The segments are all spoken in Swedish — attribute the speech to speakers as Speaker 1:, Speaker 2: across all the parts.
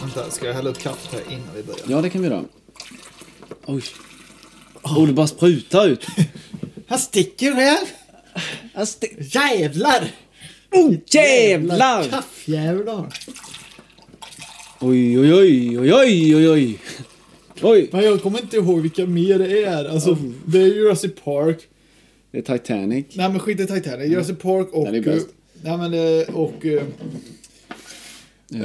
Speaker 1: Vänta, ska jag hälla upp kaffet här innan vi börjar?
Speaker 2: Ja, det kan vi göra. Oj. Oh, det bara sprutar ut.
Speaker 1: Han sticker här!
Speaker 2: Alltså, det...
Speaker 1: Jävlar!
Speaker 2: Oh, jävlar!
Speaker 1: Kaffjävlar!
Speaker 2: Oj, oj, oj, oj, oj, oj, oj. Oj,
Speaker 1: Men jag kommer inte ihåg vilka mer det är. Alltså, det är Jurassic Park.
Speaker 2: det är Titanic.
Speaker 1: Nej men skit i Titanic. Jurassic Park och...
Speaker 2: Den är bäst.
Speaker 1: eh, Nej men eh, och... eh,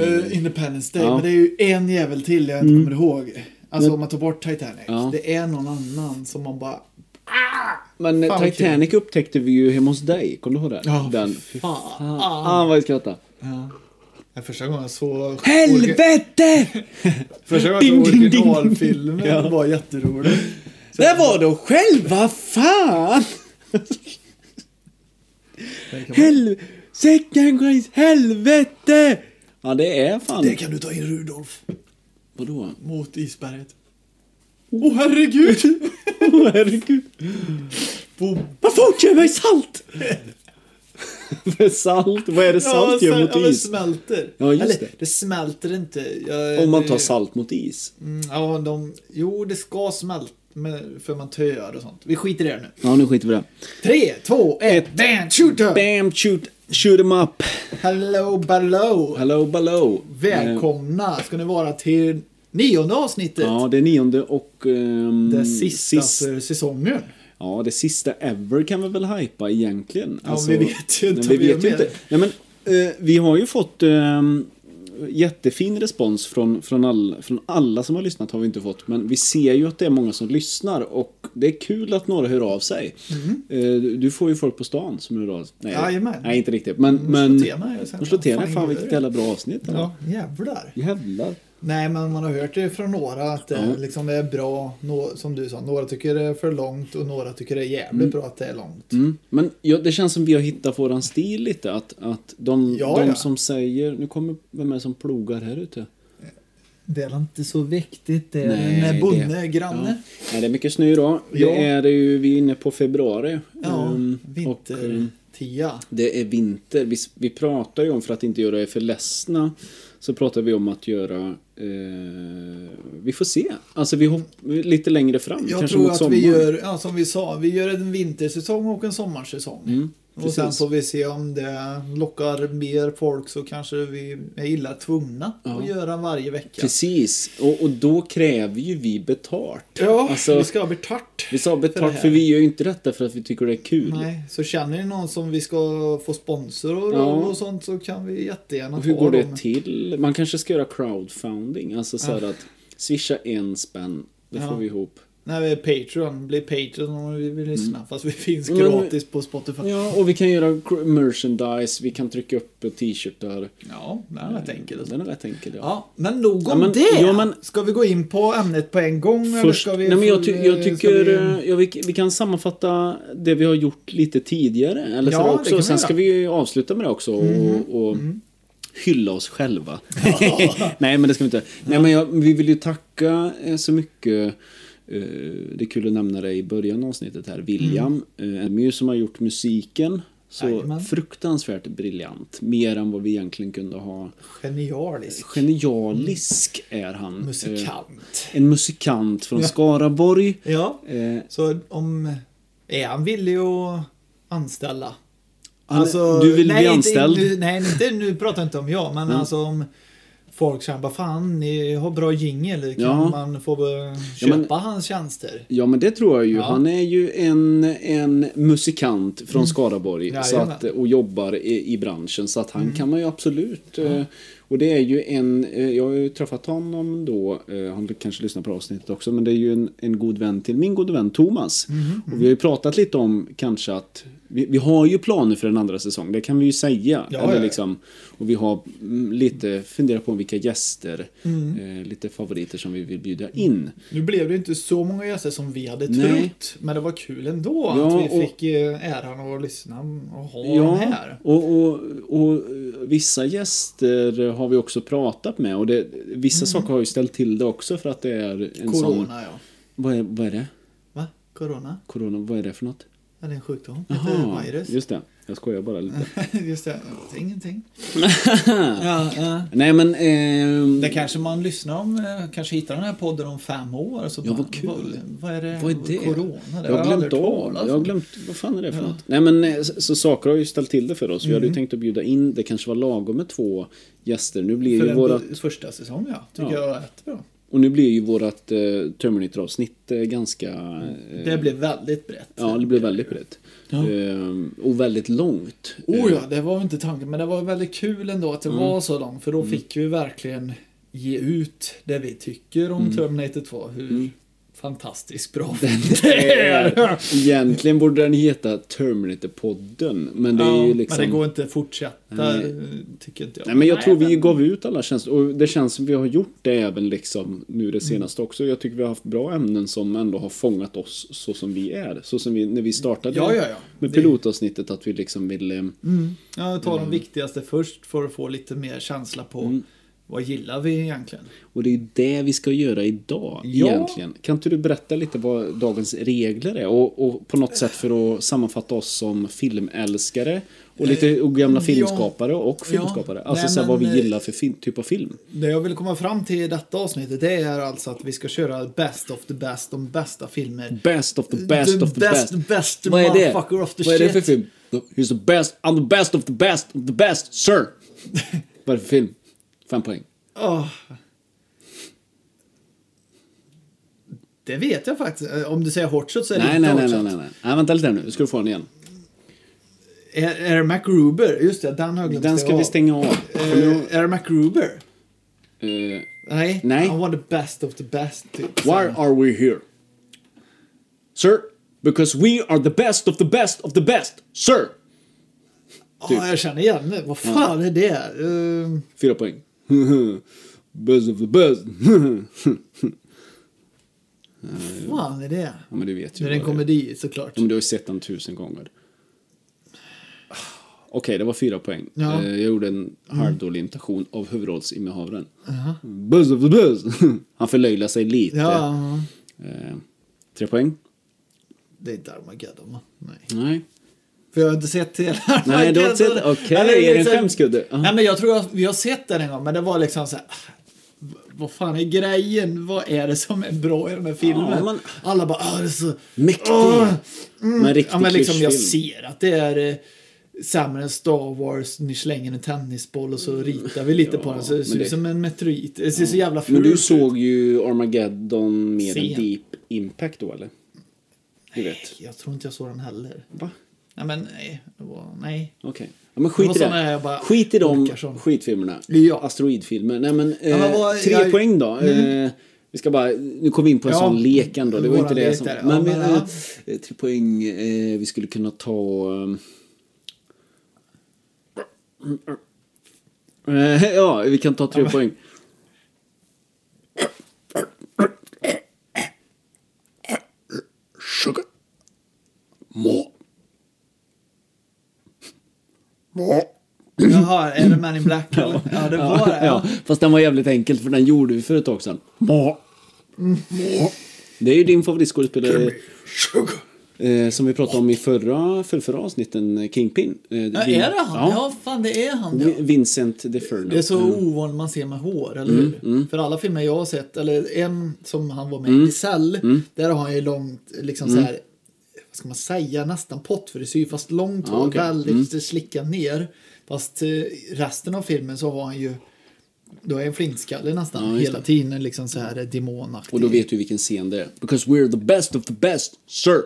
Speaker 1: eh, Independence Day.
Speaker 2: Ja.
Speaker 1: Men det är ju en jävel till jag inte kommer ihåg. Alltså om man tar bort Titanic.
Speaker 2: Ja.
Speaker 1: Det är någon annan som man bara...
Speaker 2: Men eh,
Speaker 1: Fan, vad
Speaker 2: Titanic upptäckte vi ju hemma hos dig. Kommer du ihåg det?
Speaker 1: Ja,
Speaker 2: Den.
Speaker 1: fy fan.
Speaker 2: Fan, ah, vad jag skrattade.
Speaker 1: Ja. Det är första gången jag såg...
Speaker 2: Helvete!
Speaker 1: Första gången jag såg
Speaker 2: Ding, ding, ding.
Speaker 1: originalfilmen
Speaker 2: Ja.
Speaker 1: var jätterolig.
Speaker 2: Det var då själva fan!
Speaker 1: Den kan man-
Speaker 2: Hel... Second grace, helvete! Ja, det är fan...
Speaker 1: Det kan du ta in Rudolf
Speaker 2: Vadå?
Speaker 1: mot isberget. Åh oh, herregud!
Speaker 2: Åh, herregud.
Speaker 1: Bob.
Speaker 2: Vad folk ger mig salt! Vad är salt? Vad är det salt
Speaker 1: ja,
Speaker 2: gör
Speaker 1: sen-
Speaker 2: mot
Speaker 1: ja, men
Speaker 2: is?
Speaker 1: smälter.
Speaker 2: Ja, just
Speaker 1: Eller,
Speaker 2: det.
Speaker 1: det smälter inte. Jag,
Speaker 2: Om man tar
Speaker 1: det-
Speaker 2: salt mot is?
Speaker 1: Mm, ja, de, jo, det ska smälta. men- För man töar och sånt. Vi skiter i det nu.
Speaker 2: Ja, nu skiter vi i det.
Speaker 1: Tre, två, ett, damn shooter!
Speaker 2: Bam, shoot, shoot em up. Eh,
Speaker 1: Hello below!
Speaker 2: Hello, below.
Speaker 1: Välkomna ska ni vara till nionde avsnittet.
Speaker 2: Ja, det är nionde och... ehm,
Speaker 1: det sista
Speaker 2: sist-
Speaker 1: för säsongen.
Speaker 2: Ja, det sista ever kan vi väl hypa egentligen. Alltså,
Speaker 1: Ja, vi vet ju inte om vi
Speaker 2: Nej, vi
Speaker 1: gör
Speaker 2: vet ju
Speaker 1: mer.
Speaker 2: inte. Nej, men, eh, vi har ju fått eh, jättefin respons från, från, all, från alla som har lyssnat. har vi inte fått. Men vi ser ju att det är många som lyssnar och det är kul att några hör av sig. Eh, du- du får ju folk på stan som hör av sig.
Speaker 1: Mm-hmm. Jajamän.
Speaker 2: Nej, nej, inte riktigt. Men...
Speaker 1: slår
Speaker 2: men
Speaker 1: till mig och sen-
Speaker 2: de slår till
Speaker 1: Vad fan
Speaker 2: mig. Fan
Speaker 1: gör
Speaker 2: vilket
Speaker 1: du?
Speaker 2: jävla bra avsnitt. eller?
Speaker 1: Ja, jävlar.
Speaker 2: Jävlar.
Speaker 1: Nej, men man har hört det från några att det
Speaker 2: Ja.
Speaker 1: liksom är bra, nå- som du sa, några tycker det är för långt och några tycker det är jävligt bra att det är långt.
Speaker 2: Mm. Men ja, det känns som vi har hittat våran stil lite. Att, att de,
Speaker 1: Ja,
Speaker 2: de
Speaker 1: ja. Eh,
Speaker 2: som säger... Nu kommer... Vem är det som plogar här ute?
Speaker 1: Det är inte så viktigt, det
Speaker 2: Nej,
Speaker 1: är en
Speaker 2: det-
Speaker 1: bonde,
Speaker 2: Ja.
Speaker 1: granne.
Speaker 2: Nej, det är mycket snö idag.
Speaker 1: Ja.
Speaker 2: Det är det ju, vi är inne på februari.
Speaker 1: Ja,
Speaker 2: Ehm, och, ehm,
Speaker 1: vintertia.
Speaker 2: det är vinter. Vi, s- vi pratar ju om, för att inte göra er för ledsna, så pratar vi om att göra... Eh, vi får se. Alltså, vi hopp, lite längre fram.
Speaker 1: Jag
Speaker 2: kanske
Speaker 1: tror
Speaker 2: mot
Speaker 1: att
Speaker 2: sommaren.
Speaker 1: vi gör, ja, som vi sa, vi gör en vintersäsong och en sommarsäsong.
Speaker 2: Mm,
Speaker 1: och sen
Speaker 2: precis.
Speaker 1: får vi se om det lockar mer folk så kanske vi är illa tvungna att göra varje vecka.
Speaker 2: Precis. Och, och då kräver ju vi betalt.
Speaker 1: Ja,
Speaker 2: Alltså,
Speaker 1: vi ska ha betalt.
Speaker 2: Vi sa
Speaker 1: det
Speaker 2: betalt,
Speaker 1: här.
Speaker 2: för vi gör ju inte detta för att vi tycker det är kul.
Speaker 1: Nej, så känner ni någon som vi ska få sponsorer
Speaker 2: Ja.
Speaker 1: och sånt så kan vi jättegärna
Speaker 2: Hur
Speaker 1: ta
Speaker 2: går det
Speaker 1: dem.
Speaker 2: till? Man kanske ska göra crowdfunding. Alltså så här att swisha en spänn, det
Speaker 1: Ja.
Speaker 2: får vi ihop.
Speaker 1: När vi är Patreon, bli Patreon om vi vill lyssna. Fast vi finns
Speaker 2: Mm. Men-
Speaker 1: gratis på Spotify. Ja,
Speaker 2: Ja, och vi kan göra cr- merchandise, vi kan trycka upp på t-shirtar.
Speaker 1: det är rätt enkelt.
Speaker 2: Den är rätt enkel, ja.
Speaker 1: Ja, men nog om
Speaker 2: Ja, men-
Speaker 1: det!
Speaker 2: ja, men-
Speaker 1: Ska vi gå in på ämnet på en gång eller
Speaker 2: Först,
Speaker 1: ska vi...
Speaker 2: nej men jag, ty- jag
Speaker 1: ska
Speaker 2: tycker,
Speaker 1: Vi,
Speaker 2: eh, ja, vi, vi kan sammanfatta det vi har gjort lite tidigare. Eller
Speaker 1: Ja,
Speaker 2: så
Speaker 1: det kan
Speaker 2: också.
Speaker 1: vi
Speaker 2: Sen
Speaker 1: göra. Mhm.
Speaker 2: ska vi ju avsluta med det också och, och hylla oss själva. nej, men det ska vi inte. Nej, men jag, vi vill ju tacka eh, så mycket. eh, det är kul att nämna det i början av avsnittet här. William mm. som har gjort musiken. Så
Speaker 1: Jajamän.
Speaker 2: fruktansvärt briljant. Mer än vad vi egentligen kunde ha.
Speaker 1: genialisk
Speaker 2: Genialisk är han. Eh,
Speaker 1: musikant.
Speaker 2: en musikant från Skaraborg.
Speaker 1: Ja,
Speaker 2: Eh,
Speaker 1: så om... Är han villig att anställa? Alltså,
Speaker 2: han, du vill bli anställd? Mm.
Speaker 1: Inte, nu, nej, inte, nu pratar jag inte om jag, men alltså om folk känner bara fan, ni har bra jingel, kan
Speaker 2: Ja.
Speaker 1: man få eh,
Speaker 2: Ja, men-
Speaker 1: köpa hans tjänster?
Speaker 2: Ja men det tror jag ju.
Speaker 1: Ja.
Speaker 2: Han är ju en, en musikant från Skaraborg så
Speaker 1: Mm. Jajamän. Mm.
Speaker 2: att, och jobbar i, i branschen så att han kan man ju absolut. eh, Och det är ju en, eh, jag har ju träffat honom då, eh, han kanske lyssnar på avsnittet också, men det är ju en, en god vän till min gode vän Thomas.
Speaker 1: Mm-hmm.
Speaker 2: Och vi har ju pratat lite om kanske att vi, vi har ju planer för en andra säsong, det kan vi ju säga.
Speaker 1: Ja, ja,
Speaker 2: Eller
Speaker 1: ja.
Speaker 2: liksom, och vi har mm, lite funderat på vilka gäster,
Speaker 1: Mm.
Speaker 2: eh, lite favoriter som vi vill bjuda in.
Speaker 1: Nu blev det inte så många gäster som vi hade
Speaker 2: Nej.
Speaker 1: trott, men det var kul ändå
Speaker 2: Ja,
Speaker 1: att vi
Speaker 2: och-
Speaker 1: fick eh, äran att lyssna och ha dem här.
Speaker 2: Och, och, och vissa gäster har vi också pratat med och det, vissa saker har ju ställt till det också för att det är en
Speaker 1: Mm.
Speaker 2: sån...
Speaker 1: Corona, ja.
Speaker 2: Vad är, vad är det?
Speaker 1: Va? Corona?
Speaker 2: Corona, vad är det för något?
Speaker 1: Ja, det är en sjukdom. Heter
Speaker 2: Jaha,
Speaker 1: eh, virus.
Speaker 2: just det. Jag skojar bara lite.
Speaker 1: Just det. Det är Ingenting. ja, ja.
Speaker 2: Nej men... ehm,
Speaker 1: Det kanske man lyssnar om, eh, kanske hittar den här podden om fem år. Så
Speaker 2: Ja,
Speaker 1: bara,
Speaker 2: vad kul.
Speaker 1: Vad, vad är det?
Speaker 2: Vad är det?
Speaker 1: Corona? Det har
Speaker 2: jag har glömt
Speaker 1: aldrig hört
Speaker 2: av.
Speaker 1: talas
Speaker 2: Jag har
Speaker 1: om.
Speaker 2: glömt, vad fan är det för något? Nej men eh, så, så saker har ju ställt till det för oss. Vi hade
Speaker 1: Mm.
Speaker 2: ju tänkt att bjuda in, det kanske var lagom med två gäster. Nu blir
Speaker 1: För
Speaker 2: ju
Speaker 1: en
Speaker 2: våra,
Speaker 1: bu- första säsong, ja. Tycker
Speaker 2: Ja.
Speaker 1: jag var jättebra.
Speaker 2: och nu blir ju vårat eh, Terminator-avsnitt eh, ganska... Eh,
Speaker 1: Mm. Det blev väldigt brett.
Speaker 2: ja, det blir väldigt brett.
Speaker 1: Ja.
Speaker 2: Ehm, och väldigt långt.
Speaker 1: Oh ja, det var inte tanken, men det var väldigt kul ändå att
Speaker 2: Mm.
Speaker 1: det var så långt. För då fick vi verkligen ge ut det vi tycker om
Speaker 2: Mm.
Speaker 1: Terminator 2. Hur fantastiskt bra det är!
Speaker 2: Ehm, eh, Egentligen borde den heta Terminator-podden, men det är ju liksom...
Speaker 1: Men det går inte att fortsätta,
Speaker 2: Nej.
Speaker 1: tycker inte jag.
Speaker 2: Nej men jag tror vi gav ut alla känslor och det känns som vi har gjort det även liksom nu
Speaker 1: Mm.
Speaker 2: det senaste också. Jag tycker vi har haft bra ämnen som ändå har fångat oss så som vi är. Så som vi när vi startade
Speaker 1: Ja, ja, ja.
Speaker 2: med
Speaker 1: Det-
Speaker 2: pilotavsnittet att vi liksom ville...
Speaker 1: Mm. Ja, ta de viktigaste först för att få lite mer känsla på
Speaker 2: Mm.
Speaker 1: vad gillar vi egentligen.
Speaker 2: Och det är ju det vi ska göra idag
Speaker 1: Ja.
Speaker 2: egentligen. Kan inte du berätta lite vad dagens regler är och, och på något sätt för att sammanfatta oss som filmälskare och lite och gamla
Speaker 1: Eh, ja.
Speaker 2: filmskapare och
Speaker 1: Ja.
Speaker 2: filmskapare. Alltså
Speaker 1: Nej,
Speaker 2: så här, vad
Speaker 1: men,
Speaker 2: vi
Speaker 1: eh,
Speaker 2: gillar för film, typ av film.
Speaker 1: Det jag vill komma fram till i detta avsnittet det är alltså att vi ska köra best of the best, de bästa filmer.
Speaker 2: Best of the best
Speaker 1: The
Speaker 2: of the
Speaker 1: best,
Speaker 2: best.
Speaker 1: best
Speaker 2: Vad är det?
Speaker 1: motherfucker of the
Speaker 2: Vad är det för
Speaker 1: shit.
Speaker 2: film? He's the best, I'm the best of the best of the best, sir! Vad är det för film? Fem poäng.
Speaker 1: Åh. Det vet jag faktiskt. Eh, Om du säger hårt kött så är det
Speaker 2: Nej,
Speaker 1: inte
Speaker 2: nej,
Speaker 1: hårt
Speaker 2: nej, nej,
Speaker 1: kött.
Speaker 2: nej, nej. Nej, vänta lite här nu. Nu ska du få den igen.
Speaker 1: Är, är det MacGruber? Just det, den har jag glömt
Speaker 2: Den ska vi stänga av. För
Speaker 1: Eh,
Speaker 2: nu-
Speaker 1: är det MacGruber?
Speaker 2: eh,
Speaker 1: Nej.
Speaker 2: Nej.
Speaker 1: Han var the best of the best. Typ.
Speaker 2: Why are we here? Sir, because we are the best of the best of the best, sir! typ?
Speaker 1: Ja, jag känner igen det. Vad fan är det? Eh,
Speaker 2: Fyra poäng. best of the best.
Speaker 1: Vad fan är det?
Speaker 2: ja, men du vet ju
Speaker 1: Det är en
Speaker 2: vad det är.
Speaker 1: komedi såklart.
Speaker 2: Ja, men du har ju sett den tusen gånger. Okej, det var fyra poäng.
Speaker 1: Ja.
Speaker 2: Eh, Jag gjorde en halvdålig imitation av huvudrollsinnehavaren. Buzz of the buzz! Han förlöjligade sig lite.
Speaker 1: Ja,
Speaker 2: Eh, tre poäng?
Speaker 1: det är inte Armageddon va? Nej.
Speaker 2: Nej.
Speaker 1: För jag har inte sett hela
Speaker 2: Nej, du har inte sett-
Speaker 1: Armageddon.
Speaker 2: okej,
Speaker 1: Eller
Speaker 2: är det en
Speaker 1: liksom-
Speaker 2: skämskudde? Ja.
Speaker 1: Nej, men jag tror att vi har sett den en gång, men det var liksom så här. "V- Vad fan är grejen? Vad är det som är bra i den här filmen?
Speaker 2: Ja, men-
Speaker 1: Alla bara, ah, det är så...
Speaker 2: Mäktig!
Speaker 1: Åh!
Speaker 2: Men riktig
Speaker 1: Ja, men liksom jag
Speaker 2: klyschfilm.
Speaker 1: ser att det är eh, sämre än Star Wars, ni slänger en tennisboll och så ritar vi lite på den så det ser
Speaker 2: Mm. men
Speaker 1: ut
Speaker 2: det-
Speaker 1: som en meteorit. Det ser så jävla fult
Speaker 2: Men du
Speaker 1: ut.
Speaker 2: såg ju Armageddon med en
Speaker 1: Sen.
Speaker 2: deep impact då, eller? Du vet.
Speaker 1: Jag tror inte jag såg den heller.
Speaker 2: Va?
Speaker 1: Nej, men nej. Det var, nej.
Speaker 2: Okej. Ja, men skit
Speaker 1: var
Speaker 2: i det.
Speaker 1: såna jag bara
Speaker 2: skit i de
Speaker 1: orkar som.
Speaker 2: skitfilmerna.
Speaker 1: Ja.
Speaker 2: Asteroidfilmer. Nej men, eh,
Speaker 1: men vad-
Speaker 2: tre
Speaker 1: jag- Mm.
Speaker 2: poäng då. Eh, vi ska bara, nu kom vi in på en
Speaker 1: Ja,
Speaker 2: sån lek ändå. Det var
Speaker 1: våran
Speaker 2: inte det
Speaker 1: lek
Speaker 2: som...
Speaker 1: där. Ja,
Speaker 2: men,
Speaker 1: men,
Speaker 2: eh,
Speaker 1: ja.
Speaker 2: eh, tre poäng. Eh, vi skulle kunna ta... eh, eh, ja, vi kan ta tre poäng. Sugar. More. More.
Speaker 1: Jaha, är det Man in Black? eller? ja, det var det.
Speaker 2: Ja,
Speaker 1: Ja.
Speaker 2: fast den var jävligt enkel för den gjorde vi för ett tag sedan. Må. Må. Det är ju din favoritskådespelare eh, som vi pratade om i förra, för förra avsnitten, eh, Kingpin. Eh,
Speaker 1: Ja,
Speaker 2: Vin-
Speaker 1: är det han? Ja. fan det är han. Ja.
Speaker 2: Vi- Vincent DeFerno.
Speaker 1: Det är så
Speaker 2: Mm.
Speaker 1: ovanligt man ser med hår, eller hur? För alla filmer jag har sett, eller en som han var med
Speaker 2: Mm.
Speaker 1: i, Cell, där har han ju långt, liksom så här, vad ska man säga, nästan pottfrisyr, fast långt hår,
Speaker 2: okej. Mm.
Speaker 1: väldigt slickat ner. Fast eh, resten av filmen så har han ju, då är en flintskalle nästan,
Speaker 2: Ja, just
Speaker 1: hela tiden liksom så här eh, demonaktig.
Speaker 2: Och då vet du vilken scen det är. Because we're the best of the best, sir!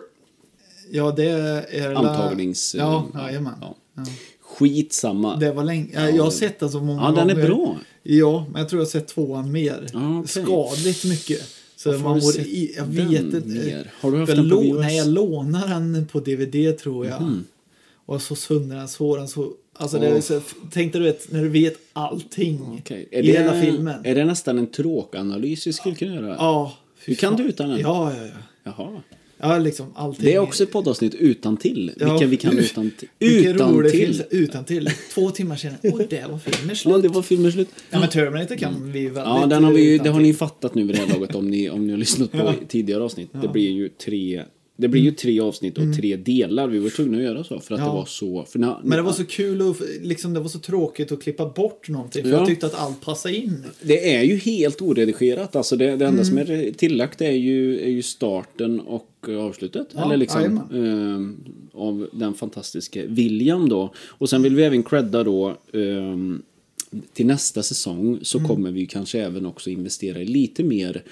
Speaker 1: Ja, det är...
Speaker 2: Antagnings... eh,
Speaker 1: Ja, jajamän.
Speaker 2: ja.
Speaker 1: Ja.
Speaker 2: Skitsamma.
Speaker 1: Det var länge. Ja, Jag har sett den så många
Speaker 2: Ja,
Speaker 1: gånger.
Speaker 2: den är bra.
Speaker 1: Ja, men jag tror jag har sett tvåan mer.
Speaker 2: Ja, okej.
Speaker 1: Skadligt mycket. Så
Speaker 2: Varför har
Speaker 1: man
Speaker 2: du
Speaker 1: borde...
Speaker 2: sett
Speaker 1: I, jag
Speaker 2: den
Speaker 1: vet inte.
Speaker 2: mer? Har du haft
Speaker 1: För
Speaker 2: den på
Speaker 1: lå-
Speaker 2: VHS?
Speaker 1: Nej, jag lånar den på DVD tror jag.
Speaker 2: Mhm.
Speaker 1: Och så söndrar den så den så... Alltså, det är
Speaker 2: Åh.
Speaker 1: så... Tänk dig du vet, när du vet allting
Speaker 2: Okej.
Speaker 1: i hela filmen.
Speaker 2: Är det nästan en tråkanalys vi skulle kunna göra?
Speaker 1: Ja. fy
Speaker 2: Du kan
Speaker 1: fan.
Speaker 2: du utan den?
Speaker 1: Ja, ja, ja.
Speaker 2: Jaha.
Speaker 1: Ja, liksom allting.
Speaker 2: Det är också ett poddavsnitt utan till.
Speaker 1: Ja.
Speaker 2: Vilka vi kan utan till.
Speaker 1: Vilken
Speaker 2: Utan
Speaker 1: rolig film.
Speaker 2: till.
Speaker 1: Utan till. Två timmar senare. Åh, där var filmen slut.
Speaker 2: Ja, det var filmens slut.
Speaker 1: Ja, men Terminator kan vi väldigt
Speaker 2: Mm. Ja, den har vi ju,
Speaker 1: utan
Speaker 2: det har
Speaker 1: till.
Speaker 2: ni fattat nu vid det här laget om ni, om ni har lyssnat på tidigare avsnitt. Det blir ju tre Det blir ju tre avsnitt och tre delar. Vi var tvungna att göra så för att
Speaker 1: Mm. Ja.
Speaker 2: det var så... För när,
Speaker 1: Men det var så kul och liksom, det var så tråkigt att klippa bort någonting. För
Speaker 2: Ja.
Speaker 1: jag tyckte att allt passade in.
Speaker 2: Det är ju helt oredigerat. Alltså det, det enda som
Speaker 1: Mm.
Speaker 2: är tillagt är ju, är ju starten och eh, avslutet.
Speaker 1: Ja,
Speaker 2: eller liksom,
Speaker 1: jajamän.
Speaker 2: ehm, av den fantastiske William då. Och sen vill vi även credda då ehm, till nästa säsong så
Speaker 1: Mm.
Speaker 2: kommer vi ju kanske även också investera i lite mer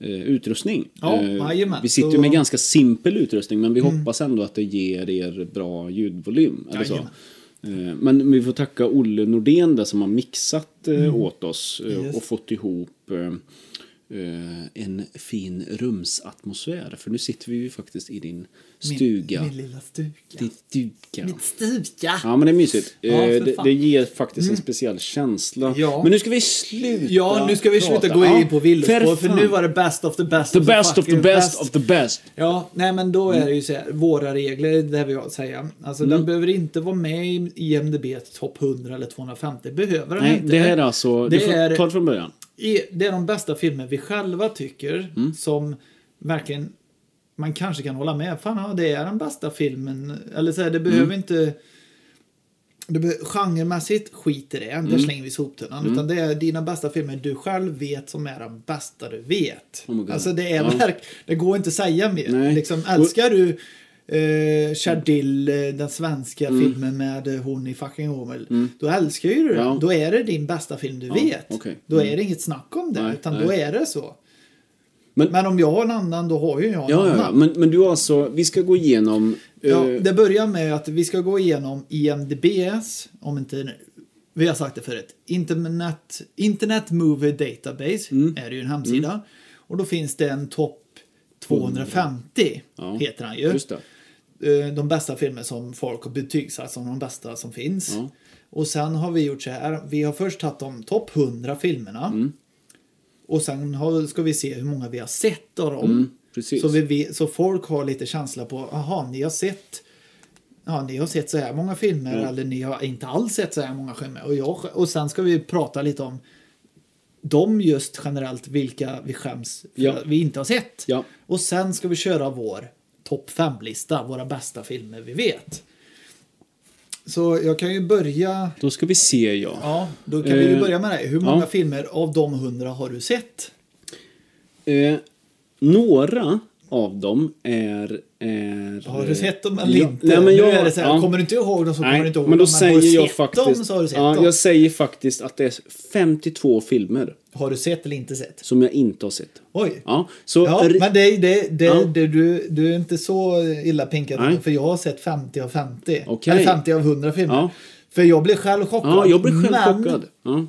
Speaker 2: eh, utrustning.
Speaker 1: Ja,
Speaker 2: Eh,
Speaker 1: jajamän.
Speaker 2: vi sitter ju
Speaker 1: Så- Mm.
Speaker 2: med ganska simpel utrustning men vi hoppas ändå att det ger er bra ljudvolym. Eller så.
Speaker 1: Jajamän.
Speaker 2: Eh, Men vi får tacka Olle Nordén där som har mixat eh,
Speaker 1: Mm.
Speaker 2: åt oss eh,
Speaker 1: Yes.
Speaker 2: och fått ihop eh, eh, en fin rumsatmosfär. För nu sitter vi ju faktiskt i din stuga.
Speaker 1: Min, min lilla stuga.
Speaker 2: Din stuga.
Speaker 1: Mitt stuga.
Speaker 2: Ja men det är mysigt.
Speaker 1: Ja,
Speaker 2: Eh,
Speaker 1: för
Speaker 2: det,
Speaker 1: fan. Mm.
Speaker 2: det ger faktiskt en speciell känsla.
Speaker 1: Ja.
Speaker 2: Men nu ska vi sluta
Speaker 1: Ja, nu ska vi
Speaker 2: prata.
Speaker 1: sluta gå
Speaker 2: Ja,
Speaker 1: in på villospår för
Speaker 2: fan.
Speaker 1: nu var det best of the best
Speaker 2: The best of the
Speaker 1: fucking
Speaker 2: best of the Mm. best.
Speaker 1: Ja, nej men då är det ju så här, våra regler, det här vill jag säga. Alltså
Speaker 2: Mm.
Speaker 1: den behöver inte vara med i IMDB topp 100 eller 250, behöver den
Speaker 2: Nej,
Speaker 1: inte.
Speaker 2: det här är alltså...
Speaker 1: Det
Speaker 2: du får
Speaker 1: är-
Speaker 2: ta det från början.
Speaker 1: är- det är de bästa filmer vi själva tycker
Speaker 2: Mm.
Speaker 1: som verkligen man kanske kan hålla med. Fan, ja, det är den bästa filmen. Eller så här, det behöver
Speaker 2: Mm.
Speaker 1: inte... Det be, genremässigt skit i det, där
Speaker 2: Mm.
Speaker 1: slänger vi soptunnan. Utan det är dina bästa filmer du själv vet som är den bästa du vet.
Speaker 2: Oh my God.
Speaker 1: alltså det är
Speaker 2: Ja.
Speaker 1: verk, det går inte att säga mer.
Speaker 2: Nej.
Speaker 1: Liksom, älskar du eh, Chardil, eh, den svenska
Speaker 2: Mm.
Speaker 1: filmen med eh, hon i fucking Omel, då älskar ju du den.
Speaker 2: Ja.
Speaker 1: Då är det din bästa film du
Speaker 2: Ja,
Speaker 1: vet.
Speaker 2: okej.
Speaker 1: Då är det inget snack om det,
Speaker 2: Mm. Nej,
Speaker 1: utan
Speaker 2: nej.
Speaker 1: då är det så.
Speaker 2: Men-
Speaker 1: Men, om jag har en annan, då har ju jag en
Speaker 2: Ja, ja,
Speaker 1: annan.
Speaker 2: ja. Men, men du alltså, vi ska gå igenom... eh,
Speaker 1: Ja, det börjar med att vi ska gå igenom IMDBs, om inte vi har sagt det förut, Internet, Internet Movie Database
Speaker 2: Mm.
Speaker 1: är ju en hemsida. Och då finns det en topp 250,
Speaker 2: Ja,
Speaker 1: heter han ju.
Speaker 2: Just det.
Speaker 1: Eh, De bästa filmer som folk har betygsatt som de bästa som finns.
Speaker 2: Ja.
Speaker 1: Och sen har vi gjort så här, vi har först tagit de topp 100 filmerna. Och sen har, ska vi se hur många vi har sett av dem.
Speaker 2: Mm, precis.
Speaker 1: Så, vi, vet- så folk har lite känsla på, aha, ni har sett Ja, ni har sett så här många filmer
Speaker 2: Mm.
Speaker 1: eller ni har inte alls sett så här många filmer. Och, jag, och sen ska vi prata lite om dem just generellt, vilka vi skäms för
Speaker 2: Ja.
Speaker 1: att vi inte har sett.
Speaker 2: Ja.
Speaker 1: Och sen ska vi köra vår topp 5-lista, våra bästa filmer vi vet. Så jag kan ju börja,
Speaker 2: Då ska vi se, ja.
Speaker 1: ja, då kan vi
Speaker 2: Eh,
Speaker 1: ju börja med dig. Hur många
Speaker 2: ja.
Speaker 1: filmer av de 100 har du sett?
Speaker 2: Eh, några av dem är... är eh,
Speaker 1: Har du sett dem
Speaker 2: Ja.
Speaker 1: eller inte?
Speaker 2: Nej, men jag,
Speaker 1: nu är det så här,
Speaker 2: ja.
Speaker 1: kommer du inte ihåg dem så kommer
Speaker 2: Nej,
Speaker 1: du inte ihåg
Speaker 2: men då
Speaker 1: dem. Men har du
Speaker 2: säger jag
Speaker 1: sett
Speaker 2: faktiskt...
Speaker 1: dem så har du sett
Speaker 2: ja,
Speaker 1: dem.
Speaker 2: Jag säger faktiskt att det är 52 filmer
Speaker 1: Har du sett eller inte sett?
Speaker 2: som jag inte har sett.
Speaker 1: Oj.
Speaker 2: Ja, så...
Speaker 1: Ja, men det, det, det,
Speaker 2: Ja.
Speaker 1: det, du, du är inte så illa pinkad
Speaker 2: Nej.
Speaker 1: för jag har sett 50 av 50.
Speaker 2: Okej.
Speaker 1: Eller 50 av 100 filmer.
Speaker 2: Ja.
Speaker 1: För jag blev själv chockad.
Speaker 2: ja, jag blir själv
Speaker 1: men
Speaker 2: chockad. Mm. Ja.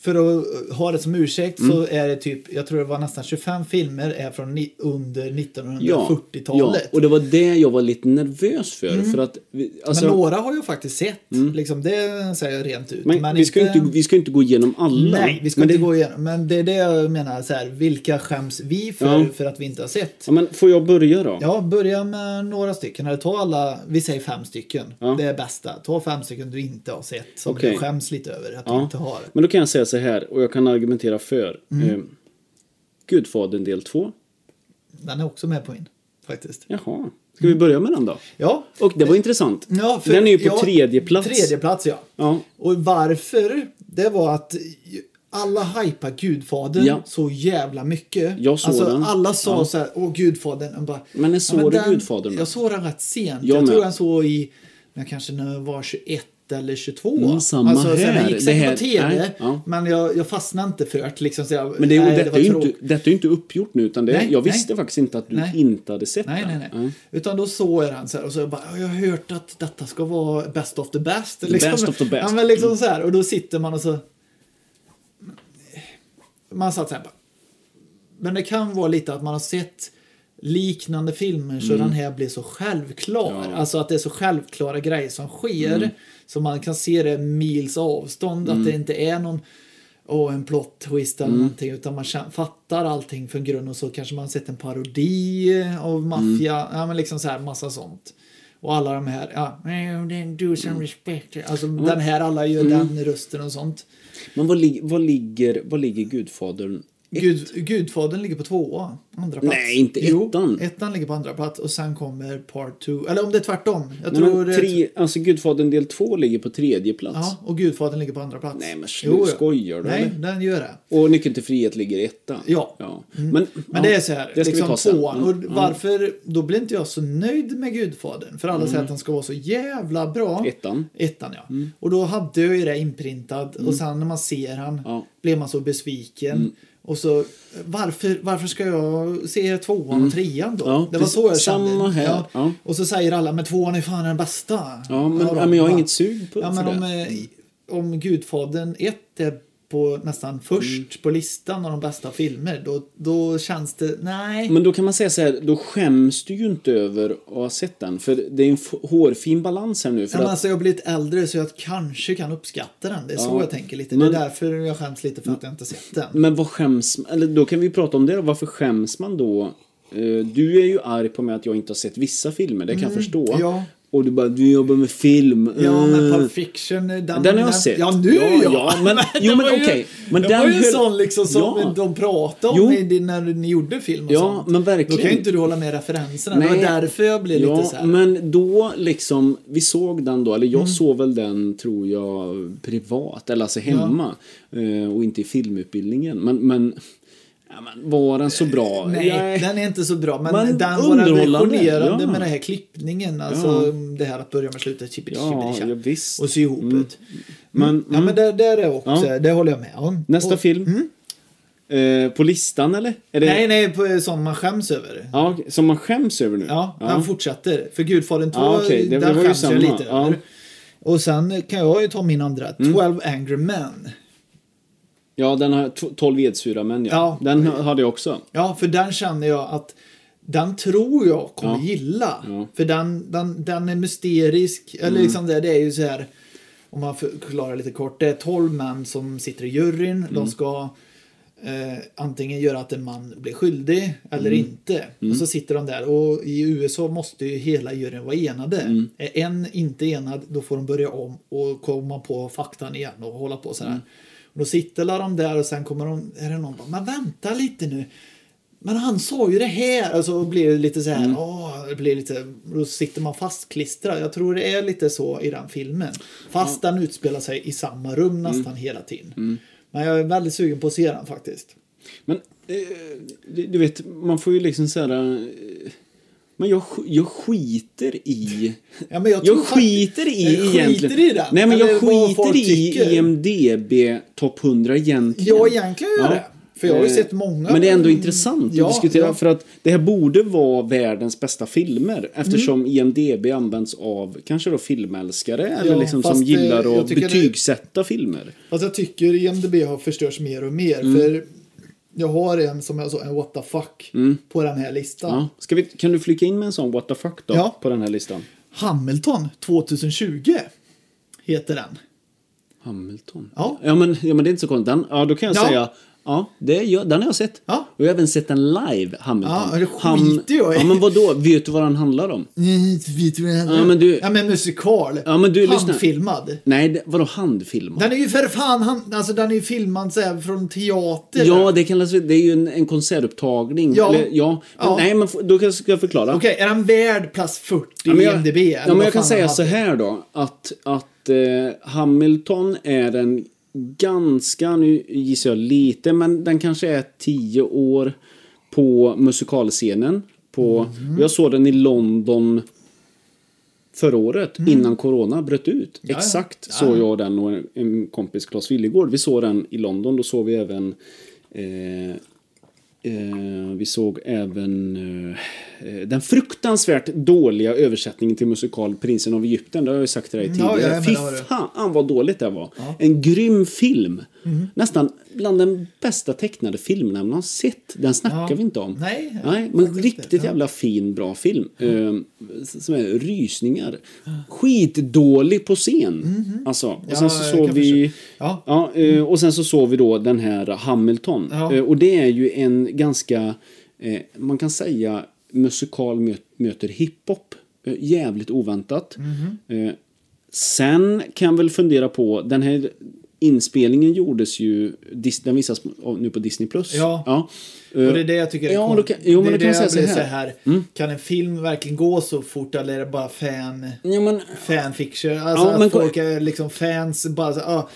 Speaker 1: för att ha det som ursäkt så är det typ, jag tror det var nästan 25 filmer är från ni, under 1940-talet.
Speaker 2: Ja, och det var det jag var lite nervös för. För att... vi- Alltså,
Speaker 1: Mm.
Speaker 2: Mm.
Speaker 1: men några har jag faktiskt sett. Liksom, det säger jag rent ut.
Speaker 2: men vi, ska ju inte, vi ska ju inte gå igenom alla.
Speaker 1: Nej, vi ska
Speaker 2: men
Speaker 1: inte
Speaker 2: det,
Speaker 1: gå igenom. Men det är det jag menar, så här, vilka skäms vi för,
Speaker 2: Ja.
Speaker 1: för att vi inte har sett?
Speaker 2: Ja, men får jag börja då?
Speaker 1: Ja, börja med några stycken. Eller ta alla, vi säger fem stycken.
Speaker 2: Ja.
Speaker 1: Det är bästa. Ta fem stycken du inte har sett som
Speaker 2: Okej.
Speaker 1: du skäms lite över att
Speaker 2: Ja.
Speaker 1: du inte har. Mm.
Speaker 2: Men då kan jag säga så här, och jag kan argumentera för. Eh, Gudfadern del 2.
Speaker 1: Den är också med på min, faktiskt.
Speaker 2: Jaha. Ska vi börja med den då?
Speaker 1: Ja.
Speaker 2: Och det var intressant.
Speaker 1: Mm. Eh, ja för-
Speaker 2: den är ju på
Speaker 1: ja,
Speaker 2: tredje plats.
Speaker 1: Tredje plats, ja.
Speaker 2: Ja.
Speaker 1: Och varför? Det var att alla hypade Gudfadern
Speaker 2: Ja.
Speaker 1: så jävla mycket.
Speaker 2: Jag såg
Speaker 1: alltså,
Speaker 2: den.
Speaker 1: Alla sa
Speaker 2: Ja.
Speaker 1: så här, åh Gudfadern. Och bara,
Speaker 2: Men när såg du
Speaker 1: den-
Speaker 2: Gudfadern då?
Speaker 1: Jag såg den rätt sent.
Speaker 2: Jag
Speaker 1: Jag,
Speaker 2: med.
Speaker 1: tror jag såg i, när jag kanske när jag var 21 eller 22.
Speaker 2: Mm, samma
Speaker 1: alltså, så
Speaker 2: här.
Speaker 1: Den gick säkert
Speaker 2: Det här-
Speaker 1: på TV,
Speaker 2: nej, ja.
Speaker 1: men jag, jag fastnade inte för det. Liksom, så jag,
Speaker 2: Men det är, ju
Speaker 1: nej,
Speaker 2: detta,
Speaker 1: var
Speaker 2: är ju
Speaker 1: tråkigt.
Speaker 2: inte, detta är ju inte uppgjort nu, utan det,
Speaker 1: Nej,
Speaker 2: jag
Speaker 1: nej.
Speaker 2: visste faktiskt inte att du
Speaker 1: Nej.
Speaker 2: inte hade sett
Speaker 1: Nej,
Speaker 2: den.
Speaker 1: nej, nej. Utan då såg jag den så här och så jag bara, jag har hört att detta ska vara best of the best.
Speaker 2: best of the best. Mm.
Speaker 1: Ja, men liksom så här. Och då sitter man och så... Man satt så här bara... Men det kan vara lite att man har sett liknande filmer så den här blir så självklar.
Speaker 2: Ja.
Speaker 1: Alltså att det är så självklara grejer som sker. Så man kan se det mils avstånd. Att det inte är någon åh en plot twist eller någonting. Utan man kän- fattar allting från grund och så kanske man har sett en parodi av maffia. Ja men liksom så här massa sånt. Och alla de här, ja, "Oh, then do some respect. Alltså den här, alla gör den rösten och sånt.
Speaker 2: Men vad, lig, vad, ligger, vad ligger Gudfadern?
Speaker 1: Gud, Gudfadern ligger på tvåa. andra plats.
Speaker 2: Nej, inte
Speaker 1: Jo,
Speaker 2: ettan.
Speaker 1: ettan ligger på andra plats och sen kommer Part 2. Eller om det är tvärtom. Jag
Speaker 2: Men
Speaker 1: tror...
Speaker 2: om
Speaker 1: det-
Speaker 2: tre, alltså Gudfadern del 2 ligger på tredje plats.
Speaker 1: Ja, och Gudfadern ligger på andra plats.
Speaker 2: Nej, men slu-
Speaker 1: Jo, jo.
Speaker 2: skojar du,
Speaker 1: Nej,
Speaker 2: eller?
Speaker 1: den gör det.
Speaker 2: Och Nyckeln till frihet ligger i etta.
Speaker 1: Ja. Mm.
Speaker 2: Men,
Speaker 1: Men
Speaker 2: ja,
Speaker 1: det är så här,
Speaker 2: det ska vi
Speaker 1: liksom
Speaker 2: ta sen.
Speaker 1: tvåan.
Speaker 2: Mm,
Speaker 1: Och varför, då blir inte jag så nöjd med Gudfadern. För alla säger att den ska vara så jävla bra.
Speaker 2: Mm. Ettan. Mm.
Speaker 1: Ettan ja. Och då hade jag ju det inprintat och sen när man ser han
Speaker 2: Ja. Mm.
Speaker 1: blir man så besviken. Och så, varför, varför ska jag se tvåan och trean då?
Speaker 2: Mm. Ja,
Speaker 1: det var så jag
Speaker 2: precis.
Speaker 1: kände.
Speaker 2: Samma här, ja.
Speaker 1: Och så säger alla, men tvåan är fan den bästa.
Speaker 2: Ja, men,
Speaker 1: då,
Speaker 2: ja, men jag har
Speaker 1: va?
Speaker 2: inget sug på
Speaker 1: Ja,
Speaker 2: för
Speaker 1: men om,
Speaker 2: det.
Speaker 1: eh, om Gudfadern 1 är på, nästan först
Speaker 2: Mm.
Speaker 1: på listan av de bästa filmer, då, då känns det, nej.
Speaker 2: Men då kan man säga så här, då skäms du ju inte över att ha sett den. För det är en f- hårfin balans här nu. För
Speaker 1: Ja, men
Speaker 2: att,
Speaker 1: alltså, jag har blivit äldre så jag kanske kan uppskatta den. Det är så
Speaker 2: Ja.
Speaker 1: jag tänker lite.
Speaker 2: Men- Mm.
Speaker 1: det är därför jag skäms lite för att jag inte sett den.
Speaker 2: men vad skäms Eller då kan vi prata om det då. Varför skäms man då? Eh, Du är ju arg på mig att jag inte har sett vissa filmer, det kan jag förstå.
Speaker 1: Mm. ja.
Speaker 2: Och du bara, du jobbar med film.
Speaker 1: Ja, men
Speaker 2: eh.
Speaker 1: Pulp Fiction, den,
Speaker 2: Den har jag sett.
Speaker 1: Ja, nu ja!
Speaker 2: ja, men, jo,
Speaker 1: Det
Speaker 2: men
Speaker 1: var ju-
Speaker 2: okej. Men
Speaker 1: det
Speaker 2: den
Speaker 1: var ju en
Speaker 2: höll-
Speaker 1: sån liksom som
Speaker 2: Ja.
Speaker 1: de pratade om
Speaker 2: Jo.
Speaker 1: i din- när ni gjorde film och
Speaker 2: Ja,
Speaker 1: sånt.
Speaker 2: men
Speaker 1: Då
Speaker 2: verkligen.
Speaker 1: kan ju inte du hålla med referenserna. Det
Speaker 2: Nej.
Speaker 1: var därför jag blev
Speaker 2: ja,
Speaker 1: lite så här. Mm.
Speaker 2: men då liksom, vi såg den då, eller jag såg väl den tror jag privat, eller alltså hemma. eh, Och inte i filmutbildningen. Men, men, ja, men var den så bra?
Speaker 1: Nej,
Speaker 2: Nej.
Speaker 1: den är inte så bra. Men,
Speaker 2: Men
Speaker 1: den var den
Speaker 2: underhållande,
Speaker 1: revolutionerande
Speaker 2: ja.
Speaker 1: med den här klippningen. Alltså det här att börja med slutet, chippity
Speaker 2: Ja, ja, visst. Mm.
Speaker 1: Och sy ihop Mm. det.
Speaker 2: Men,
Speaker 1: Ja, men det, det är det också.
Speaker 2: Mm. Ja.
Speaker 1: Det håller jag med om.
Speaker 2: Nästa
Speaker 1: och, Mm.
Speaker 2: film? Eh, på listan eller? Är det,
Speaker 1: Nej, nej, på sånt man skäms över.
Speaker 2: Ja, som man skäms över nu?
Speaker 1: Ja, han fortsätter. För Gudfadern 2,
Speaker 2: Ja, okej, det- det
Speaker 1: där
Speaker 2: var ju
Speaker 1: skäms jag
Speaker 2: samma,
Speaker 1: lite
Speaker 2: ja. Mm.
Speaker 1: över. Och sen kan jag ju ta min andra, 12 Angry Men.
Speaker 2: ja den har t- 12 edsura män ja.
Speaker 1: Ja.
Speaker 2: Den hade jag också.
Speaker 1: Ja, för den känner jag att den tror jag kommer
Speaker 2: Ja.
Speaker 1: gilla.
Speaker 2: Ja. Mm.
Speaker 1: För den, den, den är mysterisk. Eller liksom det, det är ju så här, om man förklarar lite kort, det är 12 män som sitter i juryn. De
Speaker 2: Mm.
Speaker 1: ska eh, antingen göra att en man blir skyldig eller inte. Och så sitter de där och i USA måste ju hela juryn vara enade. Är en inte enad då får de börja om och komma på faktan igen och hålla på så här. Och då sitter alla de där och sen kommer de, är det någon bara, men vänta lite nu. Men han sa ju det här! Alltså och blir det lite så här,
Speaker 2: Mm.
Speaker 1: åh, det blir lite, då sitter man fastklistrad. Jag tror det är lite så i den filmen. Fast den utspelar sig i samma
Speaker 2: Mm.
Speaker 1: rum nästan hela tiden. Men jag är väldigt sugen på att se den faktiskt.
Speaker 2: Men eh, du du vet, man får ju liksom så här... eh, Men jag, sk- jag skiter i...
Speaker 1: Ja, men jag tror
Speaker 2: jag skiter i
Speaker 1: Jag skiter
Speaker 2: egentligen...
Speaker 1: i den.
Speaker 2: Nej, men
Speaker 1: Eller
Speaker 2: jag
Speaker 1: vad
Speaker 2: skiter
Speaker 1: folk
Speaker 2: i E
Speaker 1: tycker.
Speaker 2: IMDB topp 100 egentligen.
Speaker 1: Ja, egentligen gör det. För jag har ju
Speaker 2: Eh,
Speaker 1: sett många. Mm.
Speaker 2: Men det är ändå intressant
Speaker 1: Ja,
Speaker 2: att diskutera.
Speaker 1: ja.
Speaker 2: För att det här borde vara världens bästa filmer. Eftersom
Speaker 1: Mm.
Speaker 2: IMDB används av kanske då filmälskare. eller
Speaker 1: Ja,
Speaker 2: liksom
Speaker 1: fast
Speaker 2: som
Speaker 1: det-
Speaker 2: gillar
Speaker 1: jag
Speaker 2: att
Speaker 1: tycker det-
Speaker 2: betygsätta filmer.
Speaker 1: Fast Alltså, jag tycker IMDB har förstörts mer och mer.
Speaker 2: Mm.
Speaker 1: För jag har en som jag sa, en what the fuck på den här listan.
Speaker 2: Mm. Ja. Ska vi, kan du flika in med en sån what the fuck då?
Speaker 1: Ja.
Speaker 2: På den här listan.
Speaker 1: Hamilton 2020 heter den.
Speaker 2: Hamilton?
Speaker 1: Ja.
Speaker 2: Ja men, ja, men det är inte så konstigt. Den, ja, då kan jag
Speaker 1: Ja.
Speaker 2: säga. Ja, det är, jag- den har jag sett.
Speaker 1: Ja.
Speaker 2: Och jag har även sett den live, Hamilton.
Speaker 1: Ja, det skiter jag i.
Speaker 2: Ja, men vadå? Vet du vad den handlar om?
Speaker 1: Nej, vet du vad det handlar
Speaker 2: Ja, men du-
Speaker 1: Ja, men musikal.
Speaker 2: Ja, men du, lyssna.
Speaker 1: Handfilmad.
Speaker 2: Nej, det, vadå handfilmad?
Speaker 1: Den är ju för fan, han, alltså den är ju filmad så här från teater.
Speaker 2: Ja, det kallas Det är ju en, en konsertupptagning.
Speaker 1: Ja.
Speaker 2: Eller, ja. Men,
Speaker 1: Ja.
Speaker 2: Nej, men f- då kan- ska jag förklara.
Speaker 1: Okej, är han värd plats 40
Speaker 2: Ja,
Speaker 1: i
Speaker 2: men jag,
Speaker 1: IMDB? eller
Speaker 2: ja, men
Speaker 1: vad
Speaker 2: jag kan
Speaker 1: fan
Speaker 2: säga
Speaker 1: han
Speaker 2: så
Speaker 1: hade?
Speaker 2: här då. Att, att eh, Hamilton är en ganska, nu gissar jag lite, men den kanske är tio år på musikalscenen. På,
Speaker 1: Mhm.
Speaker 2: Jag såg den i London förra året innan corona bröt ut.
Speaker 1: Mm. ja.
Speaker 2: Exakt
Speaker 1: Ja,
Speaker 2: såg
Speaker 1: ja.
Speaker 2: jag den och en- en kompis, Claes Willegård. Vi såg den i London. Då såg vi även eh, Eh, vi såg även eh, eh, den fruktansvärt dåliga översättningen till musikal Prinsen av Egypten. Det har jag ju sagt till dig
Speaker 1: Mm. ja,
Speaker 2: tidigare.
Speaker 1: ja, men
Speaker 2: Fy
Speaker 1: det har du.
Speaker 2: fan vad dåligt det var. En grym film.
Speaker 1: Mhm.
Speaker 2: Nästan bland den bästa tecknade filmerna man har sett. Den snackar
Speaker 1: Ja.
Speaker 2: vi inte om.
Speaker 1: Nej,
Speaker 2: men
Speaker 1: faktiskt
Speaker 2: riktigt
Speaker 1: inte. Ja.
Speaker 2: jävla fin, bra film. Eh, som är rysningar. Skitdålig på scen. Alltså, och
Speaker 1: Mhm. Ja,
Speaker 2: sen så
Speaker 1: jag
Speaker 2: såg
Speaker 1: kan
Speaker 2: vi...
Speaker 1: förstå. Ja.
Speaker 2: Ja, eh, och sen så såg vi då den här Hamilton.
Speaker 1: Ja.
Speaker 2: Eh, Och det är ju en ganska, eh, man kan säga musikal mö- möter hiphop. Eh,
Speaker 1: Mhm.
Speaker 2: Jävligt oväntat. Eh, Sen kan jag väl fundera på, den här inspelningen gjordes ju, Dis- den visas nu på Disney+. Plus.
Speaker 1: Ja.
Speaker 2: ja. Eh,
Speaker 1: Och det är det jag tycker är
Speaker 2: Ja,
Speaker 1: kon-
Speaker 2: då kan- jo, men
Speaker 1: det är
Speaker 2: då kan
Speaker 1: det
Speaker 2: man
Speaker 1: jag
Speaker 2: säga
Speaker 1: blir
Speaker 2: så
Speaker 1: så
Speaker 2: här. Mm.
Speaker 1: här. Kan en film verkligen gå så fort eller är det bara fan...
Speaker 2: Ja, men,
Speaker 1: fanfiction. Alltså
Speaker 2: Ja, men
Speaker 1: att
Speaker 2: ko-
Speaker 1: folk är liksom fans. Bara så, ah,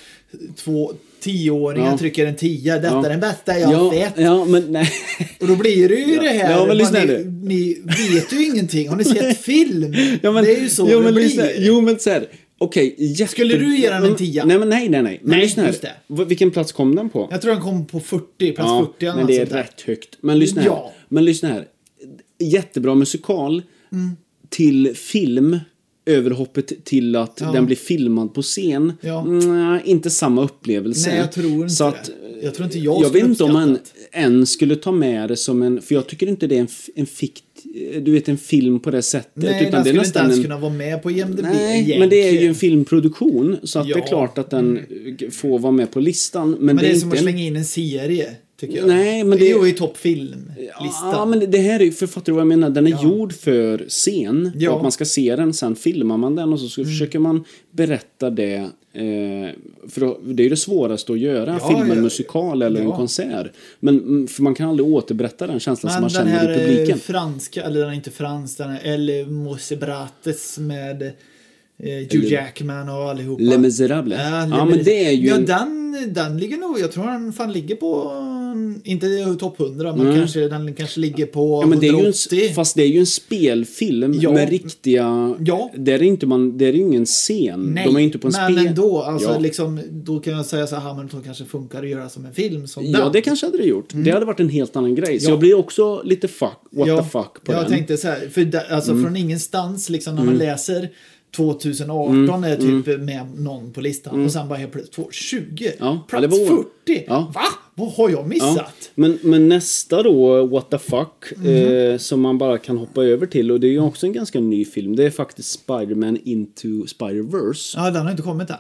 Speaker 1: två tioåringar
Speaker 2: Ja.
Speaker 1: trycker en tia. Detta
Speaker 2: Ja.
Speaker 1: är den bästa jag har
Speaker 2: ja,
Speaker 1: sett.
Speaker 2: ja, men nej.
Speaker 1: Och då blir det ju det här.
Speaker 2: Ja, men
Speaker 1: bara,
Speaker 2: lyssna
Speaker 1: ni,
Speaker 2: nu.
Speaker 1: ni vet ju ingenting. Har ni sett film?
Speaker 2: Ja, men,
Speaker 1: det är ju så
Speaker 2: jo,
Speaker 1: det
Speaker 2: men,
Speaker 1: blir.
Speaker 2: lyssna, jo, men så här. Okej, jätte...
Speaker 1: Skulle du ge den en tia?
Speaker 2: Nej, men nej, nej, nej. Men
Speaker 1: Nej,
Speaker 2: lyssna här.
Speaker 1: just det.
Speaker 2: V- Vilken plats kom den på?
Speaker 1: Jag tror den kom på 40, plats 40 eller
Speaker 2: men
Speaker 1: något
Speaker 2: det är
Speaker 1: sånt där.
Speaker 2: rätt högt. Men lyssna här.
Speaker 1: Ja.
Speaker 2: Men lyssna här. Jättebra musikal
Speaker 1: Mm.
Speaker 2: till film. Överhoppet till att
Speaker 1: Ja.
Speaker 2: den blir filmad på scen.
Speaker 1: Ja.
Speaker 2: Nej, inte samma upplevelse.
Speaker 1: Nej, jag tror inte
Speaker 2: Så att,
Speaker 1: det. Jag tror inte jag
Speaker 2: jag,
Speaker 1: skulle
Speaker 2: vet inte om man
Speaker 1: uppskatta
Speaker 2: än skulle ta med det som en... För jag tycker inte det är en, f- en fikt... Du vet, en film på det sättet.
Speaker 1: Nej, den
Speaker 2: utan det är
Speaker 1: skulle inte
Speaker 2: nästan
Speaker 1: ens
Speaker 2: en...
Speaker 1: kunna vara med på IMDB
Speaker 2: Nej,
Speaker 1: egentligen.
Speaker 2: men det är ju en filmproduktion. Så att det
Speaker 1: Ja.
Speaker 2: är klart att den eh, får vara med på listan. Men,
Speaker 1: Men det är
Speaker 2: inte
Speaker 1: som att
Speaker 2: en-
Speaker 1: slänga in en serie, tycker jag.
Speaker 2: Nej, men
Speaker 1: det...
Speaker 2: det-
Speaker 1: är ju i toppfilmlistan.
Speaker 2: Ja, men det här är ju, för fattar du vad jag menar? Den är gjord för scen.
Speaker 1: Ja. Mm.
Speaker 2: Och att man ska se den, sen filmar man den och så ska- försöker man berätta det. Eh, för då- det är ju det svåraste att göra,
Speaker 1: Ja,
Speaker 2: filma
Speaker 1: ja.
Speaker 2: en musikal eller en
Speaker 1: Ja.
Speaker 2: konsert. Men mm, för man kan aldrig återberätta den känslan som man
Speaker 1: den
Speaker 2: känner
Speaker 1: här
Speaker 2: i
Speaker 1: eh,
Speaker 2: publiken.
Speaker 1: franska, eller den är inte fransk, den är El Mosebrates med eh, Hugh Jackman och allihopa.
Speaker 2: Les Misérables.
Speaker 1: Ja,
Speaker 2: Ja,
Speaker 1: Les
Speaker 2: men det är
Speaker 1: Äh,
Speaker 2: ju...
Speaker 1: Ja,
Speaker 2: en-
Speaker 1: den, den ligger nog, jag tror den fan ligger på, eh, inte topp 100, men kanske, den kanske ligger på
Speaker 2: Mm. Ja, men det är ju
Speaker 1: 180.
Speaker 2: en, fast det är ju en spelfilm
Speaker 1: Ja.
Speaker 2: med riktiga...
Speaker 1: Ja.
Speaker 2: Där, är inte man, där är ju ingen scen. De är ju inte på en
Speaker 1: men
Speaker 2: spel.
Speaker 1: ändå. Alltså,
Speaker 2: Ja.
Speaker 1: liksom, då kan jag säga så här, men då kanske funkar att göra som en film som
Speaker 2: Ja,
Speaker 1: den.
Speaker 2: det kanske hade det gjort. Det hade varit en helt annan grej.
Speaker 1: Mm.
Speaker 2: Så
Speaker 1: Ja.
Speaker 2: jag blir också lite fuck, what
Speaker 1: Ja,
Speaker 2: the fuck på
Speaker 1: jag
Speaker 2: den. Mm.
Speaker 1: tänkte så här, för där, alltså från ingenstans liksom när man läser 2018 är typ med någon på listan och sen bara helt plötsligt 20,
Speaker 2: Mm. Ja, ja,
Speaker 1: plats
Speaker 2: det var-
Speaker 1: 40,
Speaker 2: ja.
Speaker 1: va? Vad har jag
Speaker 2: Ja.
Speaker 1: missat?
Speaker 2: Men, men nästa då, What the fuck,
Speaker 1: Mhm.
Speaker 2: eh, som man bara kan hoppa över till och det är ju också en ganska ny film. Det är faktiskt Spider-Man Into Spider-Verse.
Speaker 1: Ja. den har inte kommit än.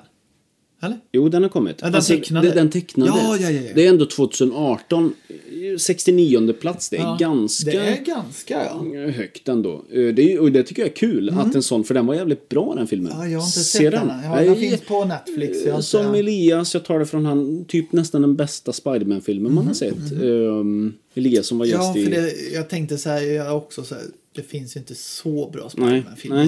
Speaker 1: Eller?
Speaker 2: Jo, den har kommit. Alltså,
Speaker 1: Ja, den tecknade.
Speaker 2: Det, den tecknade.
Speaker 1: Ja, ja, ja, ja.
Speaker 2: Det är ändå 2018, eh, 69 plats. Det är
Speaker 1: Ja,
Speaker 2: ganska...
Speaker 1: Det är ganska, ja.
Speaker 2: högt ändå. Eh, Det, är, och det tycker jag är kul att en sån, för den var jävligt bra den filmen.
Speaker 1: Mm. Ja, jag har inte
Speaker 2: Se
Speaker 1: sett den. Ja, den
Speaker 2: Nej,
Speaker 1: finns på Netflix, jag har
Speaker 2: eh,
Speaker 1: inte-
Speaker 2: Som Elias, jag tar det från han, typ nästan den bästa Spiderman-filmen man har sett. Ehm, Elias som var gäst
Speaker 1: Mm. Ja, för
Speaker 2: i...
Speaker 1: det, jag tänkte så här, jag är också så här, det finns ju inte så bra
Speaker 2: Nej, nej.
Speaker 1: Spiderman-filmer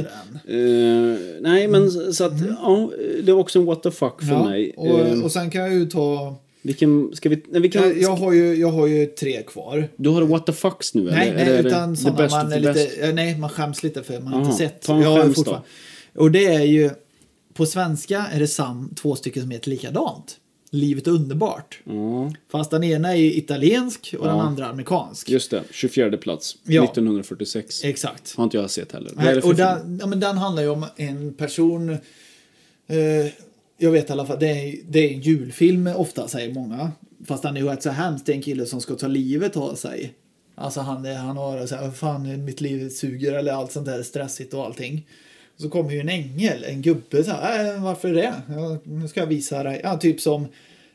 Speaker 1: än.
Speaker 2: Eh, nej, men så att, ja, det är också en what the fuck för
Speaker 1: Mm. Ja,
Speaker 2: mig. Eh,
Speaker 1: och, och sen kan jag ju ta,
Speaker 2: vilken, ska vi, nej, vi kan,
Speaker 1: jag, jag, har ju, jag har ju tre kvar.
Speaker 2: Du har what the fucks nu
Speaker 1: Nej,
Speaker 2: eller?
Speaker 1: nej
Speaker 2: Eller är det
Speaker 1: utan
Speaker 2: the
Speaker 1: sådana
Speaker 2: best
Speaker 1: man
Speaker 2: of
Speaker 1: är
Speaker 2: the best?
Speaker 1: lite, eh, nej man skäms lite för man har
Speaker 2: Aha,
Speaker 1: inte sett.
Speaker 2: ta en
Speaker 1: Jag har
Speaker 2: skäms då.
Speaker 1: fortfarande- Och det är ju, på svenska är det sam, två stycken som heter likadant. Livet är underbart.
Speaker 2: Ja,
Speaker 1: Fast den ena är ju italiensk och den
Speaker 2: Ja.
Speaker 1: andra amerikansk.
Speaker 2: just det. 24 plats.
Speaker 1: Ja.
Speaker 2: 1946.
Speaker 1: Exakt.
Speaker 2: Har inte jag sett heller. Vad är
Speaker 1: Nej,
Speaker 2: det för
Speaker 1: och
Speaker 2: film?
Speaker 1: den, ja, men den handlar ju om en person, eh, jag vet i alla fall, det är, det är en julfilm ofta säger många. Fast den är ju rätt så hemskt, det är en kille som ska ta livet av sig. Alltså han, är- han har så här, fan mitt liv suger eller allt sånt där stressigt och allting. Så kommer ju en ängel, en gubbe så här, äh, varför det? Ja, nu ska jag visa dig. Ja, typ som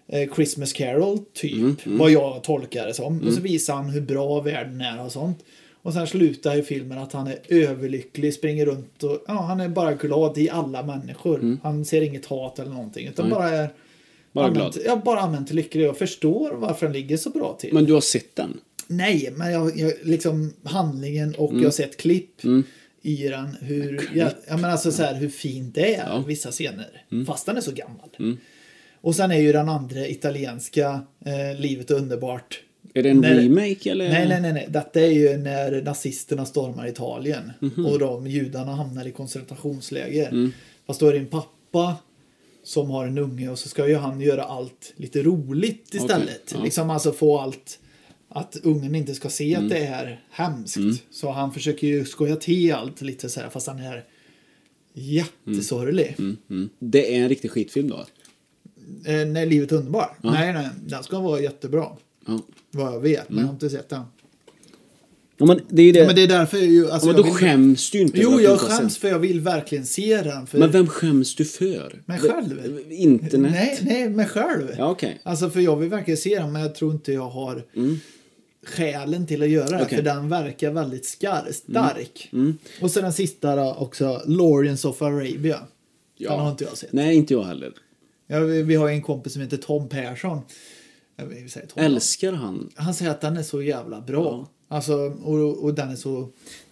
Speaker 1: eh, Christmas Carol, typ.
Speaker 2: Mm,
Speaker 1: Vad jag tolkar det som. Och så visar han hur bra världen är och sånt. Och sen slutar ju filmen att han är överlycklig, springer runt och ja, han är bara glad i alla människor. Han ser inget hat eller någonting utan bara är
Speaker 2: Mm. Bara
Speaker 1: allmänt,
Speaker 2: glad.
Speaker 1: Ja, bara allmänt lycklig. Jag förstår varför den ligger så bra till.
Speaker 2: Men du har sett den?
Speaker 1: Nej, men jag, jag, liksom handlingen och jag har sett klipp i den. Hur, jag, jag menar alltså så här, hur fint det är, vissa scener. Fast den är så gammal. Och sen är ju den andra italienska, eh, Livet är underbart.
Speaker 2: Är det en
Speaker 1: Nej.
Speaker 2: remake eller?
Speaker 1: Nej, nej, nej, nej. Detta är ju när nazisterna stormar Italien
Speaker 2: Mhm.
Speaker 1: och de judarna hamnar i koncentrationsläger.
Speaker 2: Mm.
Speaker 1: Fast då är det en pappa som har en unge och så ska ju han göra allt lite roligt istället.
Speaker 2: ja.
Speaker 1: Liksom alltså få allt att ungen inte ska se
Speaker 2: Mm.
Speaker 1: att det är hemskt. Så han försöker ju skoja till allt lite så här fast han är jättesorglig.
Speaker 2: Mm. Det är en riktig skitfilm då?
Speaker 1: Eh, nej, livet är underbart. Nej, nej, den ska vara jättebra.
Speaker 2: Ja.
Speaker 1: Vad jag vet, men
Speaker 2: Mm.
Speaker 1: jag har inte sett den.
Speaker 2: ja men det är ju det.
Speaker 1: Ja, men det är därför ju... Alltså,
Speaker 2: men
Speaker 1: jag
Speaker 2: då
Speaker 1: vill-
Speaker 2: skäms du ju inte över
Speaker 1: Jo,
Speaker 2: att du
Speaker 1: jag
Speaker 2: inte har
Speaker 1: skäms
Speaker 2: sett.
Speaker 1: för jag vill verkligen se den. För,
Speaker 2: Men vem skäms du för?
Speaker 1: Mig själv.
Speaker 2: Det- Internet?
Speaker 1: Nej, nej, mig själv.
Speaker 2: Ja, okej.
Speaker 1: Alltså, för jag vill verkligen se den, men jag tror inte jag har skälen till att göra det.
Speaker 2: Mm. Okej. Mm.
Speaker 1: För den verkar väldigt skar, stark. Och sen den sista då också, Lawrence of Arabia.
Speaker 2: Ja.
Speaker 1: Den har inte jag sett.
Speaker 2: Nej, inte jag heller.
Speaker 1: Ja, vi, vi har ju en kompis som heter Tom Persson. Eh, Vi säger Tom.
Speaker 2: Älskar han?
Speaker 1: Han säger att den är så jävla bra. Alltså, och, och den är så,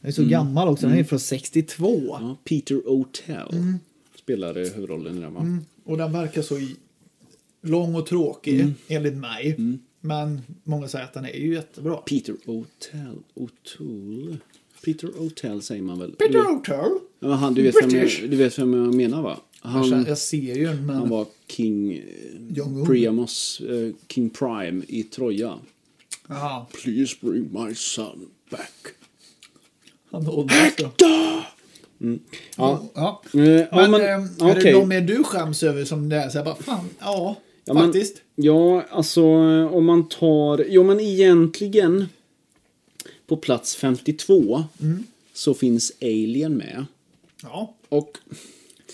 Speaker 1: den är
Speaker 2: Mm.
Speaker 1: så gammal också. Den är från 62.
Speaker 2: Ja, Peter O'Tell
Speaker 1: Mm.
Speaker 2: spelar huvudrollen i den va?
Speaker 1: Och den verkar så i- lång och tråkig,
Speaker 2: Mm.
Speaker 1: enligt mig. Men många säger att den är ju jättebra.
Speaker 2: Peter O'Tell, O'Toole. Peter O'Tell säger man väl?
Speaker 1: Peter
Speaker 2: Du vet,
Speaker 1: O'Toole!
Speaker 2: Mm. ja, han, du, vet vem
Speaker 1: British.
Speaker 2: jag, du vet vem jag menar va?
Speaker 1: Jag
Speaker 2: Han,
Speaker 1: känner- Jag ser ju den, men...
Speaker 2: han var King
Speaker 1: Jong-un.
Speaker 2: eh, Priamos, eh, King Prime i Troja.
Speaker 1: Jaha,
Speaker 2: Please bring my son back.
Speaker 1: han åldras då.
Speaker 2: Mm. Ja,
Speaker 1: Alltså. Ja.
Speaker 2: Eh, ja,
Speaker 1: Men,
Speaker 2: men,
Speaker 1: ehm, är det
Speaker 2: okej.
Speaker 1: de mer du skäms över som det är så här bara, fan, ja,
Speaker 2: Ja, men-
Speaker 1: faktiskt.
Speaker 2: Ja, alltså eh, om man tar... Jo, men egentligen på plats 52
Speaker 1: Mm.
Speaker 2: så finns Alien med.
Speaker 1: Ja,
Speaker 2: Och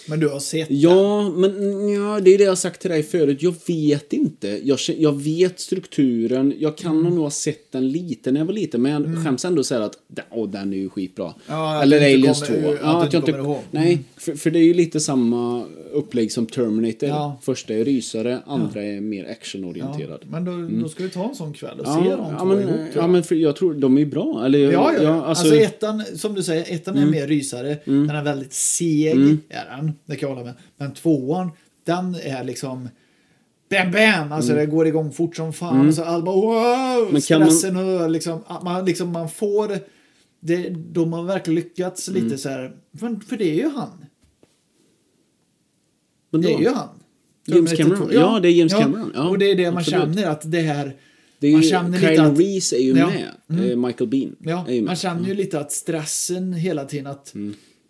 Speaker 1: men du har sett.
Speaker 2: ja, men ja, det är det jag har sagt till dig förut. Jag vet inte. Jag, kä- jag vet strukturen. Jag kan
Speaker 1: Mm.
Speaker 2: nog ha sett den lite när jag var liten. Men jag skäms ändå att säga att "Den- åh, den är ju skitbra.
Speaker 1: Ja, att
Speaker 2: Eller
Speaker 1: du inte
Speaker 2: Aliens 2.
Speaker 1: kommer- att du
Speaker 2: Ja, att
Speaker 1: inte
Speaker 2: jag inte,
Speaker 1: kommer ihåg. Mm.
Speaker 2: nej, för, för det är ju lite samma upplägg som Terminator.
Speaker 1: Ja.
Speaker 2: Första är rysare, andra är mer
Speaker 1: Ja,
Speaker 2: actionorienterad.
Speaker 1: men då, då ska vi ta en sån kväll och se
Speaker 2: Ja,
Speaker 1: de
Speaker 2: ja,
Speaker 1: två
Speaker 2: men, eh,
Speaker 1: ihop. tror
Speaker 2: ja,
Speaker 1: jag.
Speaker 2: men för jag tror de är bra. Eller,
Speaker 1: Ja, ja, ja.
Speaker 2: alltså, Mm.
Speaker 1: Alltså, ettan, som du säger, ettan är mer rysare. Den är väldigt seg, är den. Det kan jag hålla med. Men tvåan, den är liksom... Bam, bam! Alltså det går igång fort som fan. Så alla bara wow!
Speaker 2: Mm. Men kan man-
Speaker 1: stressen och liksom, att man, liksom, man får... Det, de har verkligen lyckats
Speaker 2: Mm.
Speaker 1: lite så här. För, för det är ju han.
Speaker 2: men
Speaker 1: Det
Speaker 2: då?
Speaker 1: är ju han.
Speaker 2: James
Speaker 1: Terminator
Speaker 2: Cameron.
Speaker 1: 2.
Speaker 2: Ja, det är James Cameron. Ja,
Speaker 1: och det är det man
Speaker 2: absolut.
Speaker 1: känner att det här...
Speaker 2: det är
Speaker 1: man
Speaker 2: ju,
Speaker 1: känner lite
Speaker 2: Kyle
Speaker 1: att-
Speaker 2: Reese är ju
Speaker 1: Ja. Mm.
Speaker 2: med. Eh, Michael Bean
Speaker 1: Ja,
Speaker 2: är ju
Speaker 1: man
Speaker 2: med. mm.
Speaker 1: känner ju lite att stressen hela tiden att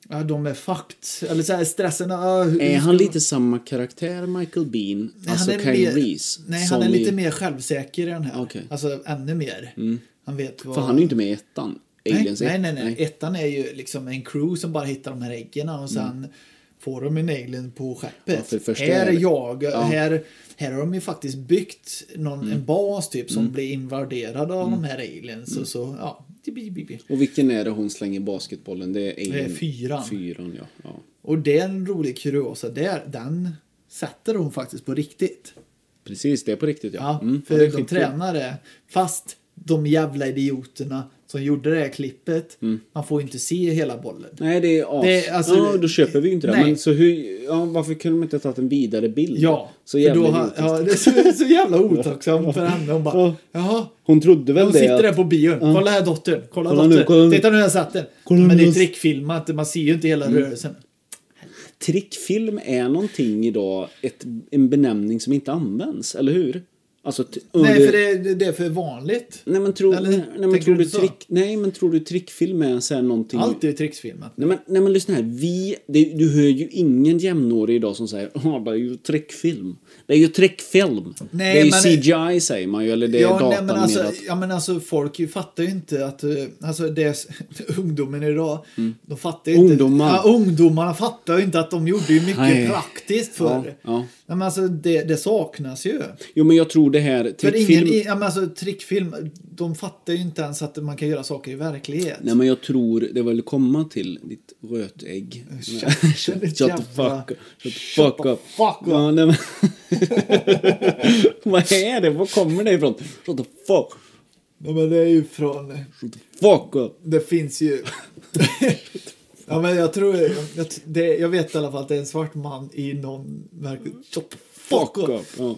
Speaker 1: ja, de är fucked. Eller så här, stressen... ah, hur-
Speaker 2: Är
Speaker 1: hur
Speaker 2: han
Speaker 1: ska-
Speaker 2: lite samma karaktär, Michael Bean, alltså
Speaker 1: är
Speaker 2: Kyle
Speaker 1: mer-
Speaker 2: Reese?
Speaker 1: Nej,
Speaker 2: som
Speaker 1: han är lite
Speaker 2: i-
Speaker 1: mer självsäker i den här.
Speaker 2: Okej. Mm.
Speaker 1: Alltså ännu mer. Han vet vad...
Speaker 2: För han är ju inte med i ettan.
Speaker 1: nej,
Speaker 2: Aliens
Speaker 1: nej,
Speaker 2: ett.
Speaker 1: nej, nej. Ettan är ju liksom en crew som bara hittar de här äggen och sen får de en alien på skeppet.
Speaker 2: Mm. Ja, för det första
Speaker 1: här
Speaker 2: är-
Speaker 1: är jag, här, här har de ju faktiskt byggt någon,
Speaker 2: Mm.
Speaker 1: en bas typ som blir invaderad av de här aliens
Speaker 2: Mm.
Speaker 1: och så, ja. bi- bi- bi.
Speaker 2: Och vilken är det hon slänger basketbollen? Det är Alien.
Speaker 1: är fyran.
Speaker 2: Fyran, ja. ja.
Speaker 1: Och det är en rolig kuriosa där, den sätter hon faktiskt på riktigt.
Speaker 2: Precis, det är på riktigt ja.
Speaker 1: Ja,
Speaker 2: Mm,
Speaker 1: för
Speaker 2: det är
Speaker 1: de
Speaker 2: skitkul.
Speaker 1: tränar det. Fast de jävla idioterna som gjorde det här klippet,
Speaker 2: Mm.
Speaker 1: man får ju inte se hela bollen.
Speaker 2: Nej, det är as.
Speaker 1: Det är- alltså-
Speaker 2: ja, då köper vi ju inte det.
Speaker 1: Nej.
Speaker 2: Men så hur, ja, varför kunde de inte ha tagit en vidare bild?
Speaker 1: Ja,
Speaker 2: så
Speaker 1: för
Speaker 2: jävla
Speaker 1: då har,
Speaker 2: idiotiskt.
Speaker 1: ja, det är så, så jävla otacksamt för henne. Hon bara,
Speaker 2: Ja.
Speaker 1: jaha,
Speaker 2: Hon trodde väl
Speaker 1: hon
Speaker 2: det.
Speaker 1: sitter där
Speaker 2: Att,
Speaker 1: på bion. Kolla här dottern, kolla,
Speaker 2: Kolla nu,
Speaker 1: dottern.
Speaker 2: kolla nu.
Speaker 1: Titta nu, jag satt den.
Speaker 2: Kolla nu, Mm.
Speaker 1: Men det är
Speaker 2: jag-
Speaker 1: trickfilmat, man ser ju inte hela rörelsen.
Speaker 2: Trickfilm är någonting idag, ett, en benämning som inte används, eller hur? Alltså, t-
Speaker 1: Nej,
Speaker 2: under-
Speaker 1: för det, det är för vanligt.
Speaker 2: Nej, men, tro,
Speaker 1: Eller,
Speaker 2: nej, men
Speaker 1: tänker
Speaker 2: tror
Speaker 1: du
Speaker 2: du
Speaker 1: inte så?
Speaker 2: trick, nej, men tror du trickfilm är så här någonting...
Speaker 1: Allt är ju trickfilmat.
Speaker 2: Nej men, nej men lyssna här, vi, det, du hör ju ingen jämnårig idag som säger ja det är ju trickfilm. Det är ju trickfilm.
Speaker 1: Nej,
Speaker 2: det är ju
Speaker 1: men-
Speaker 2: CGI säger man ju, eller det är
Speaker 1: Ja, nej,
Speaker 2: datan
Speaker 1: men alltså,
Speaker 2: mer att...
Speaker 1: ja men alltså folk ju fattar ju inte att eh, alltså, det, är- ungdomen idag, de fattar ju
Speaker 2: Mm. Ungdomar.
Speaker 1: inte. Ja, ungdomarna fattar ju inte att de gjorde ju mycket
Speaker 2: Nej.
Speaker 1: praktiskt förr.
Speaker 2: Ja, ja.
Speaker 1: Nej, men alltså det, det saknas ju.
Speaker 2: Jo men jag tror det här,
Speaker 1: För
Speaker 2: trickfilm...
Speaker 1: ingen, i- ja, men alltså, trickfilm, de fattar ju inte ens att man kan göra saker i verklighet.
Speaker 2: Nej men jag tror det var väl komma till ditt rötägg.
Speaker 1: Shut-
Speaker 2: Shut the
Speaker 1: ditt
Speaker 2: fuck
Speaker 1: jävla-
Speaker 2: up. Shut the fuck
Speaker 1: the
Speaker 2: up.
Speaker 1: fuck up.
Speaker 2: Ja, nej, men... Vad är det? Var kommer det ifrån? Shut the fuck.
Speaker 1: Ja, men det är ju från...
Speaker 2: Shut the fuck up.
Speaker 1: Det finns ju... ja, men jag tror... Jag, det, jag vet i alla fall att det är en svart man i någon... verklig- Shut the
Speaker 2: Fuck
Speaker 1: fuck up.
Speaker 2: up. Ja.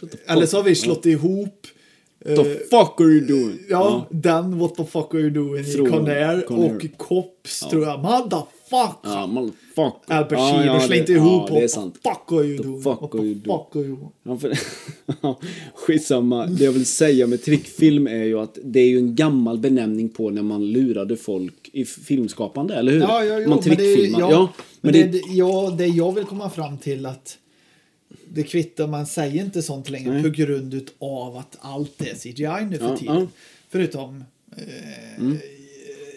Speaker 2: Shut the
Speaker 1: Eller så har vi slått ihop... eh,
Speaker 2: What the fuck are you doing?
Speaker 1: Ja, den What the fuck are you doing
Speaker 2: Mm. Från
Speaker 1: i Conair
Speaker 2: Conair.
Speaker 1: och Cops tror jag. Motherfuck!
Speaker 2: Ja, motherfucker.
Speaker 1: Albert
Speaker 2: Ja,
Speaker 1: Sheeber
Speaker 2: ja, det-
Speaker 1: slängde ihop
Speaker 2: Ja, det är
Speaker 1: What
Speaker 2: sant.
Speaker 1: the fuck are you
Speaker 2: The
Speaker 1: doing?
Speaker 2: fuck
Speaker 1: What
Speaker 2: are you
Speaker 1: the
Speaker 2: doing?
Speaker 1: fuck are you doing?
Speaker 2: Ja, för, skitsamma. Det jag vill säga med trickfilm är ju att det är ju en gammal benämning på när man lurade folk i filmskapande, eller hur?
Speaker 1: Ja, ja, jo,
Speaker 2: man
Speaker 1: men det är,
Speaker 2: trickfilmar.
Speaker 1: ja,
Speaker 2: ja,
Speaker 1: men
Speaker 2: men
Speaker 1: det,
Speaker 2: det,
Speaker 1: det, ja, det jag vill komma fram till att det kvittar, man säger inte sånt längre på grund av att allt är CGI nu för
Speaker 2: Ja,
Speaker 1: tiden.
Speaker 2: ja. Mm.
Speaker 1: Förutom, eh,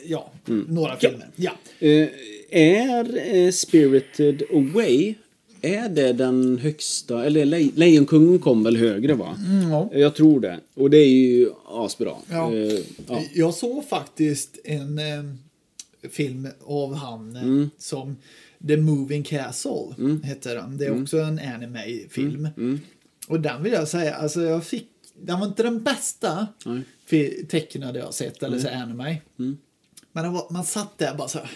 Speaker 1: ja, några filmer. Ja.
Speaker 2: Eh, är eh, Spirited Away, är det den högsta, eller Le- Lejonkungen kom väl högre va?
Speaker 1: Mm, ja.
Speaker 2: Jag tror det. Och det är ju asbra.
Speaker 1: Ja.
Speaker 2: Eh, ja. Mm.
Speaker 1: Jag såg faktiskt en eh, film av han eh, som The Moving Castle heter den. Det
Speaker 2: Mm.
Speaker 1: är också en anime-film. Och den vill jag säga, alltså jag fick, den var inte den bästa
Speaker 2: Nej. Mm.
Speaker 1: fi- tecknade jag sett, eller så anime. Men den var, man satt där bara så här.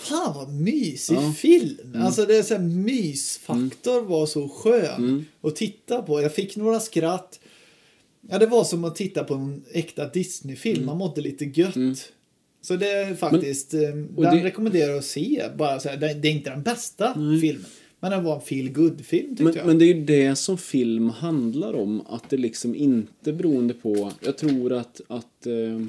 Speaker 1: Fan vad mysig
Speaker 2: Ja. Mm.
Speaker 1: film! Alltså det är så här, mysfaktor var så skön
Speaker 2: Mm.
Speaker 1: att titta på. Jag fick några skratt. Ja, det var som att titta på en äkta Disney-film.
Speaker 2: Mm.
Speaker 1: Man mådde lite gött. Så det är faktiskt, eh,
Speaker 2: och
Speaker 1: den
Speaker 2: det-
Speaker 1: rekommenderar jag att se. Bara så här, det, det är inte den bästa filmen. Men den var en feel good film tyckte
Speaker 2: Men,
Speaker 1: jag.
Speaker 2: men det är ju det som film handlar om. Att det liksom inte beroende på... Jag tror att... att eh,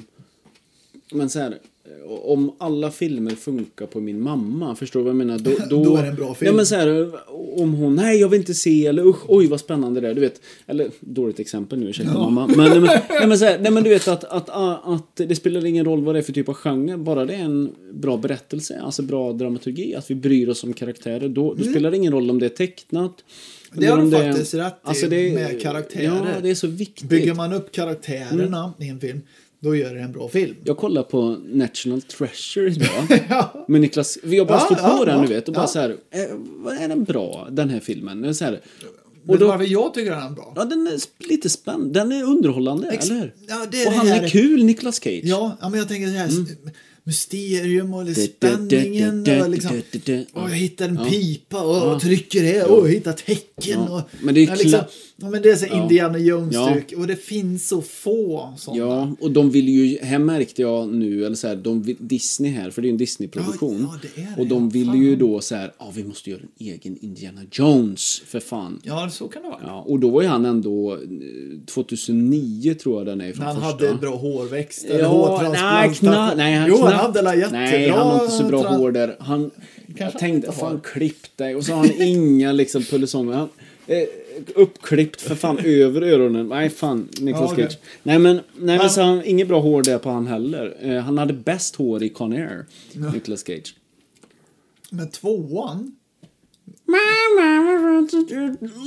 Speaker 2: men så här, eh, om alla filmer funkar på min mamma, förstår du vad jag menar? Då, då,
Speaker 1: Då är det en bra film.
Speaker 2: Ja, men så här, om hon, nej jag vill inte se, eller usch, oj vad spännande det är, du vet. Eller, dåligt exempel nu, ursäkta mamma. Men, nej, men, nej, men, så här, nej, men du vet att, att, att, att det spelar ingen roll vad det är för typ av genre, bara det är en bra berättelse, alltså bra dramaturgi, att vi bryr oss om karaktärer, då,
Speaker 1: Mm.
Speaker 2: då spelar det ingen roll om det är tecknat.
Speaker 1: Det
Speaker 2: eller
Speaker 1: har du
Speaker 2: om är-
Speaker 1: faktiskt rätt i, med karaktärer.
Speaker 2: alltså Ja, det är så viktigt.
Speaker 1: Bygger man upp karaktärerna i
Speaker 2: Mm.
Speaker 1: en film, då gör det en bra film.
Speaker 2: Jag kollar på National Treasure idag.
Speaker 1: Ja.
Speaker 2: Men Niklas, jag bara
Speaker 1: Ja,
Speaker 2: slog på
Speaker 1: ja,
Speaker 2: den
Speaker 1: ja,
Speaker 2: du vet och bara
Speaker 1: ja.
Speaker 2: så här, eh, vad är den bra den här filmen? Den är Så här,
Speaker 1: Och
Speaker 2: och då,
Speaker 1: varför jag tycker den är bra?
Speaker 2: ja, den är sp- lite spännande, den är underhållande,
Speaker 1: Ex-
Speaker 2: eller hur?
Speaker 1: ja, det är
Speaker 2: och
Speaker 1: det
Speaker 2: han är
Speaker 1: här-
Speaker 2: kul, Niklas Cage.
Speaker 1: Ja, ja, men jag tänker så här. s- Mysterium och
Speaker 2: Mm.
Speaker 1: liksom
Speaker 2: Du, du,
Speaker 1: spänningen
Speaker 2: du, du,
Speaker 1: och liksom...
Speaker 2: du, du, du.
Speaker 1: Och jag hittar en pipa och, och trycker det och jag hittar tecken
Speaker 2: Ja.
Speaker 1: och...
Speaker 2: Men det är ju
Speaker 1: ja, liksom,
Speaker 2: kla-
Speaker 1: ja, men det är så
Speaker 2: Ja.
Speaker 1: Indiana
Speaker 2: Ja.
Speaker 1: Jones-stuk och det finns så få sådana.
Speaker 2: Ja, och de vill ju, här märkte jag nu, eller så här, de vill, Disney här, för det är ju en Disney-produktion.
Speaker 1: Ja, ja, det är det,
Speaker 2: och de
Speaker 1: ja,
Speaker 2: ville
Speaker 1: fan.
Speaker 2: ju då så här, ja vi måste göra en egen Indiana Jones, för fan.
Speaker 1: Ja, så kan det vara.
Speaker 2: Ja, och då var ju han ändå, eh, 2009 tror jag den är
Speaker 1: Men
Speaker 2: från
Speaker 1: han
Speaker 2: första.
Speaker 1: hade bra hårväxt eller
Speaker 2: Ja, nej,
Speaker 1: hårtransplantation.
Speaker 2: kna, nej, han
Speaker 1: jo, han
Speaker 2: knappt-
Speaker 1: hade alla jättebra...
Speaker 2: Nej, han har inte så bra
Speaker 1: tra-
Speaker 2: hår där. Han, jag
Speaker 1: han
Speaker 2: tänkte,
Speaker 1: inte
Speaker 2: fan
Speaker 1: har.
Speaker 2: klipp dig. Och så har han inga liksom pullisonger. Han, eh, uppklippt för fan över öronen. Nej, fan, Nicolas
Speaker 1: Ja, okej.
Speaker 2: Cage. Nej, men, nej, men,
Speaker 1: Men-
Speaker 2: så han, inget bra hår där på han heller. Eh, han hade bäst hår i Con Air, Nicolas Cage.
Speaker 1: Men tvåan...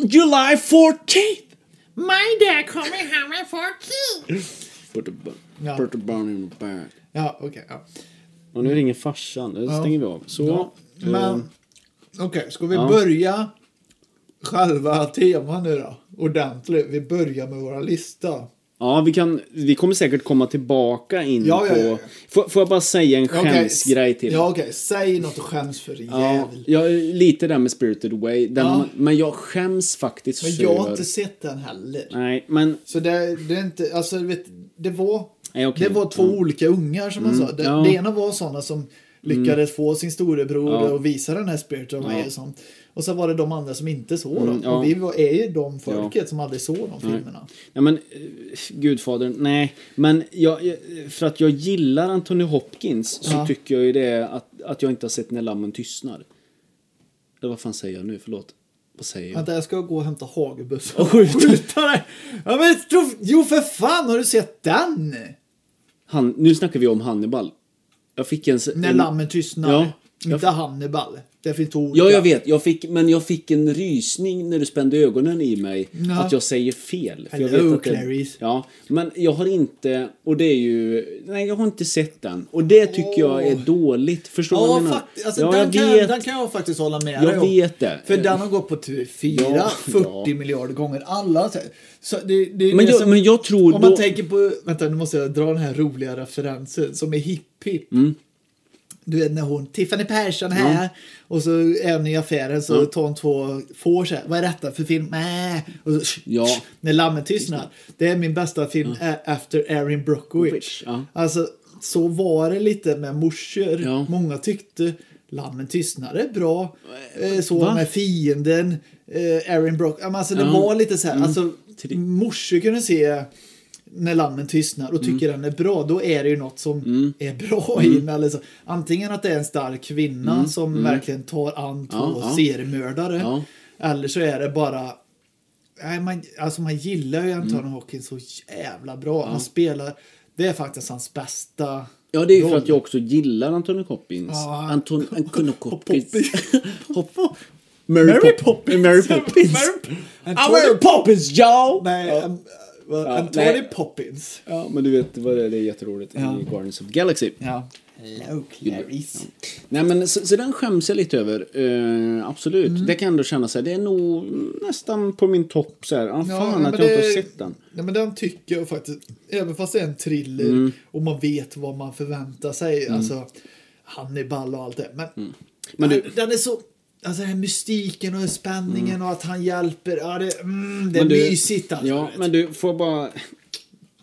Speaker 2: July 14th!
Speaker 1: My dad kommer hem med 14!
Speaker 2: Put a, bu-
Speaker 1: Ja.
Speaker 2: put a bun in the back.
Speaker 1: Ja, okej. ja.
Speaker 2: Och nu ringer farsan. Det stänger vi av. Så.
Speaker 1: Ja,
Speaker 2: eh,
Speaker 1: Men, okej, ska vi börja själva temat nu då? Ordentligt. Vi börjar med våra lista.
Speaker 2: Ja, vi, kan, vi kommer säkert komma tillbaka in
Speaker 1: Ja, ja,
Speaker 2: på...
Speaker 1: ja, ja.
Speaker 2: Får, får jag bara säga en
Speaker 1: Okej,
Speaker 2: skämsgrej till?
Speaker 1: Ja, okej. Säg något och skäms för
Speaker 2: Ja,
Speaker 1: jävel.
Speaker 2: jag är lite där med Spirited Away, den
Speaker 1: Ja.
Speaker 2: har man, men jag skäms faktiskt
Speaker 1: Men
Speaker 2: för...
Speaker 1: jag har inte sett den heller.
Speaker 2: Nej, men...
Speaker 1: Så det, det är inte, alltså du vet, det var,
Speaker 2: Nej, okej.
Speaker 1: det var två
Speaker 2: Mm.
Speaker 1: olika ungar som man sa. Det,
Speaker 2: ja. Mm.
Speaker 1: det ena var sådana som lyckades få sin storebror
Speaker 2: Ja.
Speaker 1: och visa den här Spirit of
Speaker 2: Ja. Mm,
Speaker 1: och sånt. Och så var det de andra som inte såg dem.
Speaker 2: ja.
Speaker 1: Och vi var, är ju de folket som aldrig såg de filmerna.
Speaker 2: Ja, men... eh, Gudfadern, nej. Men jag, jag- för att jag gillar Anthony Hopkins så
Speaker 1: Ja.
Speaker 2: tycker jag ju det är att, att jag inte har sett När lammen tystnar. Eller vad fan säger jag nu? Förlåt. Vad säger jag?
Speaker 1: Vänta, jag ska gå och hämta hagelbussen. Och skjuta dig! Ja, men, tro- jo, för fan, har du sett den?
Speaker 2: Han, nu snackar vi om Hannibal. Jag fick en...
Speaker 1: När
Speaker 2: en,
Speaker 1: lammen tystnar.
Speaker 2: Mm. Ja.
Speaker 1: Inte Hannibal. Det finns två olika.
Speaker 2: Ja, jag vet. Jag fick, men jag fick en rysning när du spände ögonen i mig.
Speaker 1: Ja.
Speaker 2: Att jag säger fel. jag
Speaker 1: Hello,
Speaker 2: vet att det-
Speaker 1: Clarice.
Speaker 2: Ja, men jag har inte... Och det är ju... Nej, jag har inte sett den. Och det tycker jag är
Speaker 1: Åh.
Speaker 2: dåligt. Förstår du vad
Speaker 1: Ja,
Speaker 2: jag menar?
Speaker 1: fakt- alltså,
Speaker 2: ja,
Speaker 1: den,
Speaker 2: jag
Speaker 1: kan,
Speaker 2: vet.
Speaker 1: den kan jag faktiskt hålla med
Speaker 2: Jag
Speaker 1: om.
Speaker 2: vet det.
Speaker 1: För den har gått på tur fyra,
Speaker 2: Ja,
Speaker 1: 40
Speaker 2: ja.
Speaker 1: miljarder gånger. Alla säger- så det, det är
Speaker 2: Men
Speaker 1: det
Speaker 2: jag- men jag tror
Speaker 1: Om man
Speaker 2: då-
Speaker 1: tänker på... Vänta, nu måste jag dra den här roliga referensen som är hipp hipp.
Speaker 2: Mm.
Speaker 1: Du vet när hon, Tiffany Persson här. Och så är hon i affären så tar hon två får så här. Vad är detta för film? Äh. Och så,
Speaker 2: Ja.
Speaker 1: När lammen tystnar. Det är min bästa film ä- efter Erin Brockovich.
Speaker 2: Ja.
Speaker 1: Alltså, så var det lite med morsor.
Speaker 2: Ja.
Speaker 1: Många tyckte Lammen tystnade bra. Eh, så
Speaker 2: Äh, Va?
Speaker 1: med fienden. Eh, Aaron Brock. Ja, men Alltså det
Speaker 2: Ja. Mm.
Speaker 1: var lite så här. Alltså,
Speaker 2: Tri-
Speaker 1: morsor kunde se när lammen tystnar
Speaker 2: Mm.
Speaker 1: och tycker den är bra, då är det ju något som är bra i den. Eller så. Antingen att det är en stark kvinna som verkligen tar an två
Speaker 2: Mm. Ja, ja.
Speaker 1: seriemördare.
Speaker 2: Ja.
Speaker 1: Eller så är det bara Nej, man, alltså man gillar
Speaker 2: Mm.
Speaker 1: ju Anton Hawkins så jävla bra. Han spelar, det är faktiskt hans bästa
Speaker 2: Ja, det är ju för
Speaker 1: roll.
Speaker 2: att jag också gillar Anthony Hopkins.
Speaker 1: Ja.
Speaker 2: Anton, Anthony Hopkins. Hop-
Speaker 1: Mary,
Speaker 2: Pop- Mary Poppins.
Speaker 1: Mary,
Speaker 2: I'm Mary
Speaker 1: Anthony,
Speaker 2: Poppins, y'all!
Speaker 1: nej,
Speaker 2: Ja.
Speaker 1: um, uh,
Speaker 2: Ja,
Speaker 1: Anthony
Speaker 2: nej.
Speaker 1: Poppins.
Speaker 2: Ja, men du vet vad det är, det är jätteroligt
Speaker 1: Ja.
Speaker 2: i Guardians of the Galaxy.
Speaker 1: Ja.
Speaker 3: Hello Clarice.
Speaker 2: Nej men så, så den skäms jag lite över. Eh, absolut.
Speaker 1: Mm.
Speaker 2: Det kan jag ändå känna så här. Det är nog nästan på min topp så här. Ah, fan
Speaker 1: men
Speaker 2: att jag inte
Speaker 1: det-
Speaker 2: har sett den.
Speaker 1: Nej, men den tycker jag faktiskt, även fast det är en thriller
Speaker 2: Mm.
Speaker 1: och man vet vad man förväntar sig, alltså Hannibal och allt det. Men,
Speaker 2: Mm. Men du- Mm.
Speaker 1: den, den är så, alltså den här mystiken och spänningen och att han hjälper, ja det, mm, det är
Speaker 2: Men du-
Speaker 1: mysigt alltså.
Speaker 2: Ja, men du får jag bara...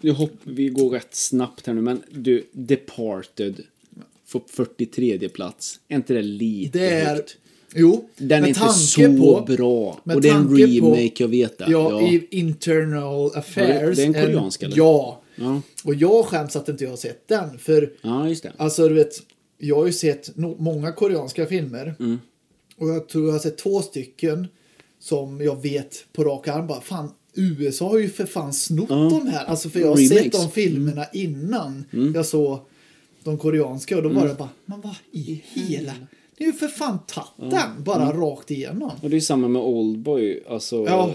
Speaker 2: Nu hopp, vi går rätt snabbt här nu, men du, Departed. Får 43 plats. Är inte det lite
Speaker 1: det är,
Speaker 2: högt?
Speaker 1: jo,
Speaker 2: Den är
Speaker 1: med
Speaker 2: inte
Speaker 1: tanke
Speaker 2: så
Speaker 1: på,
Speaker 2: bra.
Speaker 1: med
Speaker 2: Och det är en
Speaker 1: tanke på-
Speaker 2: remake, jag vet det.
Speaker 1: Ja, i Internal Affairs.
Speaker 2: det är en koreansk, eller?
Speaker 1: Ja.
Speaker 2: Ja.
Speaker 1: Och jag skäms att inte jag har sett den, för
Speaker 2: ja, just det.
Speaker 1: Alltså du vet, jag har ju sett no- många koreanska filmer.
Speaker 2: Mm.
Speaker 1: Och jag tror jag har sett två stycken som jag vet på rak arm bara fan USA har ju för fan snott
Speaker 2: Ja.
Speaker 1: de här. Alltså för jag har
Speaker 2: Remakes. Mm.
Speaker 1: sett de filmerna innan jag såg de koreanska och då
Speaker 2: Mm.
Speaker 1: var det bara men vad i hela det är ju för fan tatt den bara
Speaker 2: Mm.
Speaker 1: rakt igenom.
Speaker 2: Och det är samma med Oldboy. Alltså,
Speaker 1: Ja.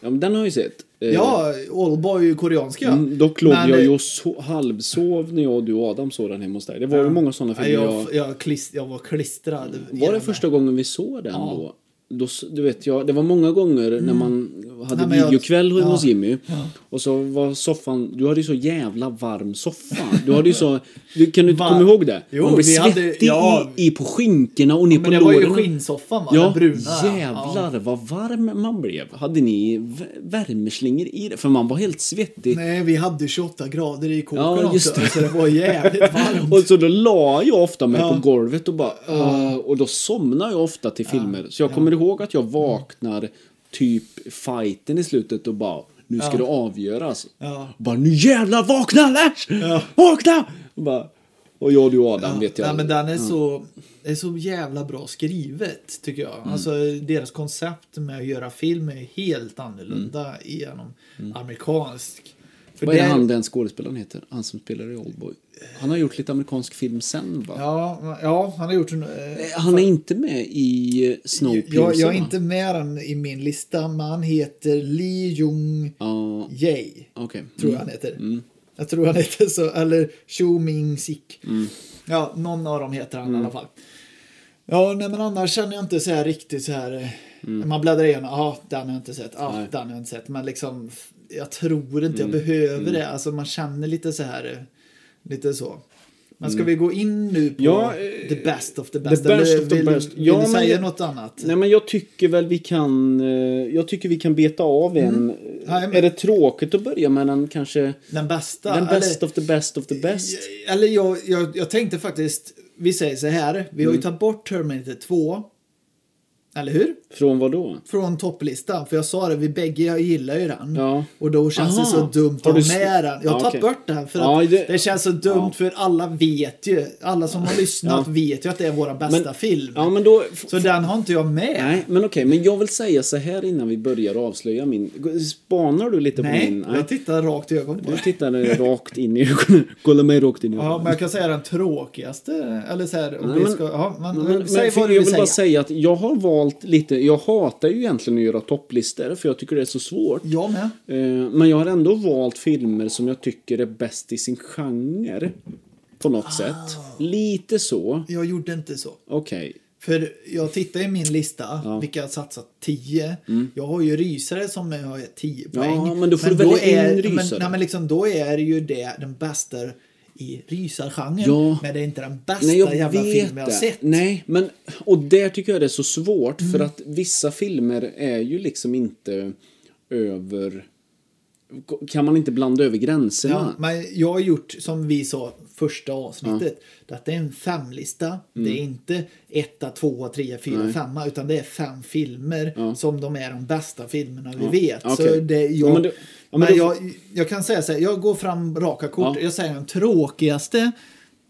Speaker 2: ja, men den har jag ju sett. Eh,
Speaker 1: Ja, Oldboy är ju koreanska.
Speaker 2: Mm, dock låg
Speaker 1: Men,
Speaker 2: jag
Speaker 1: eh,
Speaker 2: ju och so- halvsov när jag och du och Adam såg den hemma hos dig. Det var ju många sådana
Speaker 1: nej,
Speaker 2: filmer
Speaker 1: jag,
Speaker 2: jag-
Speaker 1: jag, klist, jag var klistrad.
Speaker 2: Var det
Speaker 1: igenom.
Speaker 2: första gången vi såg den då? då? s- Du vet, jag, det var många gånger när man hade
Speaker 1: Mm. Nej, men jag-
Speaker 2: videokväll hos
Speaker 1: Ja.
Speaker 2: Jimmy. Och så var soffan... Du hade ju så jävla varm soffa. Du hade ju så... Du, kan du
Speaker 1: Varm.
Speaker 2: komma ihåg det?
Speaker 1: Jo,
Speaker 2: man blev
Speaker 1: vi hade-
Speaker 2: svettig
Speaker 1: ja.
Speaker 2: i, i på skinkorna och ner på
Speaker 1: Men det var ju
Speaker 2: låren.
Speaker 1: skinnsoffan va?
Speaker 2: Ja,
Speaker 1: den bruna.
Speaker 2: jävlar vad varm man blev. Hade ni v- värmeslingor i det? För man var helt svettig.
Speaker 1: Nej, vi hade 28 grader i kåken
Speaker 2: Ja, just
Speaker 1: också,
Speaker 2: det.
Speaker 1: så det var jävligt varmt.
Speaker 2: Och så då la jag ofta mig
Speaker 1: Ja.
Speaker 2: på golvet och bara... "Åh", och då somnar jag ofta till filmer. Så jag kommer ihåg att jag vaknar typ fighten i slutet och bara... Nu ska det avgöras.
Speaker 1: Ja.
Speaker 2: Bara nu jävlar vakna Lars! Vakna! Och, bara, och jag, du och Adam vet jag.
Speaker 1: Nej, men den är, så, är så jävla bra skrivet, tycker jag.
Speaker 2: Mm.
Speaker 1: Alltså, deras koncept med att göra film är helt annorlunda genom amerikansk. För
Speaker 2: Mm. Vad är
Speaker 1: där-
Speaker 2: han den skådespelaren heter? Han som spelar i Oldboy. Han har gjort lite amerikansk film sen va?
Speaker 1: Ja, ja, han har gjort en... eh,
Speaker 2: Han är inte med i eh, Snowpiercer
Speaker 1: jag, jag är
Speaker 2: va?
Speaker 1: inte med den i min lista, men han heter Lee Jung
Speaker 2: Ja,
Speaker 1: Jae.
Speaker 2: okej. Mm.
Speaker 1: tror jag han heter. Jag tror han heter så, eller Chu Ming Sik.
Speaker 2: Mm.
Speaker 1: Ja, någon av dem heter han i alla fall. Ja, nej, men annars känner jag inte så här riktigt så här. eh,
Speaker 2: Mm.
Speaker 1: Man bläddrar igenom, ja, ah, den har jag inte sett, ja, ah, den har jag inte sett. Men liksom, f- jag tror inte
Speaker 2: Mm.
Speaker 1: jag behöver det. Alltså man känner lite så här, eh, lite så. Men ska vi gå in nu på
Speaker 2: Mm. Ja,
Speaker 1: the
Speaker 2: eh,
Speaker 1: best of the best?
Speaker 2: the best
Speaker 1: eller
Speaker 2: of the
Speaker 1: vill,
Speaker 2: best.
Speaker 1: vill
Speaker 2: Ja,
Speaker 1: du
Speaker 2: men
Speaker 1: säga
Speaker 2: jag-
Speaker 1: något annat?
Speaker 2: Nej men jag tycker väl vi kan... eh, Jag tycker vi kan beta av en...
Speaker 1: Mm. Nej, men-
Speaker 2: Är det tråkigt att börja med den kanske...
Speaker 1: Den bästa?
Speaker 2: Den
Speaker 1: eller-
Speaker 2: best of the best of the best?
Speaker 1: Eller jag, jag, jag tänkte faktiskt, vi säger så här, vi har
Speaker 2: Mm.
Speaker 1: ju tagit bort Terminator 2. Eller hur?
Speaker 2: Från vad då?
Speaker 1: Från topplistan, för jag sa det, vi bägge jag gillar ju den.
Speaker 2: Ja.
Speaker 1: Och då känns det
Speaker 2: Aha.
Speaker 1: så dumt
Speaker 2: Har
Speaker 1: att
Speaker 2: du
Speaker 1: ha med
Speaker 2: sl-
Speaker 1: den. Jag
Speaker 2: Ja,
Speaker 1: har tagit
Speaker 2: okej.
Speaker 1: bort den för
Speaker 2: Ja,
Speaker 1: att det...
Speaker 2: det-
Speaker 1: känns så dumt
Speaker 2: Ja.
Speaker 1: för alla vet ju, alla som har lyssnat
Speaker 2: Ja.
Speaker 1: vet ju att det är vår bästa film.
Speaker 2: Ja men då... f-
Speaker 1: Så den har inte jag med.
Speaker 2: Nej, men okej, men jag vill säga så här innan vi börjar avslöja min... Spanar du lite på
Speaker 1: Nej,
Speaker 2: min?
Speaker 1: jag tittar rakt i ögonen på
Speaker 2: Du
Speaker 1: den.
Speaker 2: tittade rakt in i ögonen. Kolla mig rakt in i ögonen.
Speaker 1: Ja, men jag kan säga den tråkigaste, eller så här, om
Speaker 2: Nej,
Speaker 1: vi
Speaker 2: men-
Speaker 1: ska, ja, men,
Speaker 2: Ja, Men, men,
Speaker 1: säg
Speaker 2: för
Speaker 1: vad
Speaker 2: jag
Speaker 1: du
Speaker 2: vill
Speaker 1: vill säga.
Speaker 2: bara säga att jag har valt lite, jag hatar ju egentligen att göra topplistor för jag tycker det är så svårt.
Speaker 1: Jag med.
Speaker 2: Eh, Men jag har ändå valt filmer som jag tycker är bäst i sin genre. På
Speaker 1: Ah.
Speaker 2: något sätt. Lite så.
Speaker 1: Jag gjorde inte så.
Speaker 2: Okej.
Speaker 1: För jag tittar i min lista,
Speaker 2: Ja. Mm.
Speaker 1: vilka jag satsat 10. Jag har ju rysare som jag har gett 10
Speaker 2: Ja,
Speaker 1: poäng.
Speaker 2: men då får du välja
Speaker 1: är,
Speaker 2: en
Speaker 1: Men,
Speaker 2: rysare.
Speaker 1: nej, men liksom, då är ju det den bästa i rysargenren.
Speaker 2: Ja.
Speaker 1: Men det är inte den bästa
Speaker 2: Nej, jag
Speaker 1: jävla
Speaker 2: vet
Speaker 1: film jag har
Speaker 2: det.
Speaker 1: sett. Mm.
Speaker 2: Nej, men... Och där tycker jag det är så svårt för att vissa filmer är ju liksom inte över... Kan man inte blanda över gränserna?
Speaker 1: Ja, men jag har gjort som vi sa första avsnittet. Detta är en femlista. Det är inte etta, tvåa, trea, fyra,
Speaker 2: Mm. Nej.
Speaker 1: femma. Utan det är fem filmer
Speaker 2: Ja.
Speaker 1: som de är de bästa filmerna vi vet. Så
Speaker 2: Okej.
Speaker 1: det,
Speaker 2: Ja,
Speaker 1: jag, men
Speaker 2: men du- ja, men då-
Speaker 1: jag, jag kan säga så här, jag går fram raka kort.
Speaker 2: Ja.
Speaker 1: Jag säger den tråkigaste.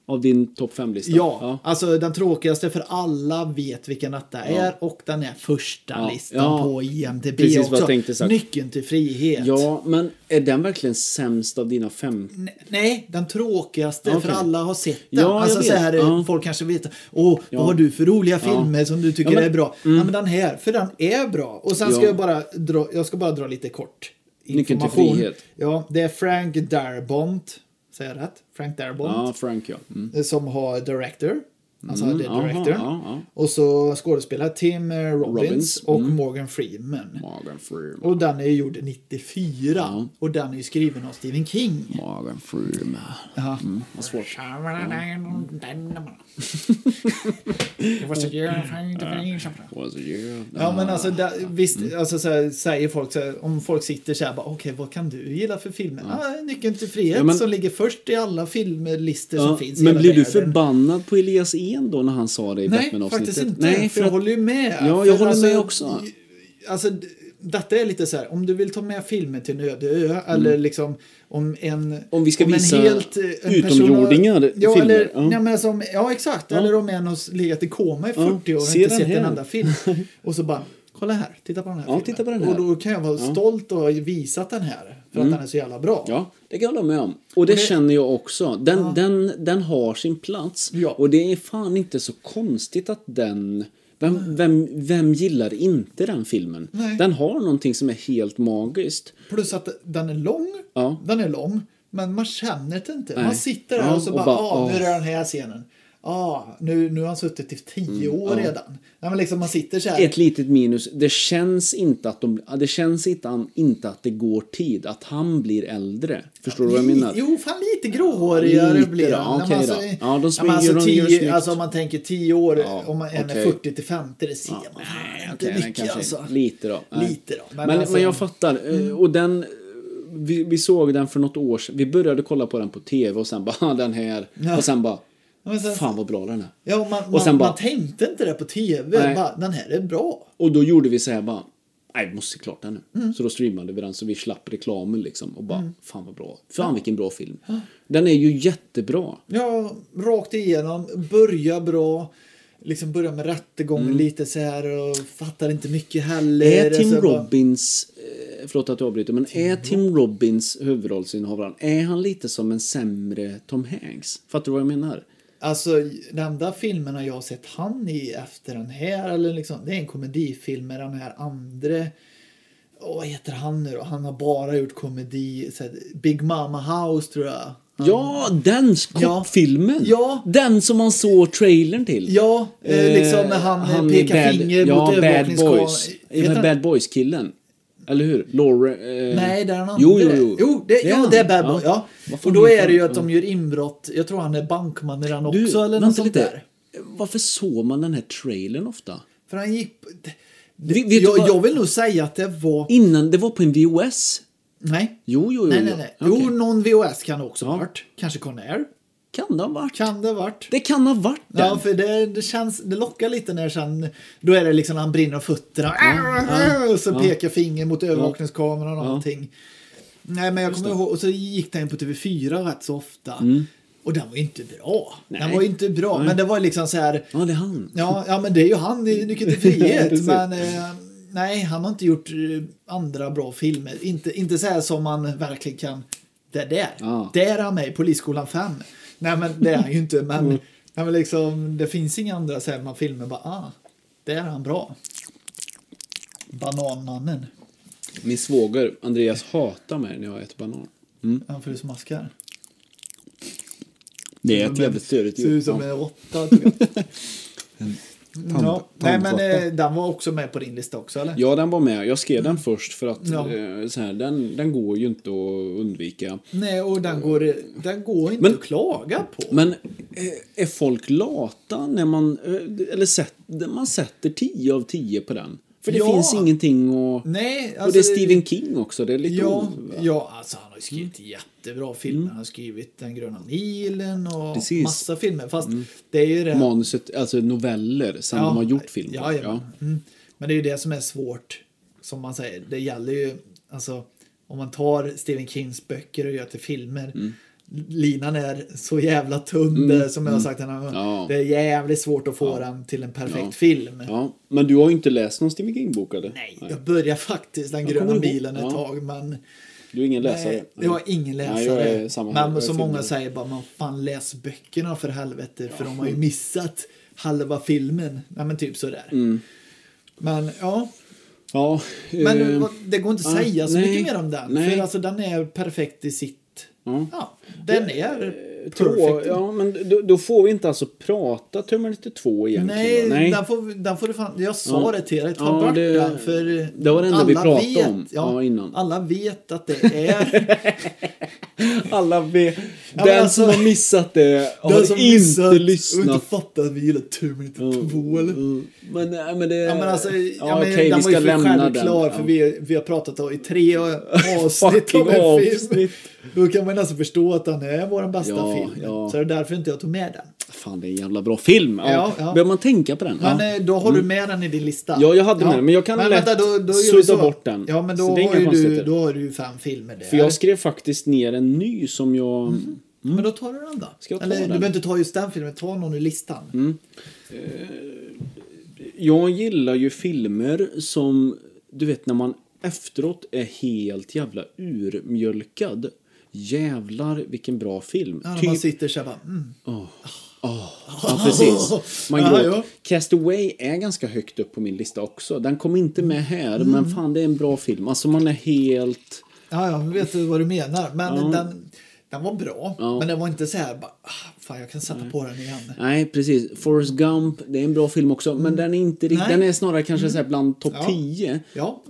Speaker 2: Av din topp 5-lista?
Speaker 1: Ja, alltså den tråkigaste för alla vet vilken detta är och den är första
Speaker 2: Ja.
Speaker 1: listan
Speaker 2: Ja.
Speaker 1: på IMDB
Speaker 2: Precis vad jag
Speaker 1: också.
Speaker 2: tänkte sagt.
Speaker 1: Nyckeln till frihet.
Speaker 2: Ja, men är den verkligen sämst av dina fem?
Speaker 1: N- Nej, den tråkigaste
Speaker 2: Okej.
Speaker 1: för alla har sett den.
Speaker 2: Ja, jag
Speaker 1: alltså så
Speaker 2: vet.
Speaker 1: här,
Speaker 2: Ja.
Speaker 1: folk kanske vet. Åh,
Speaker 2: Ja.
Speaker 1: vad har du för roliga filmer som du tycker
Speaker 2: Ja, men- Mm.
Speaker 1: är bra? Ja, men den här, för den är bra. Och sen ska
Speaker 2: Ja.
Speaker 1: jag bara dra, jag ska bara dra lite kort.
Speaker 2: Nyckeln till
Speaker 1: information.
Speaker 2: frihet.
Speaker 1: Ja, det är Frank Darabont Säger jag rätt? Frank Darabont.
Speaker 2: Ja, Frank ja. Mm.
Speaker 1: eh, Som har director. Alltså mm,
Speaker 2: Mm, aha,
Speaker 1: director.
Speaker 2: ja, ja.
Speaker 1: Och så skådespelare Tim eh, Robbins,
Speaker 2: Robbins, Mm.
Speaker 1: och Morgan Freeman.
Speaker 2: Morgan Freeman.
Speaker 1: Och den är ju gjord 94. Och den är ju skriven av Stephen King.
Speaker 2: Morgan Freeman.
Speaker 1: Ja.
Speaker 2: Vad svårt.
Speaker 1: Mm.
Speaker 2: Was it you?
Speaker 1: Ja men alltså, där, visst, alltså så här, säger folk så här, om folk sitter så här bara okej vad kan du gilla för filmer? Ah, Nyckeln till frihet
Speaker 2: Mm. Ja, men-
Speaker 1: som ligger först i alla filmlistor
Speaker 2: Ja,
Speaker 1: som finns i
Speaker 2: men
Speaker 1: hela
Speaker 2: blir du
Speaker 1: världen."
Speaker 2: förbannad på Elias En då när han sa det i
Speaker 1: Nej,
Speaker 2: Batman-avsnittet?
Speaker 1: faktiskt inte.
Speaker 2: Nej,
Speaker 1: för jag håller ju med.
Speaker 2: Ja, jag
Speaker 1: För alltså,
Speaker 2: håller med också.
Speaker 1: i- Alltså, d- detta är lite så här, om du vill ta med filmen till en öde ö, eller liksom om en...
Speaker 2: Mm. Om vi ska
Speaker 1: en
Speaker 2: visa
Speaker 1: helt, eh, en
Speaker 2: utomjordingar
Speaker 1: person har- ja,
Speaker 2: filmer,
Speaker 1: Eller,
Speaker 2: ja.
Speaker 1: ja. men som, ja, exakt. Eller om en har legat i koma i 40 år och
Speaker 2: se
Speaker 1: inte
Speaker 2: den
Speaker 1: sett en
Speaker 2: här.
Speaker 1: enda film. Och så bara, kolla här, titta på den här
Speaker 2: Ja,
Speaker 1: filmen.
Speaker 2: titta på den här. Mm.
Speaker 1: Och då kan jag vara stolt och ha visat den här, för att den är så jävla bra.
Speaker 2: Ja, det kan jag hålla med om. Och det,
Speaker 1: det-
Speaker 2: känner jag också. Den, den, den har sin plats.
Speaker 1: Ja.
Speaker 2: Och det är fan inte så konstigt att den... Vem, vem, vem gillar inte den filmen?
Speaker 1: Nej.
Speaker 2: Den har någonting som är helt magiskt.
Speaker 1: Plus att den är lång.
Speaker 2: Ja.
Speaker 1: Den är lång. Men man känner det inte.
Speaker 2: Nej.
Speaker 1: Man sitter där
Speaker 2: Ja,
Speaker 1: och så
Speaker 2: och
Speaker 1: bara,
Speaker 2: bara,
Speaker 1: ah, nu är
Speaker 2: åh."
Speaker 1: det den här scenen. Ah, nu, nu har han suttit i tio år redan. Ja, men liksom man sitter så här.
Speaker 2: Mm, Ett litet minus. Det känns inte att, de, det känns inte, an- inte att det går tid. Att han blir äldre. Förstår du vad jag
Speaker 1: Lite-
Speaker 2: menar?
Speaker 1: Jo, fan lite gråhårigare
Speaker 2: Lite
Speaker 1: blir
Speaker 2: då,
Speaker 1: han. Nej, men
Speaker 2: okej då. Ja, de springer
Speaker 1: alltså,
Speaker 2: och de gör snyggt.
Speaker 1: tio, alltså om man tänker tio år,
Speaker 2: Ja,
Speaker 1: om man en
Speaker 2: okej.
Speaker 1: är 40 till 50, det ser man fan inte
Speaker 2: Okej, men
Speaker 1: mycket
Speaker 2: kanske
Speaker 1: alltså.
Speaker 2: Lite då. Nej.
Speaker 1: Lite då,
Speaker 2: Men,
Speaker 1: men
Speaker 2: men,
Speaker 1: alltså- Mm.
Speaker 2: jag fattar. Eh, Och den, eh, vi, vi såg den för något år sedan. Vi började kolla på den på tv och sen bara "Ah, den här.
Speaker 1: Ja.
Speaker 2: Och sen bara
Speaker 1: Ja, men sen-
Speaker 2: fan vad bra den är.
Speaker 1: Ja, och man,
Speaker 2: Och sen
Speaker 1: man,
Speaker 2: bara-
Speaker 1: man tänkte inte det på tv.
Speaker 2: Nej.
Speaker 1: Bara, den här är bra.
Speaker 2: Och då gjorde vi så här bara. Nej, vi måste se klart den nu.
Speaker 1: Mm.
Speaker 2: Så då streamade vi den så vi slapp reklamen liksom. Och bara fan vad bra. Fan vilken bra film. Den är ju jättebra.
Speaker 1: Ja, rakt igenom. Börja bra. Liksom börja med rättegången lite så här och fattar inte mycket heller.
Speaker 2: Mm.
Speaker 1: Alltså,
Speaker 2: Är Tim
Speaker 1: Så bara-
Speaker 2: Robbins, eh, förlåt att jag avbryter, men är Tim Robbins huvudrollsinnehavaren, är han lite som en sämre Tom Hanks? Fattar du vad jag menar?
Speaker 1: Alltså, de enda filmerna jag har sett han i efter den här, eller liksom, det är en komedifilm med den här andre. Åh, vad heter han nu då? Han har bara gjort komedi. Så här, Big Mama House tror jag. Han-
Speaker 2: Ja, den
Speaker 1: Ja.
Speaker 2: kortfilmen!
Speaker 1: Ja.
Speaker 2: Den som man såg trailern till!
Speaker 1: Ja, eh, liksom när
Speaker 2: Eh,
Speaker 1: han, eh, pekar
Speaker 2: bad,
Speaker 1: finger
Speaker 2: ja,
Speaker 1: mot
Speaker 2: Bad
Speaker 1: övervakningskameran.
Speaker 2: Boys.
Speaker 1: Heter
Speaker 2: Heter
Speaker 1: han-
Speaker 2: bad Boys-killen. Eller hur? Laura... Eh...
Speaker 1: Nej, det är han
Speaker 2: Jo, jo,
Speaker 1: inte.
Speaker 2: jo.
Speaker 1: jo det,
Speaker 2: är
Speaker 1: ja,
Speaker 2: han.
Speaker 1: det är Bad Boy. Ja.
Speaker 2: Vad fan
Speaker 1: Och då
Speaker 2: heter
Speaker 1: är det ju
Speaker 2: han?
Speaker 1: att de gör inbrott. Jag tror han är bankman i den
Speaker 2: Du,
Speaker 1: också eller
Speaker 2: vänta
Speaker 1: något sånt
Speaker 2: lite.
Speaker 1: där.
Speaker 2: Varför såg man den här trailern ofta?
Speaker 1: För han gick... det-
Speaker 2: Vi- vet du
Speaker 1: jag,
Speaker 2: vad-
Speaker 1: jag vill nog säga att det var...
Speaker 2: Innan, det var på en VOS.
Speaker 1: Nej.
Speaker 2: Jo, jo, jo.
Speaker 1: Nej,
Speaker 2: jo.
Speaker 1: nej, nej.
Speaker 2: Okej.
Speaker 1: Jo, någon VOS kan det också
Speaker 2: Ja.
Speaker 1: ha varit. Kanske Conair.
Speaker 2: Kan det ha varit?
Speaker 1: Kan det ha varit.
Speaker 2: Det kan ha varit den.
Speaker 1: Ja, för det, det, känns, det lockar lite när sen, då är det liksom när han brinner av fötterna. och så pekar finger mot övervakningskameran och allting. Nej, men jag kommer ihåg, och så gick den på TV4 rätt så ofta. Och den var ju inte bra. Den
Speaker 2: Mm. Nej.
Speaker 1: var ju inte bra, men det var liksom så här.
Speaker 2: Ja, det är han.
Speaker 1: Ja, ja men det är ju han i Nyckeln till
Speaker 2: Ja,
Speaker 1: frihet.
Speaker 2: precis.
Speaker 1: men eh, nej, han har inte gjort eh, andra bra filmer. Inte, inte så här som man verkligen kan. Det där.
Speaker 2: Ja.
Speaker 1: Där är han med i Polisskolan 5. Nej, men det är han ju inte. Men,
Speaker 2: Mm.
Speaker 1: nej, men liksom, det finns inga andra så här man filmer bara, ah, där är han bra. Bananmannen.
Speaker 2: Min svåger Andreas hatar mig när jag äter banan.
Speaker 1: Han får ju smaskar.
Speaker 2: Det är ett jävligt störigt
Speaker 1: Ser
Speaker 2: djur.
Speaker 1: ut som en råtta. tycker jag. Ja. Nej, men
Speaker 2: tandråtta.
Speaker 1: eh, den var också med på din lista också, eller?
Speaker 2: Ja, den var med. Jag skrev den först för att
Speaker 1: Ja.
Speaker 2: eh, så här, den, den går ju inte att undvika.
Speaker 1: Nej, och den går, den går inte
Speaker 2: Men-
Speaker 1: att klaga på.
Speaker 2: Men eh, är folk lata när man... eh, Eller sätt, man sätter 10 av 10 på den? För det
Speaker 1: Ja.
Speaker 2: finns ingenting att...
Speaker 1: Nej, alltså,
Speaker 2: och det är Stephen King också. Det är lite...
Speaker 1: Ja,
Speaker 2: o-
Speaker 1: ja, alltså han har ju skrivit jättebra filmer. Han har skrivit Den gröna nilen och
Speaker 2: Mm. Precis.
Speaker 1: massa filmer. Fast det är ju det...
Speaker 2: Manuset, alltså noveller, sen de har gjort filmen.
Speaker 1: Ja, ja. Mm. Men det är ju det som är svårt. Som man säger, det gäller ju... Alltså, om man tar Stephen Kings böcker och gör till filmer.
Speaker 2: Mm.
Speaker 1: Linan är så jävla tunn det, som jag har sagt. innan.
Speaker 2: Mm. Ja.
Speaker 1: Det är jävligt svårt att få den till en perfekt film.
Speaker 2: Ja, men du har ju inte läst någon Stephen King-bok eller?
Speaker 1: Nej, jag började faktiskt Den gröna
Speaker 2: kommer ihåg.
Speaker 1: milen ett
Speaker 2: Ja.
Speaker 1: tag, men...
Speaker 2: Du är ingen läsare?
Speaker 1: Nej, jag var ingen
Speaker 2: Nej, jag
Speaker 1: läsare.
Speaker 2: är samma här. Jag är
Speaker 1: men så
Speaker 2: filmare.
Speaker 1: många säger bara, man fan läs böckerna för helvete, för de har ju missat halva filmen. Nej men typ sådär.
Speaker 2: Mm.
Speaker 1: Men ja,
Speaker 2: Ja,
Speaker 1: men
Speaker 2: eh,
Speaker 1: vad- det går inte att
Speaker 2: ja,
Speaker 1: säga så
Speaker 2: nej,
Speaker 1: mycket mer om den.
Speaker 2: nej.
Speaker 1: För alltså den är perfekt i sitt
Speaker 2: Ja.
Speaker 1: Ja, den är
Speaker 2: Trå,
Speaker 1: perfect.
Speaker 2: ja, men då, då får vi inte alltså prata Terminator 2 egentligen.
Speaker 1: Nej,
Speaker 2: va?
Speaker 1: Den, får, vi- den får du fan... Jag sa
Speaker 2: Ja.
Speaker 1: det till dig, ta
Speaker 2: Ja,
Speaker 1: bort
Speaker 2: det-
Speaker 1: den för
Speaker 2: det var det enda vi pratade
Speaker 1: vet,
Speaker 2: om. Ja, innan.
Speaker 1: Alla vet att det är...
Speaker 2: Alla vet.
Speaker 1: men
Speaker 2: den
Speaker 1: alltså-
Speaker 2: som har missat det har
Speaker 1: den som
Speaker 2: inte
Speaker 1: missat och
Speaker 2: lyssnat.
Speaker 1: inte fattat att vi gillar Terminator 2 eller?
Speaker 2: Mm. Men, nej, men det...
Speaker 1: Ja men alltså, ja, men
Speaker 2: okej,
Speaker 1: den var ju för självklar
Speaker 2: Ja.
Speaker 1: för vi, vi har pratat om- i tre avsnitt
Speaker 2: Fucking
Speaker 1: om en film.
Speaker 2: avsnitt.
Speaker 1: Då kan man alltså förstå att den är vår bästa
Speaker 2: Ja,
Speaker 1: film.
Speaker 2: ja.
Speaker 1: Så det är därför inte jag tog med den.
Speaker 2: Fan, det är en jävla bra film. Ja.
Speaker 1: Ja, ja.
Speaker 2: Behöver man tänka på den?
Speaker 1: Men
Speaker 2: ja. Mm.
Speaker 1: eh, då har du med den i din lista.
Speaker 2: Ja, jag hade med den, men jag kan lätt
Speaker 1: vänta, då, då gör vi
Speaker 2: sudda
Speaker 1: så.
Speaker 2: bort den.
Speaker 1: Ja, men
Speaker 2: Så
Speaker 1: då
Speaker 2: det är
Speaker 1: har,
Speaker 2: inga
Speaker 1: ju du,
Speaker 2: konstigheter.
Speaker 1: då har du ju fem filmer där.
Speaker 2: För jag skrev faktiskt ner en ny som jag...
Speaker 1: Mhm. Men då tar du den då.
Speaker 2: Mm. Ska jag ta
Speaker 1: Eller,
Speaker 2: den? Mm.
Speaker 1: Du behöver inte ta just den filmen, ta någon ur listan.
Speaker 2: Jag gillar ju filmer som, du vet när man efteråt är helt jävla urmjölkad. Jävlar vilken bra film.
Speaker 1: Ja, när
Speaker 2: typ,
Speaker 1: man sitter så här bara, mm.
Speaker 2: ja precis. Man
Speaker 1: Ja,
Speaker 2: gråter.
Speaker 1: ja.
Speaker 2: Castaway är ganska högt upp på min lista också. Den kom inte med här,
Speaker 1: Mm.
Speaker 2: men fan det är en bra film. Alltså man är helt...
Speaker 1: Ja, jag vet du vad du menar. Men den, den var bra.
Speaker 2: Ja.
Speaker 1: Men den var inte så här bara, ah, fan jag kan sätta på den igen.
Speaker 2: Nej, precis. Forrest Gump, det är en bra film också, men den är inte
Speaker 1: Mm.
Speaker 2: riktigt...
Speaker 1: Nej. Mm.
Speaker 2: Den är snarare kanske så här bland topp
Speaker 1: Ja.
Speaker 2: 10.
Speaker 1: Ja,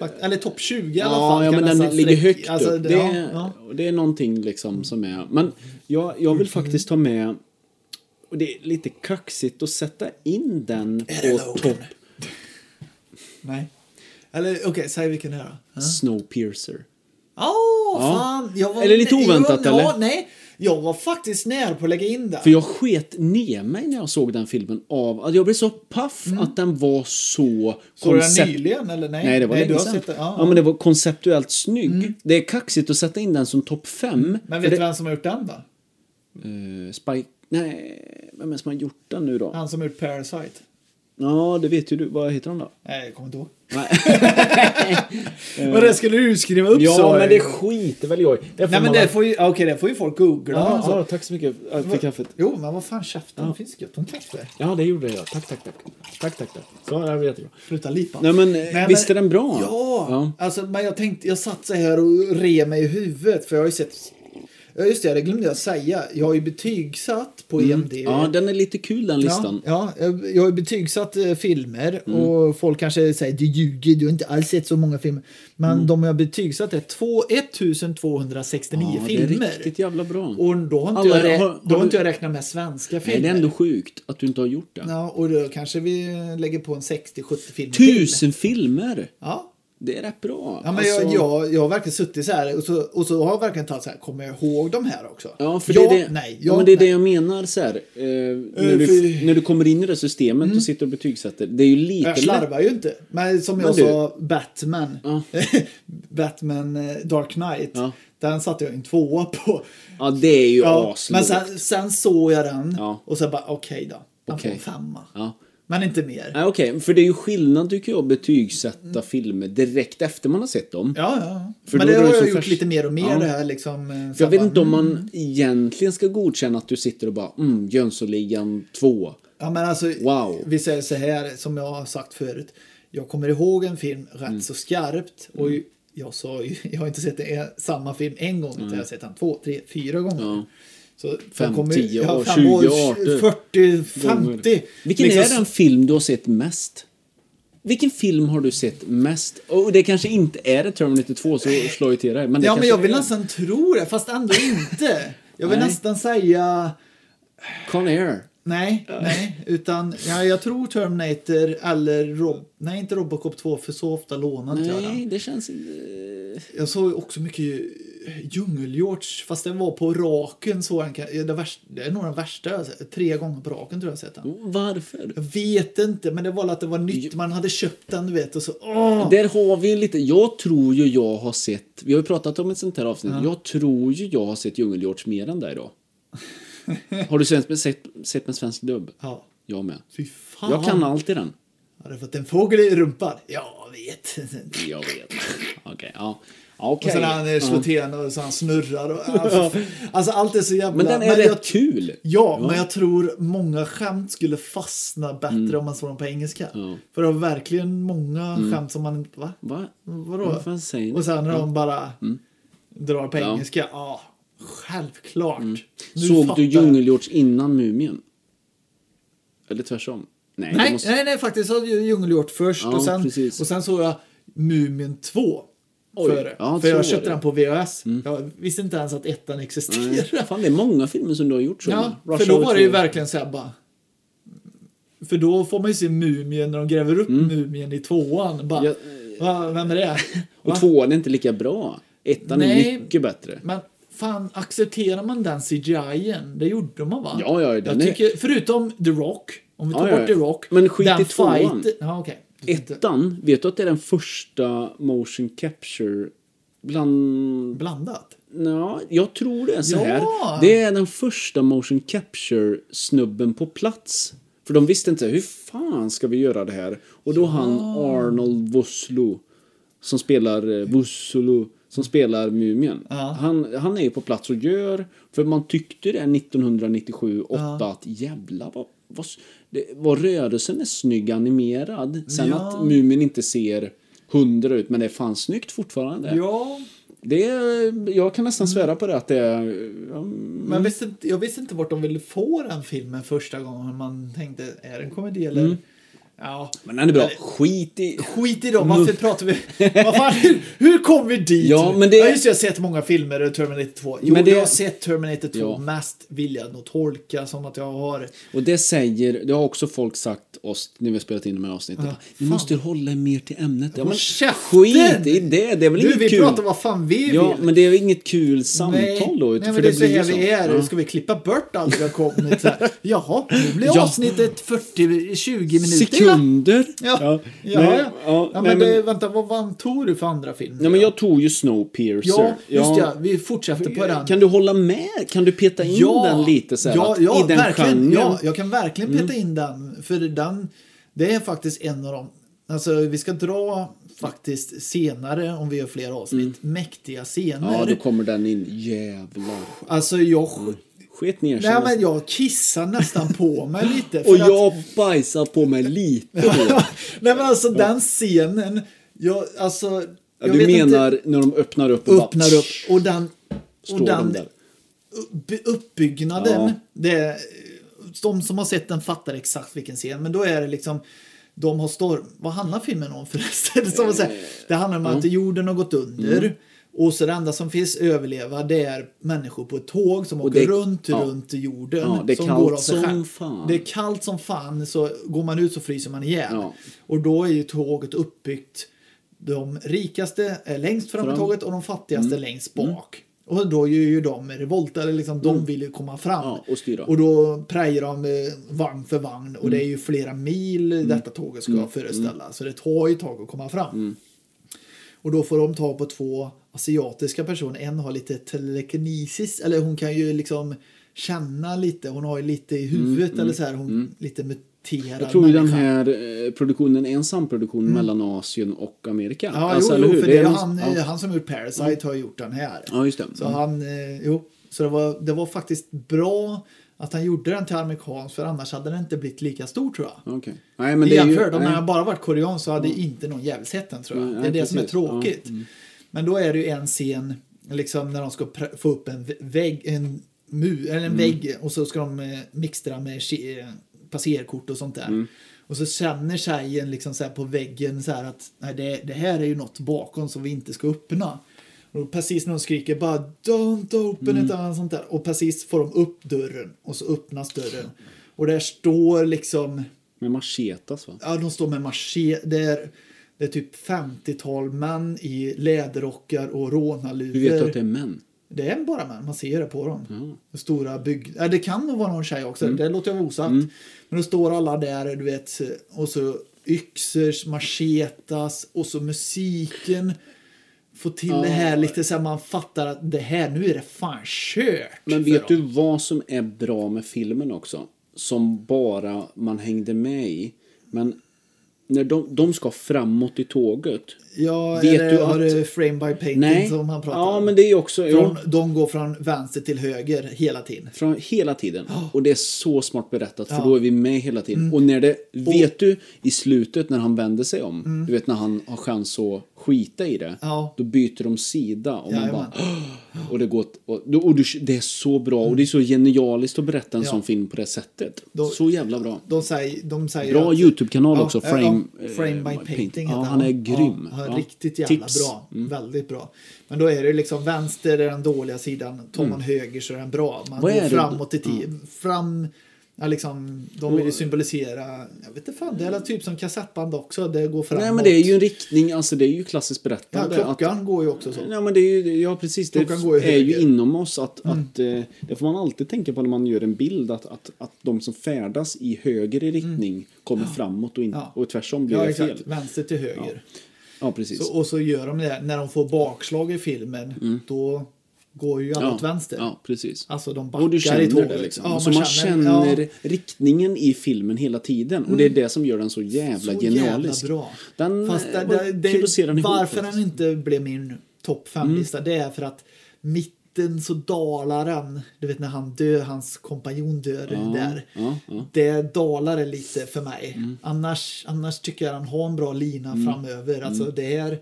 Speaker 1: fakt- eller topp 20 i alla
Speaker 2: Mm. Ja,
Speaker 1: fall.
Speaker 2: ja
Speaker 1: kan
Speaker 2: men
Speaker 1: jag
Speaker 2: den
Speaker 1: nästan
Speaker 2: ligger
Speaker 1: sträcka-
Speaker 2: högt
Speaker 1: alltså,
Speaker 2: upp. Det,
Speaker 1: ja, ja. Mhm.
Speaker 2: är- det är någonting liksom som är... Men jag, jag vill faktiskt ta med... Och det är lite kaxigt att sätta in den
Speaker 1: Är det
Speaker 2: på
Speaker 1: Logan?
Speaker 2: topp
Speaker 1: Nej. Eller okej, säg vilken det är då. Ja.
Speaker 2: Snowpiercer.
Speaker 1: Åh, fan! Jag var,
Speaker 2: Eller lite
Speaker 1: nej,
Speaker 2: oväntat,
Speaker 1: jag, Ja,
Speaker 2: eller?
Speaker 1: nej. Jag var faktiskt nära på att lägga in den.
Speaker 2: För jag sket ner mig när jag såg den filmen av... Alltså jag blev så paff att den var så...
Speaker 1: Mm. Såg du den
Speaker 2: koncept-
Speaker 1: nyligen eller nej?
Speaker 2: Nej, det var
Speaker 1: du
Speaker 2: länge
Speaker 1: har
Speaker 2: sedan.
Speaker 1: sett den,
Speaker 2: Ja,
Speaker 1: ja. Mm.
Speaker 2: men det var konceptuellt snygg. Det är kaxigt att sätta in den som topp 5.
Speaker 1: Men vet du vem som har gjort den då?
Speaker 2: Eh, Spike... Nej, vem är det som har gjort den nu då? Ja,
Speaker 1: Han som har gjort Parasite.
Speaker 2: det vet ju du. Vad heter han då?
Speaker 1: Nej, jag kommer inte ihåg.
Speaker 2: Nej.
Speaker 1: Men det skulle du skriva upp sa jag
Speaker 2: Eh. Ja, men
Speaker 1: ju.
Speaker 2: det skiter väl jag i.
Speaker 1: Nej,
Speaker 2: Det får
Speaker 1: men
Speaker 2: man
Speaker 1: det
Speaker 2: väl-
Speaker 1: får ju, okej, det får ju folk googla.
Speaker 2: ja,
Speaker 1: alltså.
Speaker 2: ja, tack så mycket för kaffet.
Speaker 1: Jo, men vad fan käften. Det finns gött om kaffe.
Speaker 2: Ja, det gjorde jag. Tack, tack, tack. Tack, tack, tack. Så, det här var jättebra.
Speaker 1: Sluta lipa.
Speaker 2: Nej, men, eh, visst är den bra?
Speaker 1: Ja,
Speaker 2: Ja.
Speaker 1: Alltså, men jag tänkte, jag satt så här och re mig i huvudet för jag har ju sett... Ja, just det, det glömde jag säga. Jag har ju betygsatt på EMD.
Speaker 2: Mm. Ja, den är lite kul den listan. Mm.
Speaker 1: Ja, ja, jag- jag har ju betygsatt eh, filmer och folk kanske säger du ljuger, du har inte alls sett så många filmer. Men
Speaker 2: Mm.
Speaker 1: de jag betygsatt är två- 1269
Speaker 2: Ja, det är
Speaker 1: filmer.
Speaker 2: riktigt jävla bra.
Speaker 1: Och då har inte,
Speaker 2: Alla-
Speaker 1: jag, rä-
Speaker 2: har-
Speaker 1: då
Speaker 2: har
Speaker 1: har
Speaker 2: du-
Speaker 1: inte jag räknat med svenska filmer.
Speaker 2: Nej, det är ändå sjukt att du inte har gjort det.
Speaker 1: Ja, och då kanske vi lägger på en 60-70 filmer till.
Speaker 2: Tusen filmer!
Speaker 1: Ja.
Speaker 2: Det är rätt bra. Alltså,
Speaker 1: Ja, men jag, jag, jag har verkligen suttit så här och så, och så har jag verkligen tagit så här, kommer jag ihåg de här också?
Speaker 2: Ja, för
Speaker 1: ja,
Speaker 2: det är det,
Speaker 1: nej,
Speaker 2: ja,
Speaker 1: ja,
Speaker 2: men det, är det
Speaker 1: nej.
Speaker 2: jag menar så här, eh, Mm. när, du,
Speaker 1: för-
Speaker 2: när du kommer in i det systemet och sitter och betygsätter. Det är ju lite
Speaker 1: Jag slarvar ju inte. Men som jag
Speaker 2: Men du-
Speaker 1: sa, Batman.
Speaker 2: Ja.
Speaker 1: Batman eh, Dark Knight.
Speaker 2: Ja.
Speaker 1: Den satte jag en tvåa på.
Speaker 2: Ja, det är ju
Speaker 1: Ja, men
Speaker 2: aslågt.
Speaker 1: sen, sen såg jag den
Speaker 2: Ja.
Speaker 1: och så bara okej då. Den
Speaker 2: Okej.
Speaker 1: får en femma.
Speaker 2: Ja.
Speaker 1: Men inte mer.
Speaker 2: Nej, okej, för det är ju skillnad tycker jag att betygsätta filmer direkt efter man har sett dem.
Speaker 1: Mm. Ja, ja.
Speaker 2: För
Speaker 1: men
Speaker 2: då
Speaker 1: det
Speaker 2: är det
Speaker 1: har jag
Speaker 2: som
Speaker 1: gjort
Speaker 2: färs-
Speaker 1: lite mer och mer
Speaker 2: Ja.
Speaker 1: det här liksom. eh,
Speaker 2: För jag
Speaker 1: sen
Speaker 2: vet
Speaker 1: bara,
Speaker 2: inte om
Speaker 1: mm.
Speaker 2: man egentligen ska godkänna att du sitter och bara mm, Jönssonligan 2.
Speaker 1: Ja, men alltså,
Speaker 2: Wow.
Speaker 1: Vi säger så här, som jag har sagt förut. Jag kommer ihåg en film rätt
Speaker 2: Mm.
Speaker 1: så skarpt. Och ju- jag, sa, ju- jag har inte sett det, samma film en gång, utan jag har sett den två, tre, fyra gånger.
Speaker 2: Mm. Ja.
Speaker 1: Så de
Speaker 2: Fem,
Speaker 1: kommer-
Speaker 2: tio,
Speaker 1: ja,
Speaker 2: och
Speaker 1: fem
Speaker 2: 20,
Speaker 1: år,
Speaker 2: 18.
Speaker 1: 40, 50.
Speaker 2: Vilken
Speaker 1: Liksom-
Speaker 2: är den film du har sett mest? Vilken film har du sett mest? Och det kanske inte är det Terminator 2 så slår jag till dig. Men det
Speaker 1: Ja, men
Speaker 2: kanske
Speaker 1: jag vill
Speaker 2: är
Speaker 1: nästan tro det, fast ändå inte. Jag vill
Speaker 2: Nej.
Speaker 1: nästan säga
Speaker 2: Con Air.
Speaker 1: nej, nej, utan ja, jag tror Terminator eller Rob... Nej, inte Robocop 2, för så ofta lånar inte jag den.
Speaker 2: Nej, det känns... eh,
Speaker 1: Jag såg ju också mycket djungelhjorts, fast den var på raken. Så den kan, det, värst, det är nog den värsta jag har sett. Tre gånger på raken tror jag har sett den.
Speaker 2: Varför?
Speaker 1: Jag vet inte, men det var väl att det var nytt. Man hade köpt den, du vet. Och så, åh!
Speaker 2: Där har vi lite... Jag tror ju jag har sett... Vi har ju pratat om ett sånt här avsnitt. Jag tror ju jag har sett Djungelhjorts mer än dig då. har du sett, sett, sett med svensk dubb?
Speaker 1: Ja,
Speaker 2: Jag med.
Speaker 1: fy fan.
Speaker 2: Jag kan alltid den.
Speaker 1: Har du fått en fågel i rumpan? Jag vet.
Speaker 2: Jag vet. Okej, ja. Okej.
Speaker 1: Och sen han eh, slår till henne och så han snurrar. Och, alltså, alltså allt är så jävla...
Speaker 2: Men den är rätt
Speaker 1: jag,
Speaker 2: kul.
Speaker 1: Ja, men jag tror många skämt skulle fastna bättre om man såg dem på engelska.
Speaker 2: Mm. Ja. Mm.
Speaker 1: För det var verkligen många skämt som man inte... Va?
Speaker 2: Va?
Speaker 1: Vadå?
Speaker 2: Vad fan säger ni? Mm.
Speaker 1: Och sen när de bara drar på engelska. Ja, Självklart. Nu
Speaker 2: Mm. Såg
Speaker 1: fattar
Speaker 2: du
Speaker 1: jag.
Speaker 2: Djungeljords innan Mumien? Eller tvärsom? Nej,
Speaker 1: Nej,
Speaker 2: det måste...
Speaker 1: nej, nej, faktiskt. Jag såg ju Djungelhjort först
Speaker 2: Ja,
Speaker 1: och, sen,
Speaker 2: precis.
Speaker 1: och sen såg jag Mumin 2.
Speaker 2: Oj,
Speaker 1: före.
Speaker 2: ja,
Speaker 1: För
Speaker 2: så var
Speaker 1: jag köpte
Speaker 2: det. Mm.
Speaker 1: den på VHS. Jag visste inte ens att ettan
Speaker 2: Nej.
Speaker 1: existerade.
Speaker 2: Fan, det är många filmer som du har gjort så.
Speaker 1: Ja,
Speaker 2: Rush
Speaker 1: för då
Speaker 2: Hour
Speaker 1: var det ju
Speaker 2: 2.
Speaker 1: verkligen så här bara... För då får man ju se Mumien när de gräver upp Mumien i tvåan. Bara,
Speaker 2: Mm. Ja,
Speaker 1: Va, vem är det? Va?
Speaker 2: Och tvåan är inte lika bra. Ettan
Speaker 1: Nej.
Speaker 2: är mycket bättre.
Speaker 1: Men fan, accepterar man den CGI-en? Det gjorde man va?
Speaker 2: Ja, ja,
Speaker 1: Jag
Speaker 2: den är...
Speaker 1: tycker, förutom The Rock, om vi tar
Speaker 2: Ja, ja,
Speaker 1: bort The
Speaker 2: ja.
Speaker 1: Rock.
Speaker 2: Men skit i tvåan.
Speaker 1: fight- Ja, okej.
Speaker 2: Ettan, vet du att det är den första motion capture bland...
Speaker 1: Blandat?
Speaker 2: Ja, jag tror det är så
Speaker 1: Ja.
Speaker 2: här. Det är den första motion capture-snubben på plats. För de visste inte hur fan ska vi göra det här. Och då han Arnold Vosloo som spelar eh, Vosloo som spelar Mumien.
Speaker 1: Ja.
Speaker 2: Han, han är ju på plats och gör, för man tyckte det 1997-8 att jävla vad, vad, s- det, vad rörelsen är snygg animerad. Sen
Speaker 1: Ja.
Speaker 2: att Mumien inte ser hundra ut men det är fan snyggt fortfarande.
Speaker 1: Ja,
Speaker 2: Det är, jag kan
Speaker 1: Mm.
Speaker 2: nästan svära på det att det är... ja,
Speaker 1: men visste inte, jag visste inte vart de ville få den filmen första gången. Man tänkte, är det en komedi
Speaker 2: Mm.
Speaker 1: eller? Ja.
Speaker 2: Men den är bra.
Speaker 1: Eller-
Speaker 2: Skit i...
Speaker 1: Skit i dem, varför pratar vi... Vad fan, hur, hur kom vi dit?
Speaker 2: Mm. Ja, men det-
Speaker 1: ja, just det, jag har sett många filmer, eh, Terminator 2. Jo,
Speaker 2: Men det-
Speaker 1: jag har sett Terminator 2
Speaker 2: Ja.
Speaker 1: mest, vill jag nog tolka som att jag har...
Speaker 2: Och det säger... Det har också folk sagt oss när vi har spelat in de här avsnitten. Ni måste hålla er mer till ämnet. Ja,
Speaker 1: Håll
Speaker 2: men
Speaker 1: käften!
Speaker 2: skit i det. Det är väl
Speaker 1: Nu,
Speaker 2: inget
Speaker 1: vi
Speaker 2: kul?
Speaker 1: pratar vad fan vi
Speaker 2: Ja,
Speaker 1: vill.
Speaker 2: men det är väl inget kul samtal då?
Speaker 1: nej, men
Speaker 2: utan- för
Speaker 1: det är så
Speaker 2: blir ju
Speaker 1: här vi är.
Speaker 2: Ja.
Speaker 1: Ska vi klippa bort allt vi har kommit så här? Jaha, nu blir
Speaker 2: Ja.
Speaker 1: avsnittet 40-20 minuter.
Speaker 2: Sekunder!
Speaker 1: Ja, ja, ja.
Speaker 2: Nej,
Speaker 1: ja.
Speaker 2: ja,
Speaker 1: ja men,
Speaker 2: nej, men,
Speaker 1: Det, vänta, vad vann tog du för andra film?
Speaker 2: ja, men jag tog ju Snowpiercer.
Speaker 1: Ja, just det, ja, vi fortsätter på den.
Speaker 2: Kan du hålla med? Kan du peta in den lite så här,
Speaker 1: ja,
Speaker 2: att
Speaker 1: ja,
Speaker 2: i den
Speaker 1: verkligen,
Speaker 2: genren? Mm.
Speaker 1: Ja, jag kan verkligen peta in den. För den, det är faktiskt en av de, alltså vi ska dra faktiskt senare om vi gör fler avsnitt, mäktiga
Speaker 2: Mm. ja,
Speaker 1: scener.
Speaker 2: då kommer den in. Jävlar.
Speaker 1: Alltså jag,
Speaker 2: Sket ner sig.
Speaker 1: nej,
Speaker 2: nästan.
Speaker 1: men jag kissar nästan på mig lite. för
Speaker 2: Och
Speaker 1: att-
Speaker 2: jag bajsar på mig lite
Speaker 1: nej
Speaker 2: då.
Speaker 1: men alltså den scenen, jag, alltså.
Speaker 2: Ja,
Speaker 1: jag
Speaker 2: du
Speaker 1: vet inte-
Speaker 2: menar när de öppnar upp och
Speaker 1: öppnar
Speaker 2: bara,
Speaker 1: upp och den, och
Speaker 2: står de
Speaker 1: den
Speaker 2: där.
Speaker 1: upp- uppbyggnaden.
Speaker 2: Ja.
Speaker 1: Det, är- de som har sett den fattar exakt vilken scen, men då är det liksom de har storm... Vad handlar filmen om förresten? Som att säga,
Speaker 2: Eh,
Speaker 1: det handlar om att jorden har gått under.
Speaker 2: Mm.
Speaker 1: Och så det enda som finns överleva det är människor på ett tåg som åker
Speaker 2: det är-
Speaker 1: runt,
Speaker 2: ja.
Speaker 1: runt jorden.
Speaker 2: Ja, det är
Speaker 1: som
Speaker 2: kallt
Speaker 1: går av sig
Speaker 2: som
Speaker 1: själv.
Speaker 2: fan.
Speaker 1: Det är kallt som fan så går man ut så fryser man ihjäl.
Speaker 2: Ja.
Speaker 1: Och då är ju tåget uppbyggt. De rikaste är längst fram i
Speaker 2: Fram. Mm.
Speaker 1: tåget och de fattigaste längst bak. Och då gör ju de revolt, eller liksom de vill ju komma fram.
Speaker 2: Mm. Ja, och styra. Mm.
Speaker 1: då prejar de eh, vagn för vagn och det är ju flera mil detta tåget ska jag föreställa. Så det tar ju ett tag att komma fram.
Speaker 2: Mm.
Speaker 1: Och då får de ta på två asiatiska personer. En har lite telekinesis, eller hon kan ju liksom känna lite. Hon har ju lite i huvudet eller så här. Hon lite muterad
Speaker 2: Mm, Jag tror ju den
Speaker 1: människa. Mm.
Speaker 2: här eh, produktionen är en samproduktion mellan Asien och Amerika.
Speaker 1: Ja,
Speaker 2: Alltså,
Speaker 1: jo,
Speaker 2: eller
Speaker 1: jo
Speaker 2: hur?
Speaker 1: för det är
Speaker 2: någon-
Speaker 1: han, eh,
Speaker 2: ja. Mm.
Speaker 1: han som gjort Parasite har gjort den här.
Speaker 2: ja, just det.
Speaker 1: Så han, eh, jo, så det var, det var faktiskt bra att han gjorde den till amerikansk för annars hade den inte blivit lika stor tror jag.
Speaker 2: Okej. Nej, men det är ju...
Speaker 1: Jämfört, om
Speaker 2: nej. Mm.
Speaker 1: den hade bara varit koreansk så hade inte någon jävel sett den tror jag.
Speaker 2: Nej,
Speaker 1: det är det som är
Speaker 2: precis. Ja, Mm.
Speaker 1: tråkigt. Men då är det ju en scen, liksom när de ska pr- få upp en vä- vägg, en mur, eller en
Speaker 2: Mm.
Speaker 1: vägg och så ska de eh, mixtra med ki- eh, passerkort och sånt där.
Speaker 2: Mm.
Speaker 1: Och så känner tjejen liksom så här på väggen så här att nej, det, det här är ju något bakom som vi inte ska öppna. Och precis när de skriker bara don't open it
Speaker 2: Mm.
Speaker 1: eller sånt där. Och precis får de upp dörren och så öppnas dörren. Och där står liksom
Speaker 2: Med machetas, va?
Speaker 1: Ja, de står med maché. Det är, det är typ 50-tal män i läderrockar och rånarluvor.
Speaker 2: Hur vet du att det är män?
Speaker 1: Det är bara män, man ser det på dem. Stora bygg... Ja, det kan nog vara någon tjej också,
Speaker 2: Mm.
Speaker 1: det låter jag vara osagt. Men då står alla där, du vet, och så yxors, machetas och så musiken. Få till det här lite så här, man fattar att det här, nu är det fan kört.
Speaker 2: Men
Speaker 1: för
Speaker 2: vet
Speaker 1: dem.
Speaker 2: du vad som är bra med filmen också? Som bara man hängde med i. Men när de, de ska framåt i tåget.
Speaker 1: Ja,
Speaker 2: vet
Speaker 1: eller
Speaker 2: du
Speaker 1: har
Speaker 2: att-
Speaker 1: du frame by painting
Speaker 2: Nej.
Speaker 1: som han pratar
Speaker 2: ja,
Speaker 1: om?
Speaker 2: men det är ju också...
Speaker 1: Från, de går från vänster till höger hela tiden.
Speaker 2: Från hela tiden. Och det är så smart berättat för
Speaker 1: Ja. Mm.
Speaker 2: då är vi med hela tiden. Och när det, vet du, i slutet när han vänder sig om, du vet när han har chans att skita i det,
Speaker 1: Mm. Ja.
Speaker 2: då byter de sida och man
Speaker 1: Jajamän.
Speaker 2: bara "Åh!" Och, det, går, åt- och, och du, det är så bra och det är så genialiskt att berätta en
Speaker 1: Mm. Ja.
Speaker 2: sån film på det sättet.
Speaker 1: Då-
Speaker 2: så jävla bra.
Speaker 1: De säger, de säger
Speaker 2: Bra
Speaker 1: att-
Speaker 2: YouTube-kanal
Speaker 1: Ja,
Speaker 2: också.
Speaker 1: ja,
Speaker 2: Frame,
Speaker 1: ja, frame
Speaker 2: eh,
Speaker 1: by
Speaker 2: Paint.
Speaker 1: painting
Speaker 2: Ja,
Speaker 1: heter
Speaker 2: han är grym.
Speaker 1: Ja, han är
Speaker 2: Ja.
Speaker 1: Riktigt jävla
Speaker 2: Tips. Mm.
Speaker 1: bra. Väldigt bra. Men då är det liksom vänster är den dåliga sidan. Tar man höger så är den bra. Man
Speaker 2: Mm. Vad är
Speaker 1: går
Speaker 2: det?
Speaker 1: framåt i tiden. Fram, ja, liksom, de vill ju symbolisera, jag vet inte fan, det är alla typ som kassettband också. Det går framåt.
Speaker 2: Nej men det är ju en riktning, alltså det är ju klassiskt
Speaker 1: ja,
Speaker 2: berättande. att-
Speaker 1: klockan går ju också så.
Speaker 2: Nej, men det är ju, ja, precis. Det
Speaker 1: Klockan går ju
Speaker 2: är ju
Speaker 1: höger. Mm.
Speaker 2: inom oss. Att, att, eh, det får man alltid tänka på när man gör en bild. Att, att, att de som färdas i höger riktning kommer framåt och, in,
Speaker 1: Mm. Ja.
Speaker 2: och tvärsom blir
Speaker 1: Ja,
Speaker 2: det
Speaker 1: exakt.
Speaker 2: fel.
Speaker 1: Vänster till höger.
Speaker 2: Ja, precis.
Speaker 1: Så, och så gör de det. När de får bakslag i filmen, då går ju alla
Speaker 2: Mm. ja.
Speaker 1: åt vänster.
Speaker 2: Ja, precis.
Speaker 1: Alltså de backar
Speaker 2: Och du
Speaker 1: i
Speaker 2: känner
Speaker 1: tåget.
Speaker 2: det liksom.
Speaker 1: Ja,
Speaker 2: så man känner,
Speaker 1: ja, Mm.
Speaker 2: riktningen i filmen hela tiden. Och det är det som gör den så jävla
Speaker 1: så
Speaker 2: genialisk.
Speaker 1: jävla bra.
Speaker 2: Den,
Speaker 1: Fast det,
Speaker 2: eh,
Speaker 1: det, det,
Speaker 2: kubuserar den ihop,
Speaker 1: varför den
Speaker 2: faktiskt. Mm.
Speaker 1: inte blev min topp 5-lista, det är för att mitten så dalar den. Du vet när han dör, hans kompanjon dör där.
Speaker 2: ja, ja. Mm.
Speaker 1: Det dalar det lite för mig. Annars, annars tycker jag han har en bra lina framöver. Alltså det är...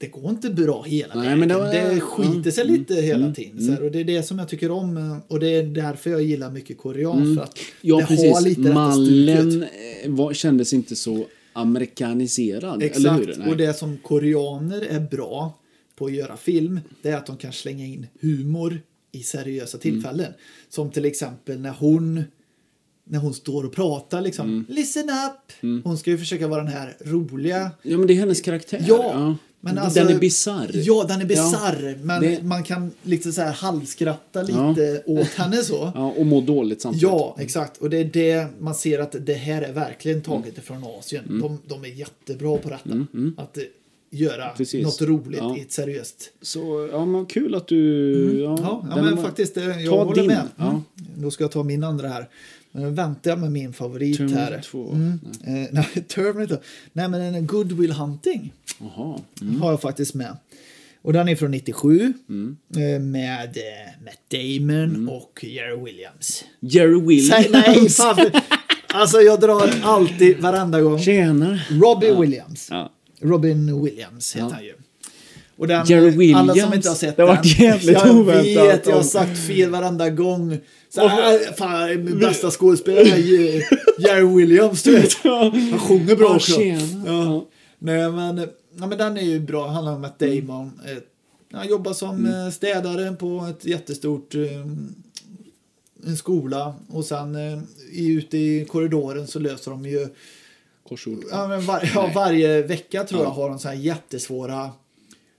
Speaker 1: Det går inte bra hela
Speaker 2: Mm. Nej,
Speaker 1: vägen.
Speaker 2: men
Speaker 1: det,
Speaker 2: det var- Mm. ja,
Speaker 1: skiter sig lite hela tiden. Så här, och det är det som jag tycker om. eh, Och det är därför jag gillar mycket korean. För att
Speaker 2: Mm. Ja,
Speaker 1: det har
Speaker 2: precis.
Speaker 1: lite detta stuket.
Speaker 2: Mallen eh, var, kändes inte så amerikaniserad, eller hur?
Speaker 1: Exakt,
Speaker 2: Nej.
Speaker 1: och det som koreaner är bra på att göra film, det är att de kan slänga in humor i seriösa
Speaker 2: Mm.
Speaker 1: tillfällen. Som till exempel när hon när hon står och pratar liksom,
Speaker 2: Mm.
Speaker 1: listen up! Hon ska ju försöka vara den här roliga.
Speaker 2: Ja, men det är hennes karaktär.
Speaker 1: Ja, men alltså,
Speaker 2: den är bisarr.
Speaker 1: Ja, den är bisarr.
Speaker 2: Ja,
Speaker 1: men
Speaker 2: det-
Speaker 1: man kan liksom så här halvskratta
Speaker 2: Ja.
Speaker 1: lite åt henne så.
Speaker 2: Ja, och må dåligt samtidigt.
Speaker 1: Ja, exakt. Och det är det man ser att det här är verkligen taget
Speaker 2: Mm.
Speaker 1: ifrån Asien. De, de är jättebra på detta. Att eh, göra
Speaker 2: Precis.
Speaker 1: något roligt
Speaker 2: Ja.
Speaker 1: i ett seriöst...
Speaker 2: Så, ja, men kul att du... Ja,
Speaker 1: Mm. Ja, ja
Speaker 2: den
Speaker 1: men
Speaker 2: var-
Speaker 1: faktiskt, eh, jag
Speaker 2: Ta
Speaker 1: håller
Speaker 2: din.
Speaker 1: med.
Speaker 2: Ja.
Speaker 1: Mm. Då ska jag ta min andra här. Men nu väntar jag med min favorit
Speaker 2: Terminator
Speaker 1: här.
Speaker 2: 2.
Speaker 1: Mm. Eh, nej, Terminator. Nej, men en Good Will Hunting
Speaker 2: Jaha.
Speaker 1: har jag faktiskt med. Och den är från 97
Speaker 2: Mm.
Speaker 1: eh, med eh, Matt Damon och Jerry Williams.
Speaker 2: Jerry Williams.
Speaker 1: Säg nej! Fan. Alltså jag drar alltid varenda gång.
Speaker 2: Tjena.
Speaker 1: Robbie Williams.
Speaker 2: Ja.
Speaker 1: Robin Williams heter
Speaker 2: Ja.
Speaker 1: han ju. Och den,
Speaker 2: Jerry Williams.
Speaker 1: Alla som inte har sett
Speaker 2: Det har varit
Speaker 1: den.
Speaker 2: jävligt
Speaker 1: jag
Speaker 2: oväntat
Speaker 1: vet, jag har
Speaker 2: om-
Speaker 1: sagt fel varenda gång. Så, äh, fan, min bästa skådespelare är ju Jerry Williams, du vet. Han sjunger bra
Speaker 2: Ja,
Speaker 1: också.
Speaker 2: tjena.
Speaker 1: Ja. Nej, men, ja, men den är ju bra. Han handlar om Matt Damon. Eh, Han jobbar som eh, städare på ett jättestort eh, en skola och sen eh, i- ute i korridoren så löser de ju
Speaker 2: Korsord.
Speaker 1: ja, men var, ja, varje vecka tror jag har de så här jättesvåra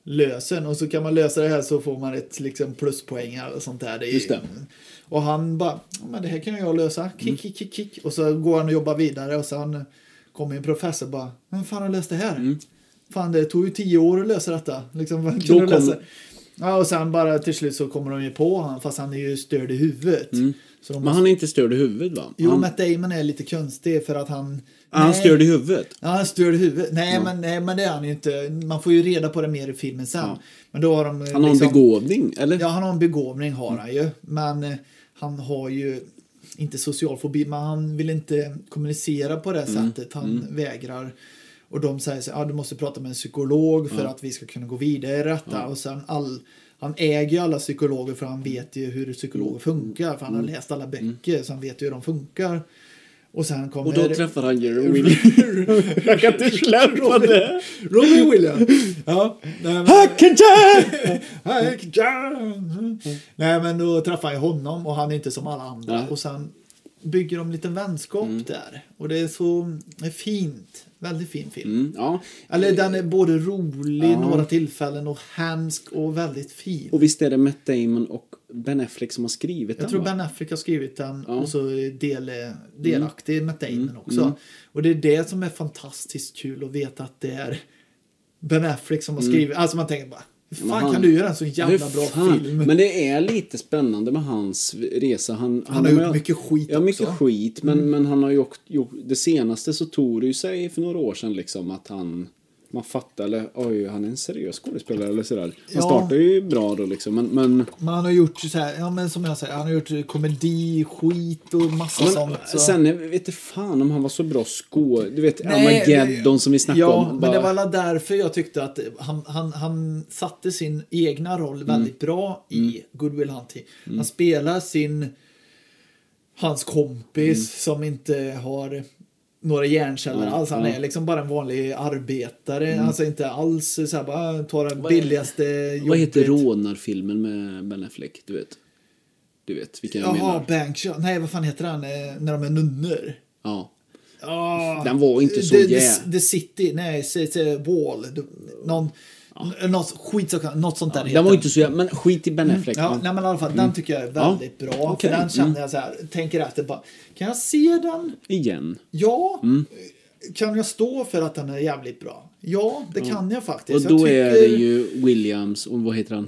Speaker 1: lösen och så kan man lösa det här så får man ett liksom pluspoäng eller sånt där. Det är,
Speaker 2: Just det.
Speaker 1: Och han bara, ja, men det här kan jag lösa,
Speaker 2: Mm.
Speaker 1: kick, kick, kick, kick. Och så går han och jobbar vidare och sen kommer en professor och bara, men fan har du löst det här?
Speaker 2: Mm.
Speaker 1: Fan det tog ju tio år att lösa detta. Liksom, vad kunde du
Speaker 2: kom-
Speaker 1: lösa? Ja, och sen bara till slut så kommer de ju på honom fast han är ju störd i huvudet. Så de
Speaker 2: Mm. Men han är inte störd i huvudet, va?
Speaker 1: Jo,
Speaker 2: han,
Speaker 1: Matt Damon är lite konstig för att han...
Speaker 2: han
Speaker 1: Nej.
Speaker 2: störd i huvudet.
Speaker 1: Ja, han stör i huvudet. Nej, men, nej, men det är han ju inte. Man får ju reda på det mer i filmen sen. Men då har de... eh,
Speaker 2: Han har en
Speaker 1: liksom-
Speaker 2: begåvning, eller?
Speaker 1: Ja, han har en begåvning har han ju. Men eh, han har ju inte social fobi, men han vill inte kommunicera på det
Speaker 2: Mm.
Speaker 1: sättet. Han vägrar. Och de säger så här, ah, du måste prata med en psykolog för att vi ska kunna gå vidare i detta. Och sen all, han äger ju alla psykologer för han vet ju hur psykologer funkar. För han
Speaker 2: Mm.
Speaker 1: har läst alla böcker så han vet ju hur de funkar. Och sen kommer...
Speaker 2: Och då träffar han Jerry Williams. Jag kan inte släppa det.
Speaker 1: Robin Williams! ja, nej, men-
Speaker 2: Hackenter!
Speaker 1: Hank Jones. Nej men då träffar jag honom och han är inte som alla andra.
Speaker 2: Nej. Mm.
Speaker 1: Och sen bygger de lite vänskap där. Och det är så det är fint. Väldigt fin film.
Speaker 2: Mm, ja.
Speaker 1: Eller den är både rolig
Speaker 2: Ja.
Speaker 1: några tillfällen och hemsk och väldigt fin.
Speaker 2: Och visst är det Matt Damon och Ben Affleck som har skrivit
Speaker 1: jag
Speaker 2: den?
Speaker 1: tror
Speaker 2: va?
Speaker 1: Ben Affleck har skrivit den
Speaker 2: Ja. Mm.
Speaker 1: och så är del, delaktig Matt Damon också. Och det är det som är fantastiskt kul att veta att det är Ben Affleck som har skrivit. Alltså man tänker bara, hur fan
Speaker 2: Mm. Men han-
Speaker 1: kan du göra en så jävla
Speaker 2: Hur
Speaker 1: bra
Speaker 2: fan?
Speaker 1: film?
Speaker 2: Men det är lite spännande med hans resa. Han,
Speaker 1: Han har gjort
Speaker 2: ju-
Speaker 1: mycket skit
Speaker 2: Ja, mycket
Speaker 1: också. Mm.
Speaker 2: skit. Men, men han har ju också gjort... Det senaste så tog det ju sig för några år sedan liksom att han... man fattar, eller oj, han är en seriös skådespelare eller sådär. Han
Speaker 1: Ja.
Speaker 2: startar ju bra då liksom, men, men
Speaker 1: Men han har gjort så här, ja men som jag säger, han har gjort komedi, skit och massa
Speaker 2: Men,
Speaker 1: sånt. Så.
Speaker 2: Sen jag vet inte fan om han var så bra skå... Du vet
Speaker 1: Nej,
Speaker 2: Armageddon som vi snackade
Speaker 1: ja,
Speaker 2: om.
Speaker 1: men
Speaker 2: bara-
Speaker 1: det var alla därför jag tyckte att han, han, han satte sin egna roll väldigt
Speaker 2: Mm.
Speaker 1: bra i Goodwill Hunting. Han spelar sin, hans kompis som inte har några hjärnceller
Speaker 2: Mm. Ja,
Speaker 1: alls. Han
Speaker 2: ja. Mm.
Speaker 1: är liksom bara en vanlig arbetare. Alltså inte alls så här bara tar den billigaste
Speaker 2: Vad
Speaker 1: jobbet.
Speaker 2: heter rånarfilmen med Ben Affleck? Du vet. Du vet vilken jag
Speaker 1: Jaha,
Speaker 2: menar.
Speaker 1: Bankshot. Nej, vad fan heter han eh, när de är nunnor?
Speaker 2: Ja.
Speaker 1: Ja,
Speaker 2: Den var inte så
Speaker 1: Ah. the,
Speaker 2: jä-
Speaker 1: the, the City, nej, s- s- Wall. d- Någon, ja. något, skit, som- något sånt där
Speaker 2: Den var inte så jävla... Men skit i Ben Affleck.
Speaker 1: Mm. Ja,
Speaker 2: Ja, Mm.
Speaker 1: nej, men i alla fall, den tycker jag är väldigt bra.
Speaker 2: Okej, Mm.
Speaker 1: För den känner jag så här, tänker efter bara, kan jag se den?
Speaker 2: Igen.
Speaker 1: Ja.
Speaker 2: Mm.
Speaker 1: Kan jag stå för att den är jävligt bra? Ja, det kan jag
Speaker 2: Och
Speaker 1: faktiskt.
Speaker 2: då
Speaker 1: jag
Speaker 2: är det ju Williams och vad heter han?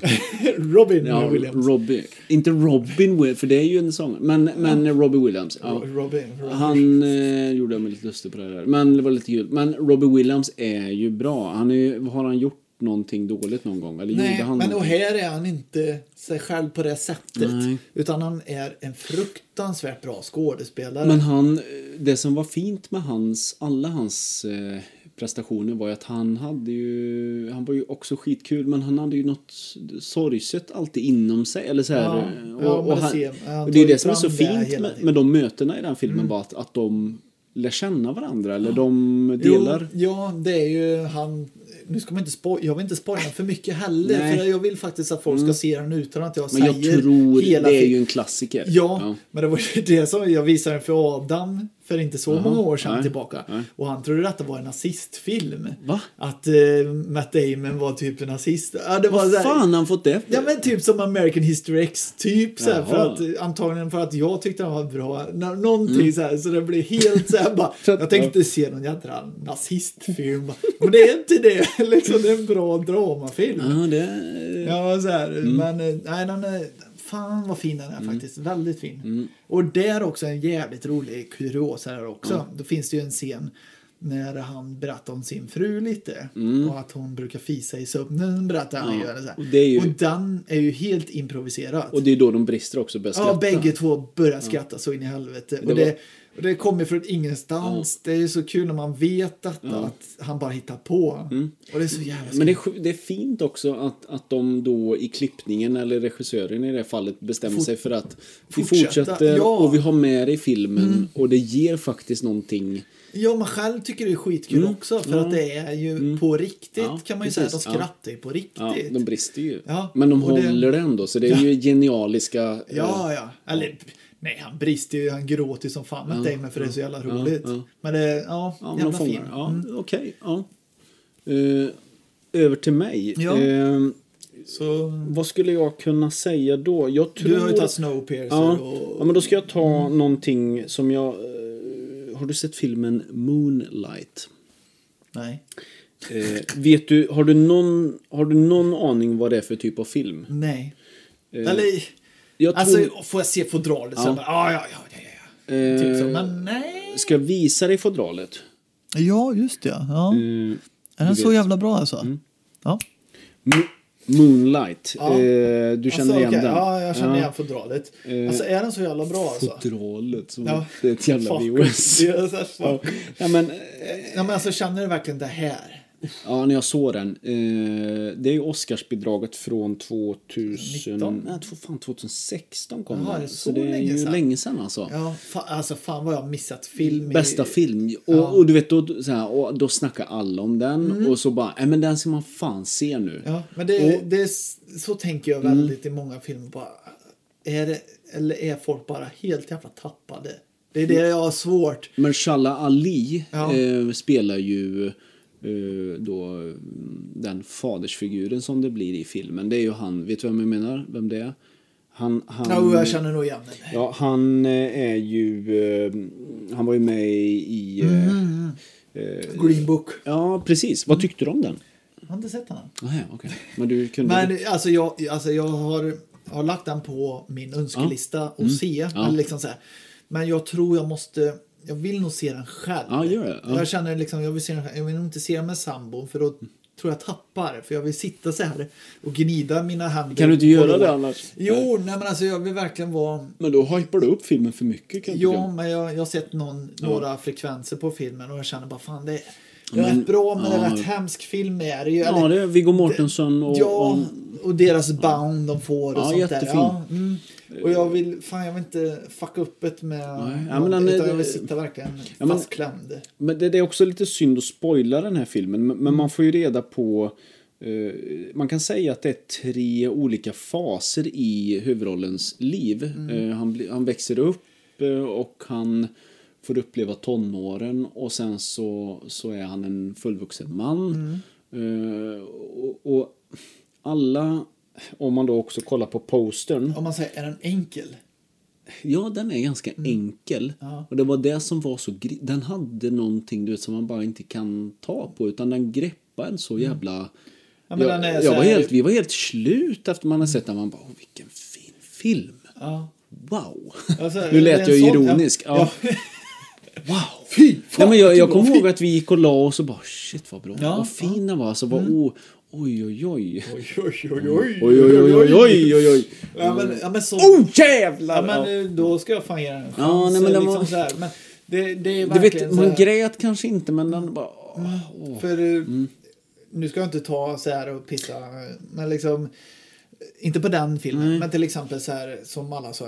Speaker 1: Robin
Speaker 2: Ja,
Speaker 1: Williams.
Speaker 2: Robbie. Inte Robin Williams, för det är ju en sång. Men, men Robbie Williams. Ja.
Speaker 1: Robin. Robin.
Speaker 2: Han eh, gjorde mig lite lustig på det där. Men det var lite kul. Men Robbie Williams är ju bra. Han är, ju- har han gjort någonting dåligt någon gång? Eller
Speaker 1: Nej,
Speaker 2: gjorde han
Speaker 1: men och
Speaker 2: någonting?
Speaker 1: här är han inte sig själv på det sättet.
Speaker 2: Nej.
Speaker 1: Utan han är en fruktansvärt bra skådespelare.
Speaker 2: Men han, eh, det som var fint med hans, alla hans eh, prestationer var ju att han hade ju, han var ju också skitkul men han hade ju något sorgset alltid inom sig eller så här.
Speaker 1: Ja,
Speaker 2: eh,
Speaker 1: ja, men det
Speaker 2: han,
Speaker 1: ser- han
Speaker 2: och
Speaker 1: tar
Speaker 2: det är
Speaker 1: ju
Speaker 2: det som är så
Speaker 1: fram det
Speaker 2: fint
Speaker 1: hela
Speaker 2: med,
Speaker 1: tiden. Mm.
Speaker 2: med de mötena i den filmen var att, att de lär känna varandra eller de delar.
Speaker 1: Mm. Jo, ja, det är ju han... Nu ska man inte spoila, jag vill inte spoila för mycket heller.
Speaker 2: Nej. Mm.
Speaker 1: För jag vill faktiskt att folk ska se den utan att jag
Speaker 2: men jag
Speaker 1: säger
Speaker 2: tror
Speaker 1: hela
Speaker 2: det är ju
Speaker 1: filmen.
Speaker 2: en klassiker.
Speaker 1: Ja, men det var ju det som jag visade den för Adam för inte så många år sedan
Speaker 2: Nej,
Speaker 1: tillbaka.
Speaker 2: nej.
Speaker 1: Och han trodde att det var en nazistfilm.
Speaker 2: Va?
Speaker 1: Att eh, Matt Damon var typ en nazist. Ja, det var så
Speaker 2: Vad
Speaker 1: här-
Speaker 2: fan har han fått det för?
Speaker 1: Ja men typ som American History X typ så här, för
Speaker 2: Jaha.
Speaker 1: att, antagligen för att jag tyckte den var bra, nå- någonting så här så det blev helt så här bara,
Speaker 2: Så att-
Speaker 1: jag tänkte se någon jädra nazistfilm men det är inte det, liksom det är en bra dramafilm.
Speaker 2: Ja, det...
Speaker 1: Ja så här,
Speaker 2: Mm.
Speaker 1: men eh, nej den är, fan vad fin den är faktiskt, väldigt fin.
Speaker 2: Mm.
Speaker 1: Och där också en jävligt rolig kuriosa här också,
Speaker 2: Mm.
Speaker 1: då finns det ju en scen när han berättar om sin fru lite och att hon brukar fisa i sömnen berättar han
Speaker 2: Mm. Ja,
Speaker 1: ju. eller Så här.
Speaker 2: och det är ju-
Speaker 1: och den är ju helt improviserat.
Speaker 2: Och det är då de brister också och börjar
Speaker 1: ja,
Speaker 2: skratta.
Speaker 1: bägge två börjar skratta så in i helvete.
Speaker 2: Det
Speaker 1: och, det,
Speaker 2: var-
Speaker 1: och det kommer från ingenstans. Det är ju så kul när man vet detta, att han bara hittar på. Och det är så jävla
Speaker 2: Mm. Men det är, sj- det är fint också att, att de då i klippningen, eller regissören i det här fallet, bestämmer
Speaker 1: Fort-
Speaker 2: sig för att vi
Speaker 1: fortsätta,
Speaker 2: fortsätter
Speaker 1: ja. Mm.
Speaker 2: och vi har med det i filmen och det ger faktiskt någonting.
Speaker 1: Ja, man själv tycker det är skitkul också för att det är ju på riktigt
Speaker 2: Mm. Ja,
Speaker 1: kan man ju
Speaker 2: precis,
Speaker 1: säga. De
Speaker 2: ja.
Speaker 1: skrattar ju på
Speaker 2: Ja,
Speaker 1: riktigt. Ja,
Speaker 2: de brister ju.
Speaker 1: Ja,
Speaker 2: Men de
Speaker 1: och det-
Speaker 2: håller det ändå, så det är ju genialiska... eh,
Speaker 1: ja, Eller nej, han brister ju. Han gråter ju som fan med dig men för det är så jävla
Speaker 2: ja,
Speaker 1: roligt.
Speaker 2: ja.
Speaker 1: Men det, ja,
Speaker 2: ja, man
Speaker 1: jävla
Speaker 2: fångar.
Speaker 1: fin. Mm,
Speaker 2: Ja, okej. ja. Eh, över till mig.
Speaker 1: Ja.
Speaker 2: Eh,
Speaker 1: Så,
Speaker 2: vad skulle jag kunna säga då? Jag tror...
Speaker 1: du har ju tagit Snowpiercer
Speaker 2: Ja.
Speaker 1: och...
Speaker 2: ja, men då ska jag ta
Speaker 1: mm.
Speaker 2: någonting som jag... eh, Har du sett filmen Moonlight?
Speaker 1: Nej.
Speaker 2: Eh, vet du, har du, någon, har du någon aning vad det är för typ av film?
Speaker 1: Nej.
Speaker 2: Eh,
Speaker 1: Eller,
Speaker 2: jag
Speaker 1: alltså
Speaker 2: tror-
Speaker 1: får jag se fodralet så
Speaker 2: Ja.
Speaker 1: jag bara, "Ah, ja, ja, ja, ja, ja.
Speaker 2: Eh,
Speaker 1: Typ så, men nej.
Speaker 2: Ska jag visa dig fodralet?
Speaker 1: Ja, just det. Ja. är
Speaker 2: Eh,
Speaker 1: den
Speaker 2: du så vet. Mm.
Speaker 1: jävla bra alltså? Ja.
Speaker 2: Mo- Moonlight.
Speaker 1: Ja.
Speaker 2: Eh, du
Speaker 1: Alltså,
Speaker 2: känner igen
Speaker 1: okej,
Speaker 2: den?
Speaker 1: Ja, jag känner igen fodralet. Alltså är den så jävla bra alltså?
Speaker 2: Fodralet, som
Speaker 1: Ja.
Speaker 2: det är ett jävla
Speaker 1: Fuck.
Speaker 2: VHS.
Speaker 1: Det är så här, fuck.
Speaker 2: Ja, ja, men, eh,
Speaker 1: Nej, men alltså känner du verkligen det här?
Speaker 2: ja, när jag såg den. Eh, det är ju Oscarsbidraget från 2000...
Speaker 1: 19.
Speaker 2: Nej, två- fan, 2016 kom
Speaker 1: Jaha,
Speaker 2: den.
Speaker 1: det är
Speaker 2: så,
Speaker 1: så
Speaker 2: det är
Speaker 1: länge
Speaker 2: ju
Speaker 1: sedan.
Speaker 2: länge sedan alltså.
Speaker 1: Ja, fa- alltså fan vad jag har missat film. i-
Speaker 2: Bästa film. Och,
Speaker 1: Ja. Mm.
Speaker 2: och du vet, då, så här, och, då snackar alla om den och så bara, nej men den ska man fan se nu.
Speaker 1: Ja, men det,
Speaker 2: Och- Mm.
Speaker 1: det är, s- så tänker jag väldigt i många filmer. Bara, är det, eller är folk bara helt jävla tappade? Det är det
Speaker 2: Mm.
Speaker 1: jag har svårt.
Speaker 2: Marshala Ali
Speaker 1: Ja.
Speaker 2: eh, spelar ju eh, då mm, den fadersfiguren som det blir i filmen. Det är ju han, vet du vem jag menar? Vem det är? Han, han,
Speaker 1: Ja, jag känner nog igen det.
Speaker 2: Ja, han eh, är ju, eh, han var ju med i... eh, eh,
Speaker 1: Green Book.
Speaker 2: Ja, precis. Vad tyckte du om den?
Speaker 1: Jag har inte sett den än.
Speaker 2: Nej, Ah, okej. Men du kunde...
Speaker 1: Men alltså jag, alltså jag har, har lagt den på min önskelista och se.
Speaker 2: Ja.
Speaker 1: Eller liksom så här. Men jag tror jag måste jag vill nog se den själv.
Speaker 2: Ja, gör det. Ja.
Speaker 1: Jag känner liksom, jag vill se den själv. Jag vill nog inte se den med sambon för då tror jag tappar. För jag vill sitta så här och gnida mina händer.
Speaker 2: Kan du inte
Speaker 1: på
Speaker 2: göra
Speaker 1: lår.
Speaker 2: det annars?
Speaker 1: Jo, nej men alltså jag vill verkligen vara...
Speaker 2: Men då hypar du upp filmen för mycket kan jag
Speaker 1: Jo,
Speaker 2: tycka.
Speaker 1: men jag, jag har sett någon, några frekvenser på filmen och jag känner bara fan det är
Speaker 2: Ja, men-
Speaker 1: rätt bra men det
Speaker 2: ja.
Speaker 1: är rätt hemsk film är det ju.
Speaker 2: Ja,
Speaker 1: Eller,
Speaker 2: det är Viggo Mortensen och...
Speaker 1: ja,
Speaker 2: och
Speaker 1: och deras bound de får och
Speaker 2: Ja,
Speaker 1: sånt
Speaker 2: jättefin.
Speaker 1: där. Ja, mm. Och jag vill, fan jag vill inte fucka upp det med
Speaker 2: Nej, ja,
Speaker 1: någon,
Speaker 2: men den är-
Speaker 1: utan jag vill sitta verkligen
Speaker 2: men-
Speaker 1: fastklämd.
Speaker 2: men det, det är också lite synd att spoila den här filmen. Men, men man får ju reda på... eh, man kan säga att det är tre olika faser i huvudrollens liv. Eh, han, blir- han växer upp eh, och han får uppleva tonåren och sen så, så är han en fullvuxen man. Eh, och, och alla... Om man då också kollar på postern.
Speaker 1: Om man säger, är den enkel?
Speaker 2: Ja, den är ganska enkel.
Speaker 1: Mm. Ja.
Speaker 2: Och det var det som var så... gri- Den hade någonting du vet, som man bara inte kan ta på. Utan den greppar en så jävla...
Speaker 1: Mm. Ja, men den är
Speaker 2: jag,
Speaker 1: så
Speaker 2: jag var
Speaker 1: här- Mm.
Speaker 2: helt, vi var helt slut efter man har sett den. Man bara, "Åh, vilken fin film.
Speaker 1: Ja.
Speaker 2: Wow.
Speaker 1: Alltså,
Speaker 2: nu
Speaker 1: det är
Speaker 2: lät
Speaker 1: en
Speaker 2: jag
Speaker 1: sån-
Speaker 2: ironisk. Ja.
Speaker 1: Ja.
Speaker 2: Wow.
Speaker 1: Fy fan,
Speaker 2: Nej, men jag, jag
Speaker 1: vilken bra
Speaker 2: kommer
Speaker 1: film.
Speaker 2: ihåg att vi gick och la oss och bara shit vad bra.
Speaker 1: Ja, Mm.
Speaker 2: vad fin den var. Alltså, vad, o- oj, oj, oj.
Speaker 1: Oj, oj, oj, oj.
Speaker 2: Oj, oj, oj, oj, oj, oj, oj.
Speaker 1: Ja, men, ja, men så...
Speaker 2: Oh jävlar!
Speaker 1: Ja, men eh, då ska jag fan ge den en chans.
Speaker 2: Ja, nej, men
Speaker 1: men
Speaker 2: den
Speaker 1: liksom
Speaker 2: var-
Speaker 1: så här. Men det, det är
Speaker 2: du
Speaker 1: verkligen
Speaker 2: vet,
Speaker 1: så
Speaker 2: man
Speaker 1: här.
Speaker 2: grät kanske inte men den bara... åh. Mm.
Speaker 1: För eh, nu ska jag inte ta så här och pissa, eh, men liksom inte på den filmen, men till exempel så här som alla sa,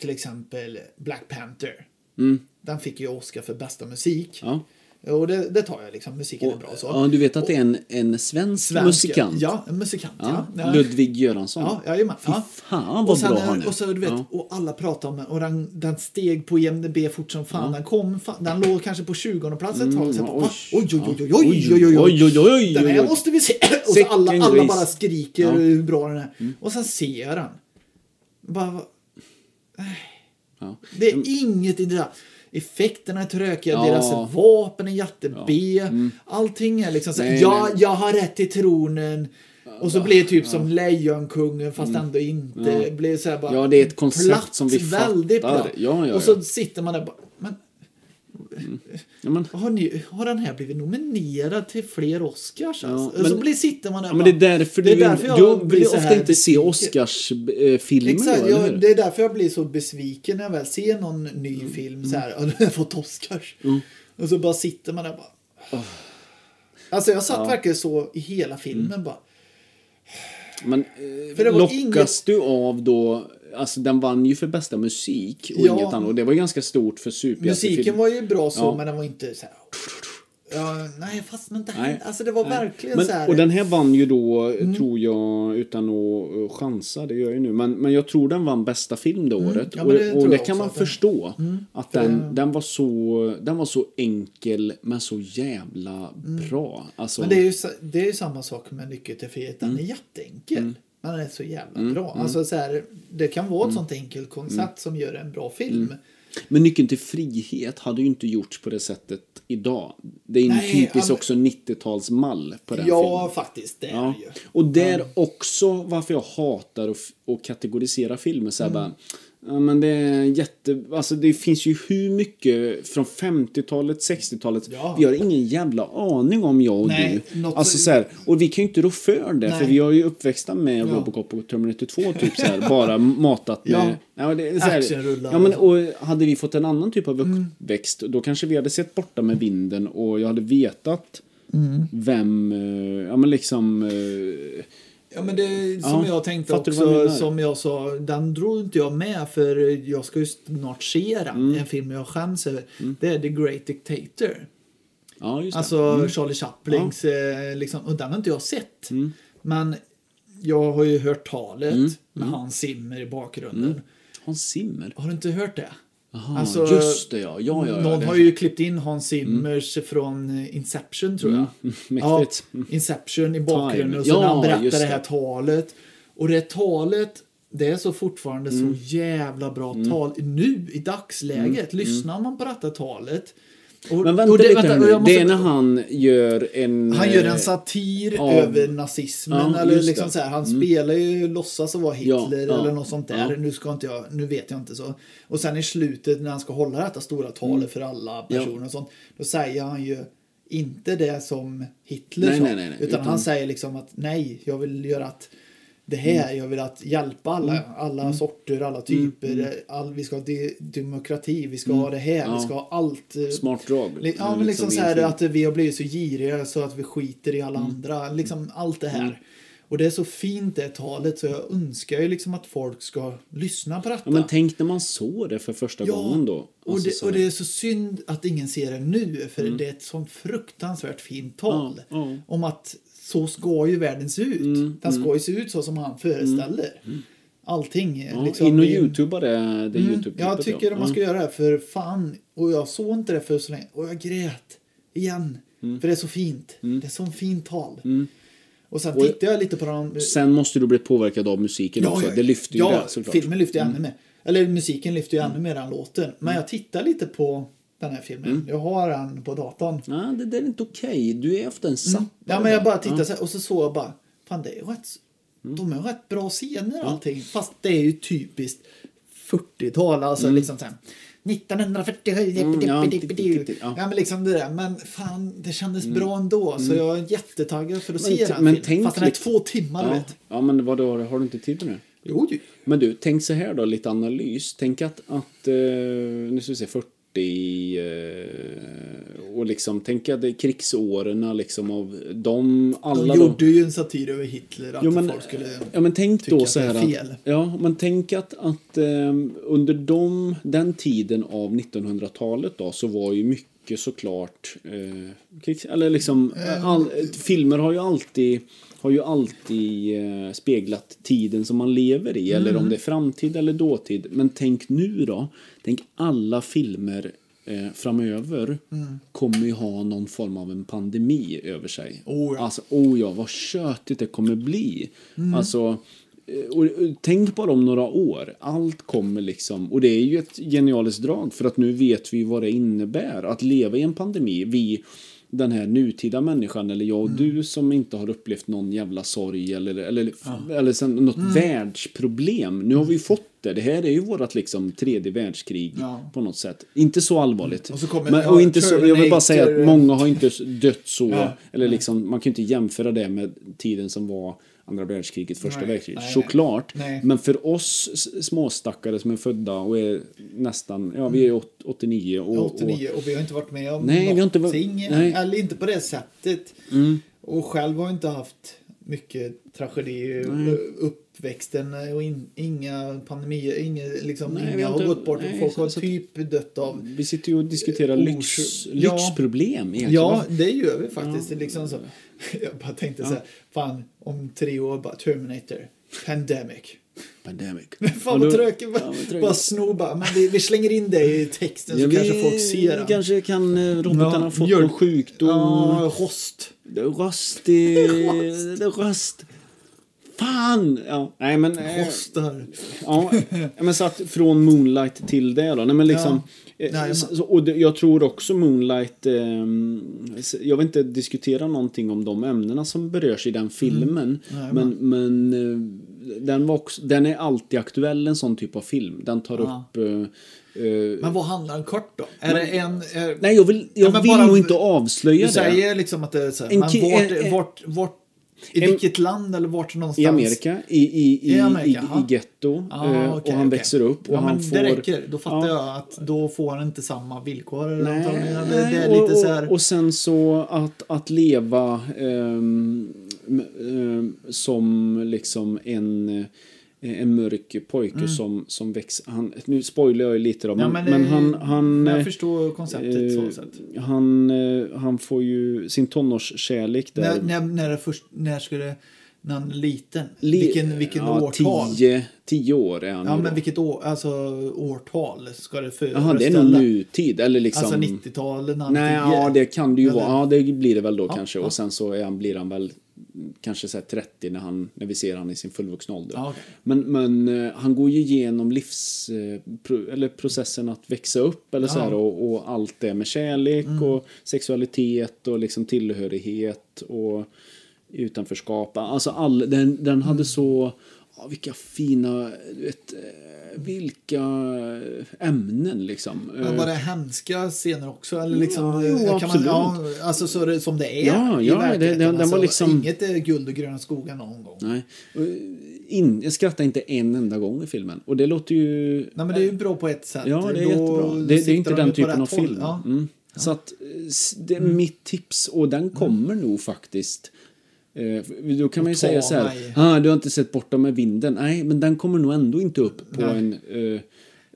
Speaker 1: till exempel Black Panther.
Speaker 2: Mm.
Speaker 1: Den fick ju Oscar för bästa musik.
Speaker 2: Ja.
Speaker 1: Och det, det tar jag liksom, musiken är bra och så.
Speaker 2: ja, du vet att det är en, en svensk
Speaker 1: Svensk-
Speaker 2: musikant.
Speaker 1: Ja, en musikant. Ja.
Speaker 2: Ja, Ludvig Göransson.
Speaker 1: Ja, jajamän.
Speaker 2: Fy
Speaker 1: ja.
Speaker 2: fan vad
Speaker 1: och sen,
Speaker 2: bra han är.
Speaker 1: Och, så, du vet,
Speaker 2: Ja.
Speaker 1: och alla pratar om den och den, den steg på IMDB fort som fan. Den, kom, fan, den låg kanske på 20 plats ett tag. Så jag bara, va? Oj, oj, oj, oj, oj, oj, oj, oj.
Speaker 2: Mm, oj, oj,
Speaker 1: Den
Speaker 2: oj,
Speaker 1: här
Speaker 2: oj.
Speaker 1: måste vi se. Och så
Speaker 2: Second
Speaker 1: alla, alla
Speaker 2: Grease.
Speaker 1: bara skriker
Speaker 2: Ja. Mm.
Speaker 1: hur bra den är. Och sen ser jag den. Bara, va- Äh."
Speaker 2: Ja. Mm.
Speaker 1: det är inget i det där. Effekterna är trökiga,
Speaker 2: Ja.
Speaker 1: deras vapen är jätte-B. Allting är liksom såhär,
Speaker 2: Mm. Nej,
Speaker 1: ja,
Speaker 2: nej.
Speaker 1: jag har rätt till tronen. Och så blir det typ som Lejonkungen fast ändå inte. Blir så här bara
Speaker 2: Mm. Ja, det är ett koncept
Speaker 1: platt,
Speaker 2: som vi
Speaker 1: väldigt
Speaker 2: fattar.
Speaker 1: platt.
Speaker 2: Ja, ja,
Speaker 1: Och så
Speaker 2: ja.
Speaker 1: sitter man där bara, men
Speaker 2: Ja, men,
Speaker 1: har, ni, har den här blivit nominerad till fler Oscars? alltså?
Speaker 2: men-
Speaker 1: och så blir, sitter man där
Speaker 2: ja, men det är därför
Speaker 1: Det är
Speaker 2: du, in-
Speaker 1: därför jag
Speaker 2: du
Speaker 1: blir
Speaker 2: vill
Speaker 1: så
Speaker 2: ofta
Speaker 1: här
Speaker 2: inte se eh,
Speaker 1: besviken.
Speaker 2: Oscars-filmer.
Speaker 1: Exakt, jag, det är därför jag blir så besviken när jag väl ser någon ny
Speaker 2: Mm.
Speaker 1: film så här, "Ja, den har fått Oscars. Och så bara sitter man där bara. Alltså jag satt verkligen så i hela filmen
Speaker 2: Mm.
Speaker 1: bara.
Speaker 2: Men eh,
Speaker 1: För det var
Speaker 2: lockas
Speaker 1: inget-
Speaker 2: du av då... Alltså den vann ju för bästa musik och
Speaker 1: Ja.
Speaker 2: inget annat. Och det var ju ganska stort för superhjältefilm.
Speaker 1: Musiken var ju bra så
Speaker 2: Ja.
Speaker 1: men den var inte så här. Ja, nej fast men det
Speaker 2: Nej.
Speaker 1: här, alltså det var
Speaker 2: Nej.
Speaker 1: verkligen
Speaker 2: men,
Speaker 1: så här. Mm.
Speaker 2: Och den här vann ju då, tror jag, utan att eh, chansa, det gör jag ju nu, men, men jag tror den vann bästa film det året.
Speaker 1: Mm. Ja,
Speaker 2: och
Speaker 1: men det
Speaker 2: det,
Speaker 1: tror
Speaker 2: och det
Speaker 1: jag
Speaker 2: kan
Speaker 1: också
Speaker 2: man
Speaker 1: att den- Mm.
Speaker 2: förstå. Att den, den, var så, den var så enkel men så jävla bra. Alltså,
Speaker 1: Mm. Men det är, ju, sa- det är ju samma sak med Nyckeln till frihet.
Speaker 2: Mm.
Speaker 1: Den är jätteenkel. Men den är så jävla bra. Alltså, så här, det kan
Speaker 2: Mm.
Speaker 1: vara ett sånt enkelt koncept som gör en bra film.
Speaker 2: Men Nyckeln till frihet hade ju inte gjorts på det sättet idag. Det är en
Speaker 1: Nej,
Speaker 2: typisk
Speaker 1: ja, men-
Speaker 2: också 90-talsmall på den
Speaker 1: Ja,
Speaker 2: filmen.
Speaker 1: faktiskt. Det
Speaker 2: Ja.
Speaker 1: är det ju.
Speaker 2: Och där också varför jag hatar att, f- att kategorisera filmer så här
Speaker 1: Mm.
Speaker 2: bara, ja, men det är jätte, alltså det finns ju hur mycket från 50-talet, 60-talet,
Speaker 1: Ja.
Speaker 2: vi har ingen jävla aning om jag och
Speaker 1: Nej,
Speaker 2: du.
Speaker 1: något-
Speaker 2: Alltså så här, och vi kan ju inte rå för det
Speaker 1: Nej.
Speaker 2: för vi har ju uppväxta med
Speaker 1: Ja.
Speaker 2: Robocop och Terminator 2 typ så här, bara matat med,
Speaker 1: Ja.
Speaker 2: men det är så här-
Speaker 1: Actionrullar liksom. Mm.
Speaker 2: ja, men,
Speaker 1: och
Speaker 2: och hade vi fått en annan typ av uppväxt då kanske vi hade sett borta med vinden och jag hade vetat
Speaker 1: Mm.
Speaker 2: vem, eh, ja men liksom... eh,
Speaker 1: Ja, men det är som
Speaker 2: Ja,
Speaker 1: jag tänkte
Speaker 2: fattar du vad jag
Speaker 1: också,
Speaker 2: menar?
Speaker 1: som jag sa, den drog inte jag med för jag ska ju snart se den.
Speaker 2: Mm.
Speaker 1: En film jag skäms över. Det är The Great Dictator.
Speaker 2: Ja, Mm. just Mm. det. Mm.
Speaker 1: Alltså Charlie Chaplins, eh, liksom, och den har inte jag sett. Men jag har ju hört talet
Speaker 2: Mm.
Speaker 1: med Hans Zimmer i bakgrunden.
Speaker 2: Hans Zimmer?
Speaker 1: Har du inte hört det?
Speaker 2: Mm. Aha,
Speaker 1: Alltså,
Speaker 2: just det ja. ja, ja, ja
Speaker 1: Någon
Speaker 2: det.
Speaker 1: har ju klippt in Hans Zimmers från eh, Inception tror jag.
Speaker 2: Mm, mäktigt.
Speaker 1: Ja, Inception i bakgrunden och så
Speaker 2: Time.
Speaker 1: när han
Speaker 2: Ja,
Speaker 1: berättar
Speaker 2: just
Speaker 1: det.
Speaker 2: det.
Speaker 1: här talet. Och det talet, det är så fortfarande
Speaker 2: Mm.
Speaker 1: så jävla bra tal nu i dagsläget. Lyssnar man på detta talet Och,
Speaker 2: Men vänta
Speaker 1: och det,
Speaker 2: lite
Speaker 1: vänta,
Speaker 2: nu.
Speaker 1: jag måste-
Speaker 2: Det är när han gör en...
Speaker 1: Han gör en
Speaker 2: eh,
Speaker 1: satir
Speaker 2: ja.
Speaker 1: över nazismen.
Speaker 2: Ja,
Speaker 1: eller
Speaker 2: just
Speaker 1: liksom
Speaker 2: det. Mm.
Speaker 1: så här, han spelar ju låtsas att vara Hitler
Speaker 2: Ja, ja,
Speaker 1: eller något sånt där.
Speaker 2: ja.
Speaker 1: Nu, ska inte jag, nu vet jag inte. så. Och sen i slutet när han ska hålla detta stora talet
Speaker 2: Mm.
Speaker 1: för alla personer och sånt. Då säger han ju inte det som Hitler
Speaker 2: Nej,
Speaker 1: sa.
Speaker 2: nej, nej, nej,
Speaker 1: utan,
Speaker 2: utan-
Speaker 1: han säger liksom att nej, jag vill göra att det här,
Speaker 2: Mm.
Speaker 1: jag vill att hjälpa alla, alla sorter, alla typer. All, vi ska ha de- demokrati, vi ska ha det här,
Speaker 2: Mm. Ja.
Speaker 1: vi ska ha allt. eh,
Speaker 2: Smart drag.
Speaker 1: Li- Ja, men liksom så här
Speaker 2: egentligen.
Speaker 1: att vi har blivit så giriga så att vi skiter i
Speaker 2: Mm.
Speaker 1: alla andra. Liksom allt det här. Och det är så fint det talet så jag önskar ju liksom att folk ska lyssna på detta.
Speaker 2: Ja, men tänk när man såg det för första gången då.
Speaker 1: och,
Speaker 2: Alltså
Speaker 1: det,
Speaker 2: så
Speaker 1: och
Speaker 2: här. Mm.
Speaker 1: det är så synd att ingen ser det nu för det är ett sånt fruktansvärt fint tal.
Speaker 2: Ja, ja. Mm,
Speaker 1: Om att så ska ju världen se ut. Den ska ju se ut så som han föreställer. Allting.
Speaker 2: ja,
Speaker 1: liksom,
Speaker 2: in och
Speaker 1: det är-
Speaker 2: youtuba det, det youtube
Speaker 1: jag Mm. tycker att man
Speaker 2: Mm.
Speaker 1: ska göra det för fan. Och jag såg inte det för så länge. Och jag grät. Igen.
Speaker 2: Mm.
Speaker 1: För det är så fint. Det är så fint tal. Och sen
Speaker 2: Och-
Speaker 1: tittade jag lite på de...
Speaker 2: Sen måste du bli påverkad av musiken också. Det lyfter ju
Speaker 1: ja,
Speaker 2: det såklart. Mm.
Speaker 1: filmen lyfter ju ännu mer. Eller musiken lyfter ju ännu mer än låten. Men jag tittar lite på den här filmen.
Speaker 2: Mm.
Speaker 1: Jag har den på datorn.
Speaker 2: Nej, det där är inte okej. Du är ofta en zappare.
Speaker 1: Mm. Ja, men jag bara tittade så här, och så såg jag bara, fan det är rätt,
Speaker 2: Mm.
Speaker 1: de är rätt bra scener allting. Fast det är ju typiskt 40-tal, alltså liksom så här. 1947,
Speaker 2: Mm, ja,
Speaker 1: dippidippidippidu.
Speaker 2: ja. Mm.
Speaker 1: ja men liksom det där. Men fan, det kändes bra ändå. Så jag är jättetaggad för att
Speaker 2: Men
Speaker 1: se
Speaker 2: t-
Speaker 1: den
Speaker 2: men
Speaker 1: filmen.
Speaker 2: tänk
Speaker 1: Fast den är
Speaker 2: lite-
Speaker 1: två timmar, du
Speaker 2: Ja,
Speaker 1: vet.
Speaker 2: ja men vadå, har du inte tid med det?
Speaker 1: Jo, ju.
Speaker 2: Men du, tänk så här då, lite analys. Tänk att, att eh, nu ska vi se, 40 eh, och liksom, tänk att det är krigsåren liksom av de,
Speaker 1: De
Speaker 2: alla
Speaker 1: gjorde ju en satir över Hitler, att
Speaker 2: Jo, men,
Speaker 1: folk skulle...
Speaker 2: ja, men tänk
Speaker 1: tycka
Speaker 2: då
Speaker 1: att
Speaker 2: så
Speaker 1: det är
Speaker 2: här att,
Speaker 1: fel.
Speaker 2: ja, men tänk att, att ehm, under de, den tiden av 1900-talet då så var ju mycket såklart eh, krigs, eller liksom, all, eh, filmer har ju alltid har ju alltid eh, speglat tiden som man lever i, eller
Speaker 1: Mm.
Speaker 2: om det är framtid eller dåtid. Men tänk nu då, tänk alla filmer eh, framöver
Speaker 1: Mm.
Speaker 2: kommer ju ha någon form av en pandemi över sig.
Speaker 1: Oh ja.
Speaker 2: Alltså, oh ja, vad tjötigt det kommer bli.
Speaker 1: Mm.
Speaker 2: Alltså, eh, och, och, tänk bara om några år. Allt kommer liksom. Och det är ju ett genialiskt drag för att nu vet vi vad det innebär att leva i en pandemi. Vi, den här nutida människan eller
Speaker 1: Mm.
Speaker 2: jag och du som inte har upplevt någon jävla sorg eller, eller, eller sen något
Speaker 1: Mm.
Speaker 2: världsproblem. Nu har vi ju fått det. Det här är ju vårt liksom tredje världskrig
Speaker 1: Ja.
Speaker 2: på något sätt. Inte så allvarligt.
Speaker 1: Och så kommer-
Speaker 2: Men,
Speaker 1: ja,
Speaker 2: och inte så, jag vill bara säga
Speaker 1: Terminator,
Speaker 2: att många har inte dött så.
Speaker 1: Ja.
Speaker 2: Eller liksom, man kan ju inte jämföra det med tiden som var andra världskriget, första
Speaker 1: Nej,
Speaker 2: världskriget.
Speaker 1: nej, nej.
Speaker 2: Såklart.
Speaker 1: Nej.
Speaker 2: Men för oss s- småstackare som är födda och är nästan, ja
Speaker 1: Mm.
Speaker 2: vi är åt- 89 och, och
Speaker 1: 89 och vi har inte varit med om
Speaker 2: Nej, vi har inte varit-
Speaker 1: någonting.
Speaker 2: nej. Mm.
Speaker 1: Eller inte på det sättet. Och själv har jag inte haft mycket tragedi i uppväxten och in, inga pandemier. Inga, liksom,
Speaker 2: Nej, vi
Speaker 1: inga
Speaker 2: har
Speaker 1: har
Speaker 2: inte-
Speaker 1: gått bort.
Speaker 2: nej,
Speaker 1: Folk
Speaker 2: så-
Speaker 1: har
Speaker 2: så-
Speaker 1: typ dött av.
Speaker 2: vi sitter ju och diskuterar
Speaker 1: Eh,
Speaker 2: lyx,
Speaker 1: ors- ja.
Speaker 2: lyxproblem egentligen.
Speaker 1: Ja,
Speaker 2: Varför-
Speaker 1: det gör vi faktiskt. Det är Liksom så. Jag bara tänkte så här, fan om tre år bara Terminator, Pandemic.
Speaker 2: Pandemic.
Speaker 1: Fan vad
Speaker 2: Och då-
Speaker 1: tråkigt.
Speaker 2: Ja,
Speaker 1: Bara,
Speaker 2: vad tråkigt.
Speaker 1: bara sno bara. Men vi, vi slänger in det i texten
Speaker 2: Ja,
Speaker 1: så
Speaker 2: vi
Speaker 1: kanske folk ser den.
Speaker 2: kanske kan, eh, robotarna
Speaker 1: Ja,
Speaker 2: har fått
Speaker 1: mjölk-
Speaker 2: någon sjukdom.
Speaker 1: Ja, host.
Speaker 2: Det är Röstig... Det är Röst. Fan! Ja, nej men... eh,
Speaker 1: Hostar.
Speaker 2: Ja, men så att från Moonlight till det då. Nej, men liksom,
Speaker 1: Ja.
Speaker 2: eh,
Speaker 1: Nej,
Speaker 2: så, och det, jag tror också Moonlight... Eh, s- jag vill inte diskutera någonting om de ämnena som berörs i den filmen.
Speaker 1: Mm. Nej,
Speaker 2: men men eh, den, var också, den är alltid aktuell, en sån typ av film. Den tar
Speaker 1: Ja.
Speaker 2: upp... Eh, eh,
Speaker 1: Men vad handlar den kort då? Är det en... Är,
Speaker 2: nej, jag vill, jag
Speaker 1: Ja, men
Speaker 2: vill
Speaker 1: bara-
Speaker 2: nog inte avslöja
Speaker 1: du
Speaker 2: det.
Speaker 1: säger liksom att det är så här,
Speaker 2: En
Speaker 1: men
Speaker 2: ki-
Speaker 1: vart,
Speaker 2: en- en-
Speaker 1: vart, vart, i
Speaker 2: en-
Speaker 1: vilket land eller vart någonstans?
Speaker 2: I Amerika, i, i, i,
Speaker 1: I
Speaker 2: i,
Speaker 1: Amerika,
Speaker 2: i,
Speaker 1: aha.
Speaker 2: getto.
Speaker 1: Ah,
Speaker 2: eh,
Speaker 1: okej,
Speaker 2: och han
Speaker 1: okej.
Speaker 2: växer upp och
Speaker 1: ja,
Speaker 2: han
Speaker 1: men
Speaker 2: får...
Speaker 1: Det räcker. Då fattar
Speaker 2: Ja.
Speaker 1: jag att då får han inte samma villkor. eller
Speaker 2: Nej,
Speaker 1: någonting. Eller
Speaker 2: nej,
Speaker 1: det är
Speaker 2: och,
Speaker 1: lite så här...
Speaker 2: och, och sen så att, att leva ehm, m- ehm, som liksom en, eh, en mörk pojke som, som växer. Han, nu spoilar jag ju lite då, men,
Speaker 1: Mm. ja,
Speaker 2: men,
Speaker 1: men, eh,
Speaker 2: han... han
Speaker 1: men
Speaker 2: eh,
Speaker 1: jag förstår konceptet
Speaker 2: eh,
Speaker 1: så sätt.
Speaker 2: han, eh, han får ju sin tonårskärlek där.
Speaker 1: När, när, när, det först, när skulle... När han är liten?
Speaker 2: Le-
Speaker 1: vilken vilken årtal?
Speaker 2: Tio, tio år är han
Speaker 1: Ja,
Speaker 2: ju
Speaker 1: men
Speaker 2: då.
Speaker 1: vilket år, alltså, årtal ska det föreställa?
Speaker 2: Jaha, det är nog nutid. Eller liksom...
Speaker 1: Alltså 90-talen,
Speaker 2: Nej, ja, det kan det ju
Speaker 1: Eller?
Speaker 2: vara. Ja, det blir det väl då
Speaker 1: Ja,
Speaker 2: kanske.
Speaker 1: ja.
Speaker 2: Och sen så är han, blir han väl kanske så här 30 när, han, när vi ser han i sin fullvuxna ålder.
Speaker 1: Ja, okej.
Speaker 2: Men, men eh, han går ju igenom livs, eh, pro, eller processen att växa upp eller så
Speaker 1: Ja. Mm.
Speaker 2: här, och, och allt det med kärlek och sexualitet och liksom tillhörighet och utanförskap. Alltså all, den, den
Speaker 1: Mm.
Speaker 2: hade så... ja, vilka fina... du Vet, eh, vilka eh, ämnen liksom.
Speaker 1: Men
Speaker 2: Eh,
Speaker 1: var det hemska scener också? Eller liksom,
Speaker 2: Ja, jo,
Speaker 1: kan
Speaker 2: absolut.
Speaker 1: Man, ja, alltså så det, som det är
Speaker 2: Ja,
Speaker 1: i
Speaker 2: ja, det-
Speaker 1: verkligheten. Alltså,
Speaker 2: den- den var liksom-
Speaker 1: Inget är guld och gröna skogar någon gång.
Speaker 2: Nej. Och In, jag skrattar inte en enda gång i filmen. Och det låter ju...
Speaker 1: Nej, men det är ju bra på ett sätt.
Speaker 2: Ja, det är
Speaker 1: Då
Speaker 2: jättebra. Det, det
Speaker 1: siktar
Speaker 2: är inte
Speaker 1: de
Speaker 2: den
Speaker 1: ju på
Speaker 2: typen
Speaker 1: rätt
Speaker 2: av
Speaker 1: håll.
Speaker 2: film.
Speaker 1: Ja. Mm.
Speaker 2: Mm. Så att, eh, s- det är mitt tips och den kommer nog faktiskt. Eh, för Då kan man ju
Speaker 1: Ta
Speaker 2: säga så här,
Speaker 1: mig.
Speaker 2: ah, du har inte sett Borta med vinden. Nej, men den kommer nog ändå inte upp på
Speaker 1: Nej.
Speaker 2: en eh,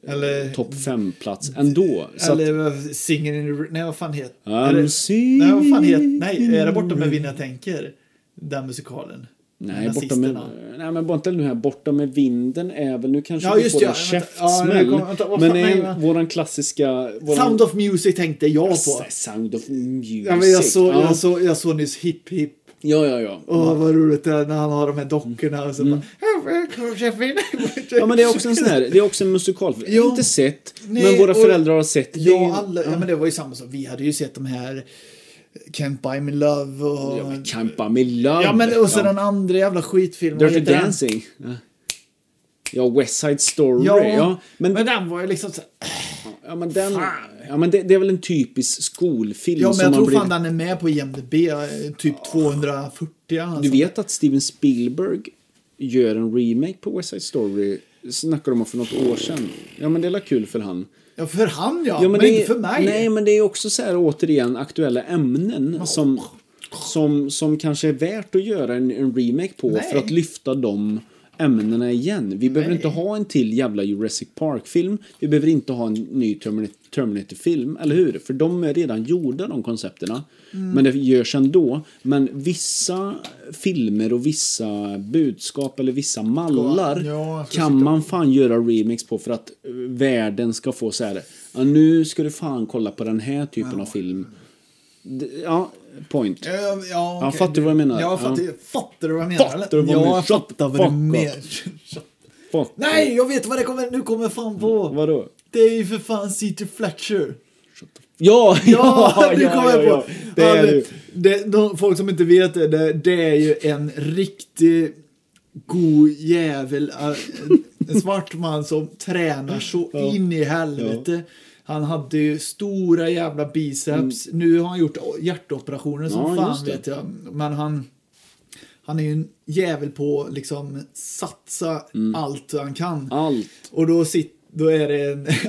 Speaker 1: Eller,
Speaker 2: Mm, topp 5-plats ändå. Så att, "Ah,
Speaker 1: eller vad- Singing in the... Nej, vad fan heter
Speaker 2: I'm
Speaker 1: eller-
Speaker 2: singing
Speaker 1: Nej, vad fan heter... Nej, är det bortom med vind jag tänker? Den musikalen.
Speaker 2: nej,
Speaker 1: Med
Speaker 2: borta med,
Speaker 1: nazisterna.
Speaker 2: nej, men borta nu här, Borta med vinden är väl, nu kanske
Speaker 1: Ja,
Speaker 2: vi
Speaker 1: just
Speaker 2: får
Speaker 1: det,
Speaker 2: en
Speaker 1: ja, vänta. Ja, nej,
Speaker 2: käftsmäll.
Speaker 1: kom, vänta, vad
Speaker 2: men
Speaker 1: fan,
Speaker 2: är
Speaker 1: nej,
Speaker 2: en-
Speaker 1: va?
Speaker 2: våran klassiska... Våran,
Speaker 1: Sound of Music tänkte jag på.
Speaker 2: Sound of music.
Speaker 1: Ja, men jag, såg,
Speaker 2: ja,
Speaker 1: jag, såg, jag såg nyss Hipp Hipp.
Speaker 2: ja, ja. ja.
Speaker 1: Åh, vad roligt det är när han har de här dockorna och så bara...
Speaker 2: Mm. Ja men det är också en sån här, det är också en musikalfilm.
Speaker 1: Ja.
Speaker 2: Inte sett,
Speaker 1: Nej,
Speaker 2: men våra
Speaker 1: och-
Speaker 2: föräldrar har sett. Det är ju-
Speaker 1: Ja, alla, ja, men det var ju samma som vi hade ju sett de här Can't Buy Me Love och...
Speaker 2: Ja, men Campa med love.
Speaker 1: Ja, men och så den andra jävla skitfilmen. vad
Speaker 2: Dirty
Speaker 1: heter den?
Speaker 2: Dancing. Ja. Ja, West Side Story.
Speaker 1: Ja,
Speaker 2: Ja, men, Mm,
Speaker 1: men, den var ju liksom så här,
Speaker 2: ja, men, den,
Speaker 1: Fan.
Speaker 2: ja, men det, det är väl en typisk skolfilm
Speaker 1: Ja, men
Speaker 2: som
Speaker 1: jag
Speaker 2: man
Speaker 1: tror
Speaker 2: blir...
Speaker 1: fan den är med på IMDB, eh, typ 240 alltså.
Speaker 2: Du vet att Steven Spielberg gör en remake på West Side Story. Snackade de om för något år sedan. Ja, men det är väl kul för han.
Speaker 1: Ja, för han ja,
Speaker 2: Ja,
Speaker 1: men,
Speaker 2: det
Speaker 1: inte
Speaker 2: är-
Speaker 1: för mig.
Speaker 2: Nej, men det är också så här återigen aktuella ämnen som, som, som kanske är värt att göra en, en remake på
Speaker 1: Nej.
Speaker 2: för att lyfta de ämnena igen. Vi behöver inte ha en till jävla Jurassic Park-film. Vi behöver inte ha en ny Termini- Terminator-film, eller hur? För de är redan gjorda, de koncepterna.
Speaker 1: Mm.
Speaker 2: Men det görs ändå. Men vissa filmer och vissa budskap eller vissa mallar
Speaker 1: Ja, jag ska
Speaker 2: kan man fan göra remix på för att eh, världen ska få så här. Ja, nu ska du fan kolla på den här typen av film. D- Ja, point.
Speaker 1: Ehm, Ja, ja,
Speaker 2: Ja,
Speaker 1: okej.
Speaker 2: fattar du vad jag menar?
Speaker 1: Ja, fattar,
Speaker 2: Ja.
Speaker 1: fattar du vad jag menar?
Speaker 2: Fattar
Speaker 1: eller?
Speaker 2: du vad jag
Speaker 1: ja,
Speaker 2: menar?
Speaker 1: jag fattar vad du
Speaker 2: Fuck
Speaker 1: menar.
Speaker 2: Fuck.
Speaker 1: Nej, jag vet vad det kommer, nu kommer fan på.
Speaker 2: Vadå?
Speaker 1: Det är ju för fan C.T. Fletcher.
Speaker 2: Ja, ja,
Speaker 1: Ja, nu
Speaker 2: ja,
Speaker 1: kommer
Speaker 2: ja,
Speaker 1: jag
Speaker 2: ja.
Speaker 1: på.
Speaker 2: Det är
Speaker 1: det,
Speaker 2: du.
Speaker 1: det, de, folk som inte vet det, det, det är ju en riktig god jävel. äh, En svart man som tränar så in i helvete. Han hade ju stora jävla biceps. Nu har han gjort o- hjärtoperationer som
Speaker 2: Mm. Ja, just
Speaker 1: fan
Speaker 2: det.
Speaker 1: vet jag. Men han, han är ju en jävel på att liksom satsa
Speaker 2: Mm.
Speaker 1: allt han kan.
Speaker 2: Allt.
Speaker 1: Och då, sit, då är det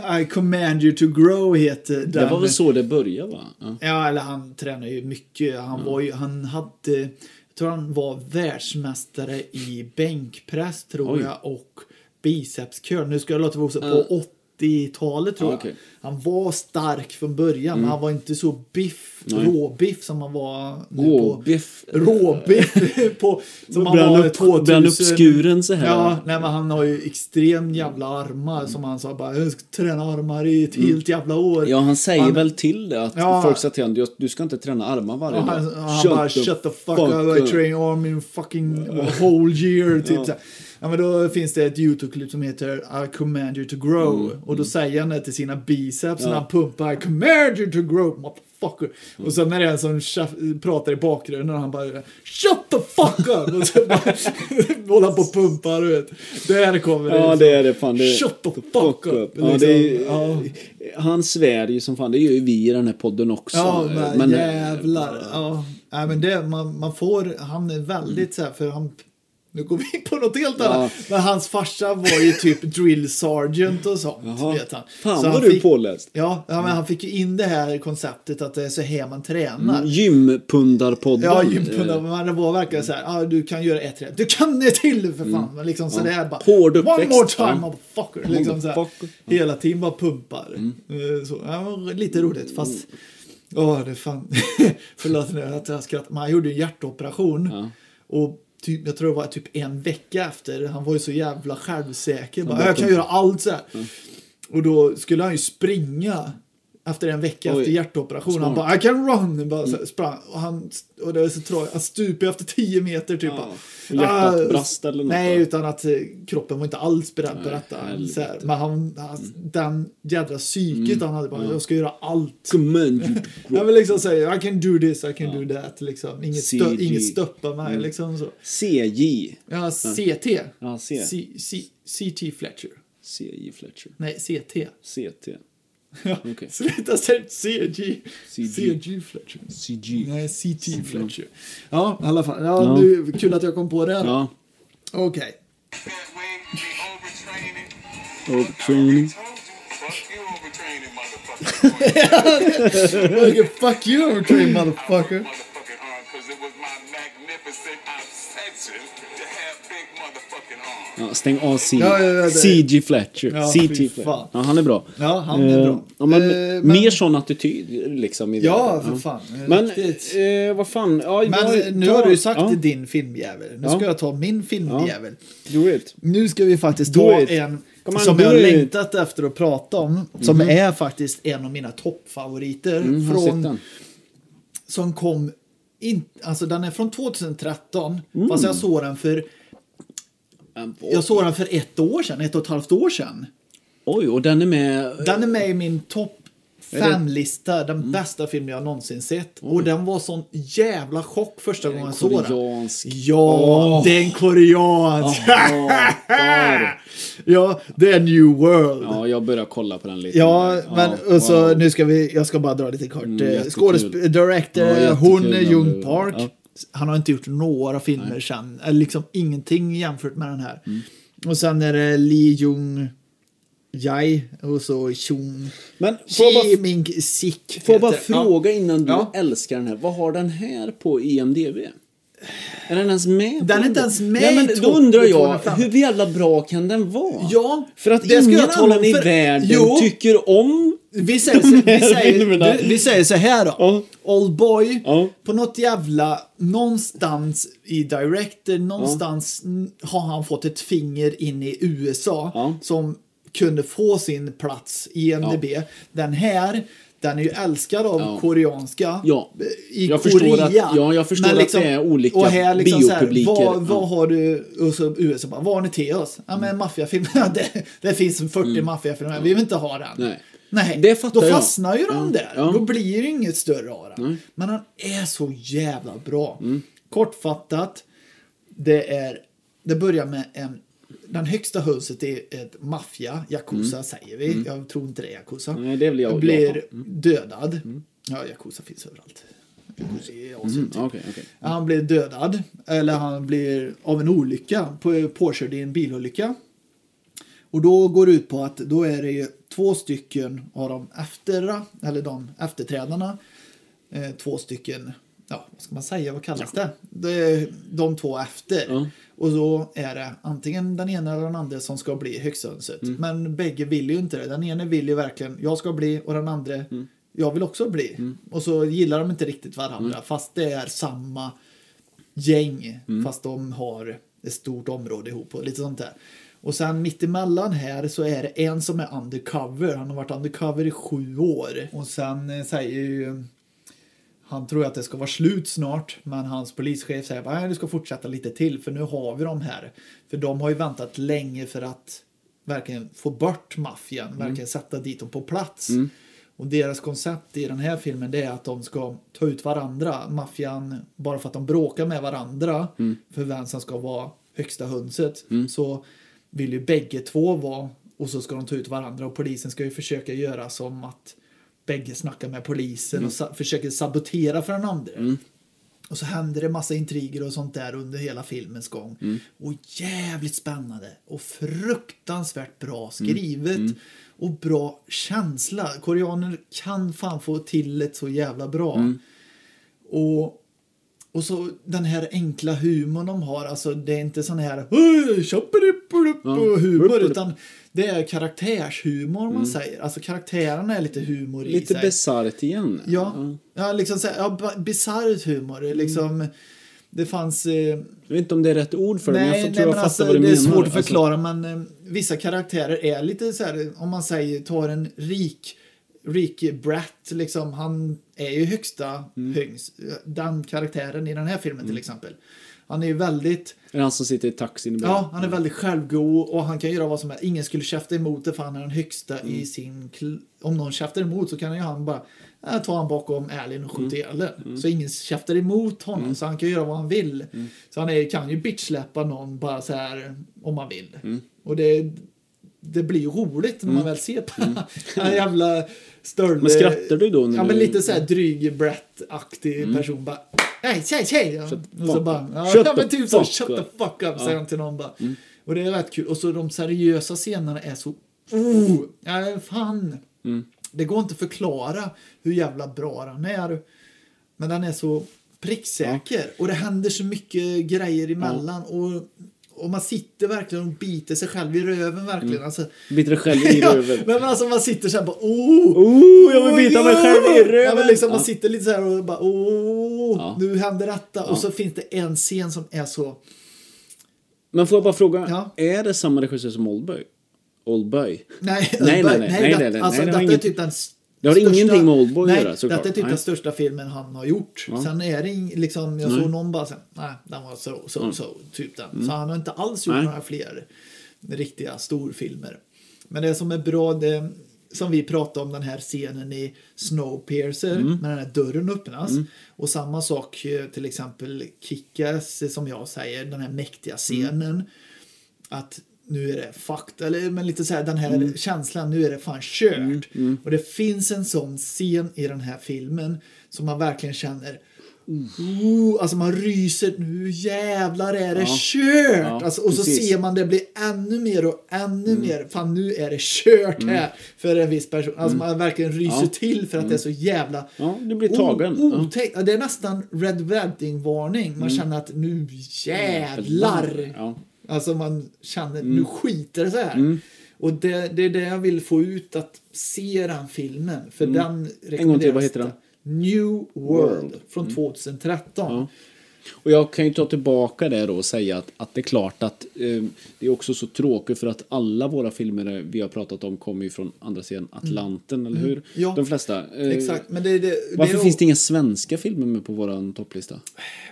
Speaker 1: en I command you to grow heter
Speaker 2: Det
Speaker 1: den-
Speaker 2: var väl så det började va? Ja.
Speaker 1: Ja, eller han tränar ju mycket. Han
Speaker 2: Mm.
Speaker 1: var ju, han hade, jag tror han var världsmästare i bänkpress tror
Speaker 2: Oj.
Speaker 1: jag och bicepskör. Nu ska jag låta vara så på 80-talet tror jag.
Speaker 2: Ja, Ah, okej. Mm.
Speaker 1: Han var stark från början, men han var inte så biff,
Speaker 2: Nej.
Speaker 1: råbiff som han var nu på...
Speaker 2: Råbiff.
Speaker 1: Råbiff på... Som han
Speaker 2: Brann
Speaker 1: var
Speaker 2: upp-
Speaker 1: 2000.
Speaker 2: brann upp skuren så här.
Speaker 1: Ja, nej men han har ju extrem jävla armar som han sa bara, jag ska träna armar i ett helt jävla år.
Speaker 2: Mm. Ja, han säger
Speaker 1: Han-
Speaker 2: väl till det att
Speaker 1: Ja.
Speaker 2: folk säger till honom, "Du- du ska inte träna armar varje
Speaker 1: Och
Speaker 2: dag.
Speaker 1: han, och han bara shut the fuck up, I train arm in fucking whole year. Typ. så här. Ja, men då finns det ett YouTube-klipp som heter I command you to grow.
Speaker 2: Mm.
Speaker 1: Och då säger han det till sina biceps när han pumpar I command you to grow. Motherfucker. Och sen är det en som tjaf- pratar i bakgrunden och han bara shut the fuck up. Och så bara håller han på och pumpar. Du vet. Där kommer det.
Speaker 2: Ja,
Speaker 1: liksom.
Speaker 2: det är det fan. Det är...
Speaker 1: Shut the fuck up.
Speaker 2: Ja, det är, ju-
Speaker 1: liksom. Ja.
Speaker 2: Han svär ju som fan, det gör ju vi i den här podden också. eh,
Speaker 1: Ja, men,
Speaker 2: Men-
Speaker 1: jävlar. Ja. Nej, men det, man, man får, han är väldigt så här, för han, nu går vi in på något helt annat. Men hans farsa var ju typ drill sergeant och sånt,
Speaker 2: Jaha.
Speaker 1: vet han.
Speaker 2: Fan
Speaker 1: så
Speaker 2: vad
Speaker 1: han
Speaker 2: du är
Speaker 1: fick-
Speaker 2: påläst.
Speaker 1: Ja, ja men han fick ju in det här konceptet att det är så här man tränar.
Speaker 2: Gympundarpodden.
Speaker 1: Ja, gympundan. Men det var verkligen så här, ah, du kan göra ett rep. Du kan det till för fan. Men liksom så det är bara,
Speaker 2: Mm. Hård
Speaker 1: one
Speaker 2: uppväxt,
Speaker 1: more time,
Speaker 2: ja.
Speaker 1: motherfucker. Liksom så här,
Speaker 2: Motherfucker. Mm.
Speaker 1: hela tiden bara pumpar. Eh, Så, ja, det var lite roligt, fast... Åh, det är fan... Förlåt nu att jag skrattar. Men han gjorde ju en hjärtoperation. Och typ, jag tror det var typ en vecka efter. Han var ju så jävla självsäker. Bara, jag kan göra allt så här. Och då skulle han ju springa efter en vecka
Speaker 2: Oj.
Speaker 1: efter hjärtoperationen. Han
Speaker 2: Smart. Mm.
Speaker 1: bara I can run! Bara så här, sprang, och, han, och det var så tråkigt. Han stupade efter 10 meter typ.
Speaker 2: Ja.
Speaker 1: bara,
Speaker 2: Och hjärtat
Speaker 1: "Ah,
Speaker 2: brast eller något,
Speaker 1: Nej,
Speaker 2: va?
Speaker 1: utan att eh, kroppen var inte alls beredd på
Speaker 2: Nej,
Speaker 1: detta.
Speaker 2: helvete. Mm.
Speaker 1: Så här, men han, han, den jädra psyket han hade bara, jag ska göra allt.
Speaker 2: Come on, you
Speaker 1: Jag vill liksom säga I can do this, I can do that. Liksom. Inget, stö,
Speaker 2: CG.
Speaker 1: inget stöppar mig liksom så.
Speaker 2: CJ.
Speaker 1: Ja, CT.
Speaker 2: Mm. Ja, C.
Speaker 1: C- C- CT Fletcher.
Speaker 2: CJ Fletcher.
Speaker 1: Nej, CT.
Speaker 2: CT.
Speaker 1: Ja,
Speaker 2: Okej.
Speaker 1: Sluta säga CG.
Speaker 2: CG.
Speaker 1: CG Fletcher.
Speaker 2: CG.
Speaker 1: Nej, CT Fletcher. Ja, i alla fall. Ja,
Speaker 2: Ja.
Speaker 1: Du, kul att jag kom på det. här.
Speaker 2: Ja,
Speaker 1: Okej.
Speaker 3: that way, they overtraining.
Speaker 2: overtraining.
Speaker 3: I told you, fuck you overtraining, motherfucker.
Speaker 1: Like, fuck you, overtrain motherfucker.
Speaker 3: motherfucking arm, because it was my magnificent obsession to have big motherfucking arms.
Speaker 2: Ja, stäng av C.
Speaker 1: Ja, ja, ja, det-
Speaker 2: CG Fletcher.
Speaker 1: Ja,
Speaker 2: CT
Speaker 1: fy
Speaker 2: Fletcher.
Speaker 1: fan.
Speaker 2: Ja, han är bra.
Speaker 1: Ja, han är
Speaker 2: Eh,
Speaker 1: bra.
Speaker 2: Ja, men,
Speaker 1: Eh, men-
Speaker 2: Mer sån attityd liksom i
Speaker 1: Ja,
Speaker 2: världen.
Speaker 1: för fan.
Speaker 2: Men
Speaker 1: Riktigt.
Speaker 2: eh, vad fan. Ja,
Speaker 1: Men
Speaker 2: vad-
Speaker 1: nu
Speaker 2: ta-
Speaker 1: har du ju sagt
Speaker 2: ja,
Speaker 1: din filmjävel. Nu
Speaker 2: Ja.
Speaker 1: ska jag ta min filmjävel.
Speaker 2: Do it.
Speaker 1: Nu ska vi faktiskt
Speaker 2: Do
Speaker 1: ta
Speaker 2: it.
Speaker 1: en
Speaker 2: Come on,
Speaker 1: som
Speaker 2: do
Speaker 1: jag har
Speaker 2: it.
Speaker 1: längtat efter att prata om. Som är faktiskt en av mina toppfavoriter.
Speaker 2: Mm, har sett
Speaker 1: från,
Speaker 2: den.
Speaker 1: som kom, in, alltså den är från 2013. Fast jag såg den för jag såg den för ett år sedan, ett och ett halvt år sedan.
Speaker 2: Oj, och den är med...
Speaker 1: Den är med i min topp femlista,
Speaker 2: Mm.
Speaker 1: den bästa film jag någonsin sett. Och den var sån jävla chock första gången jag såg den.
Speaker 2: koreansk?
Speaker 1: Ja,
Speaker 2: Åh.
Speaker 1: det är en koreansk!
Speaker 2: Ja, där.
Speaker 1: ja, det är New World.
Speaker 2: ja, jag börjar kolla på den lite.
Speaker 1: Ja, men och så,
Speaker 2: wow.
Speaker 1: nu ska vi, jag ska bara dra lite kort. Mm,
Speaker 2: jättekul.
Speaker 1: Skådespelare, director,
Speaker 2: Ja, jättekul
Speaker 1: hon är
Speaker 2: namn.
Speaker 1: Jung Park.
Speaker 2: Ja.
Speaker 1: Han har inte gjort några filmer sen, eller liksom ingenting jämfört med den här.
Speaker 2: Mm.
Speaker 1: Och sen är det Lee Jung Jai och så Chung.
Speaker 2: Men får jag
Speaker 1: Chi
Speaker 2: bara,
Speaker 1: Ming Sik.
Speaker 2: får jag bara
Speaker 1: heter- ja.
Speaker 2: fråga innan du
Speaker 1: Ja.
Speaker 2: älskar den här. Vad har den här på IMDB? Är den ens med? på
Speaker 1: Den är inte ens med
Speaker 2: Nej,
Speaker 1: i
Speaker 2: men då
Speaker 1: topp
Speaker 2: undrar jag,
Speaker 1: 205.
Speaker 2: hur jävla bra kan den vara?
Speaker 1: Ja,
Speaker 2: För att
Speaker 1: det ska jag
Speaker 2: ingen
Speaker 1: tala om
Speaker 2: annan i
Speaker 1: för-
Speaker 2: världen
Speaker 1: Jo.
Speaker 2: tycker om...
Speaker 1: Vi säger, så, vi,
Speaker 2: här filmerna.
Speaker 1: säger, du, vi säger så här då.
Speaker 2: Ja.
Speaker 1: Oldboy,
Speaker 2: Ja.
Speaker 1: på något jävla, någonstans i Director, någonstans n- har han fått ett finger in i USA
Speaker 2: Ja.
Speaker 1: som kunde få sin plats i IMDB. Den här, den är ju älskad av
Speaker 2: Ja.
Speaker 1: koreanska eh,
Speaker 2: Ja.
Speaker 1: i
Speaker 2: Jag
Speaker 1: Korea.
Speaker 2: förstår att- ja, jag förstår
Speaker 1: Men liksom-
Speaker 2: att det är olika
Speaker 1: och här liksom så här,
Speaker 2: biopubliker.
Speaker 1: Vad, vad
Speaker 2: Ja. Mm.
Speaker 1: har du, och så USA bara, vad har ni till oss? Ja men maffiafilmerna, det, det finns 40 maffiafilmer, vi vill inte ha den.
Speaker 2: Nej.
Speaker 1: Nej,
Speaker 2: Det fattar
Speaker 1: då
Speaker 2: jag.
Speaker 1: fastnar ju de där.
Speaker 2: ja.
Speaker 1: Då blir det inget större av den. Men han är så jävla bra.
Speaker 2: Mm.
Speaker 1: Kortfattat, det är... Det börjar med en... Den högsta huset är ett maffia, yakuza säger vi. Jag tror inte det är yakuza.
Speaker 2: Mm. Nej, det är väl jag- Mm.
Speaker 1: blir dödad. Ja, yakuza finns överallt. Det är asigt.
Speaker 2: Mm, okej, okej.
Speaker 1: Han blir dödad, eller han blir av en olycka, på- påkörd i en bilolycka. Och då går det ut på att då är det ju två stycken av de efter, eller de efterträdarna. Eh, två stycken, ja vad ska man säga, vad kallas det? det är de två efter.
Speaker 2: Ja.
Speaker 1: Och så är det antingen den ena eller den andra som ska bli högstönset. Men bägge vill ju inte det. Den ene vill ju verkligen, jag ska bli och den andra, jag vill också bli. Och så gillar de inte riktigt varandra fast det är samma gäng fast de har ett stort område ihop och lite sånt där. Och sen mittemellan här så är det en som är undercover. Han har varit undercover i sju år. Och sen eh, säger ju han tror att det ska vara slut snart, men hans polischef säger att du ska fortsätta lite till för nu har vi dem här. För de har ju väntat länge för att verkligen få bort maffian, verkligen sätta dit dem på plats. Och deras koncept i den här filmen det är att de ska ta ut varandra, maffian, bara för att de bråkar med varandra för vem som ska vara högsta hönset. Så vill ju bägge två vara och så ska de ta ut varandra och polisen ska ju försöka göra som att bägge snackar med polisen och sa- försöker sabotera för den andra. Och så händer det massa intriger och sånt där under hela filmens gång. Och jävligt spännande och fruktansvärt bra skrivet. Och bra känsla. Koreaner kan fan få till det så jävla bra. Och och så den här enkla humorn de har, alltså det är inte sån här "Hej, tjappadippadipp" och humor
Speaker 2: Blupp,
Speaker 1: utan det är karaktärshumor man säger. Alltså karaktärerna är lite humor i
Speaker 2: Mm. Lite
Speaker 1: sig.
Speaker 2: bisarrt igen.
Speaker 1: Ja, ja liksom så här, ja, ba- bisarrt humor.
Speaker 2: Mm.
Speaker 1: Det är Liksom, det fanns... Eh,
Speaker 2: Jag vet inte om det är rätt ord för det, men
Speaker 1: nej,
Speaker 2: jag
Speaker 1: nej
Speaker 2: tror jag
Speaker 1: men
Speaker 2: fattar
Speaker 1: alltså,
Speaker 2: vad du
Speaker 1: det är
Speaker 2: menar.
Speaker 1: svårt att
Speaker 2: Alltså,
Speaker 1: förklara men eh, vissa karaktärer är lite så här, om man säger, tar en rik Ricky Bratt, liksom, han är ju högsta
Speaker 2: Mm.
Speaker 1: höns. Den karaktären i den här filmen till exempel. Han är ju väldigt,
Speaker 2: Är det han som sitter i taxin i början?
Speaker 1: ja, han är väldigt självgod och han kan göra vad som helst. Ingen skulle käfta emot det för han är den högsta
Speaker 2: Mm.
Speaker 1: i sin... kl- Om någon käftar emot så kan ju han bara äh, ta han bakom älgen och
Speaker 2: Mm.
Speaker 1: skjuta ihjäl den. Så ingen käftar emot honom så han kan göra vad han vill.
Speaker 2: Mm.
Speaker 1: Så han är, kan ju bitchsläppa någon bara så här om man vill.
Speaker 2: Mm.
Speaker 1: Och det, det blir ju roligt när man väl ser på den här jävla större...
Speaker 2: Mm. Men skrattar du då när
Speaker 1: Ja men
Speaker 2: du- Mm.
Speaker 1: lite så här dryg Brett-aktig person bara Nej, tjej, tjej! Ja,
Speaker 2: Shut the
Speaker 1: och så
Speaker 2: fuck
Speaker 1: bara,
Speaker 2: up.
Speaker 1: ja,
Speaker 2: Shut
Speaker 1: ja, men
Speaker 2: the
Speaker 1: typ så,
Speaker 2: fuck
Speaker 1: shut the
Speaker 2: up.
Speaker 1: fuck up, säger han till någon bara. Och det är rätt kul. Och så de seriösa scenerna är så... Oh, ja, fan! Det går inte att förklara hur jävla bra den är. Men den är så pricksäker. Och det händer så mycket grejer emellan. Och, och man sitter verkligen och biter sig själv i röven verkligen. Alltså,
Speaker 2: Biter dig själv i
Speaker 1: Ja,
Speaker 2: röven.
Speaker 1: men men alltså man sitter så här bara oh,
Speaker 2: Oh, jag vill bita
Speaker 1: oh,
Speaker 2: mig
Speaker 1: ja.
Speaker 2: själv i röven.
Speaker 1: Ja, men liksom, man
Speaker 2: Ja.
Speaker 1: sitter lite så här och bara oh,
Speaker 2: Ja.
Speaker 1: nu händer detta. Och så finns det en scen som är så...
Speaker 2: Men får jag bara fråga,
Speaker 1: Ja.
Speaker 2: är det samma regissör som Oldboy? Oldboy?
Speaker 1: Nej,
Speaker 2: nej, nej,
Speaker 1: Ulberg,
Speaker 2: nej, nej, nej, nej,
Speaker 1: alltså,
Speaker 2: det har
Speaker 1: detta
Speaker 2: inget-
Speaker 1: är typ den s-
Speaker 2: Det har
Speaker 1: största-
Speaker 2: ingenting med Oldboy att
Speaker 1: nej,
Speaker 2: göra, såklart.
Speaker 1: Detta är typ
Speaker 2: Nej.
Speaker 1: den största filmen han har gjort. Sen är det ing- liksom, jag såg någon bara sen, nej, den var så, så, så, typ den. Så han har inte alls gjort
Speaker 2: Mm. Nej.
Speaker 1: några fler riktiga storfilmer. Men det som är bra, det, som vi pratade om den här scenen i Snowpiercer,
Speaker 2: Mm.
Speaker 1: när den här dörren öppnas. Och samma sak eh, till exempel Kickass, som jag säger, den här mäktiga scenen
Speaker 2: Mm.
Speaker 1: att nu är det fucked, eller men lite så här den här
Speaker 2: Mm.
Speaker 1: känslan, nu är det fan kört. Och det finns en sån scen i den här filmen som man verkligen känner Oh, alltså man ryser, nu jävlar är det kört!
Speaker 2: Ja,
Speaker 1: alltså, och så
Speaker 2: precis. Mm.
Speaker 1: ser man det bli ännu mer och ännu mer, fan nu är det kört här för en viss person. Alltså man verkligen ryser
Speaker 2: Mm. Ja. Mm.
Speaker 1: till för att det är så jävla
Speaker 2: Ja, du blir tagen.
Speaker 1: O-
Speaker 2: Ja. Mm.
Speaker 1: otäckt. Ja. Det är nästan Red Wedding-varning, man känner att nu jävlar!
Speaker 2: Ja.
Speaker 1: Alltså man känner,
Speaker 2: Mm.
Speaker 1: nu skiter det så här. Och det, det är det jag vill få ut, att se den filmen. För
Speaker 2: Mm.
Speaker 1: den rekommenderas.
Speaker 2: vad heter den?
Speaker 1: New World,
Speaker 2: World. Mm.
Speaker 1: från 2013.
Speaker 2: Ja. Och jag kan ju ta tillbaka det då och säga att, att det är klart att eh, det är också så tråkigt för att alla våra filmer vi har pratat om kommer ju från andra sidan Atlanten, eller hur?
Speaker 1: Mm. Ja.
Speaker 2: De flesta. Eh,
Speaker 1: Exakt, men det, det,
Speaker 2: Varför
Speaker 1: det är
Speaker 2: finns det inga svenska filmer med på våran topplista?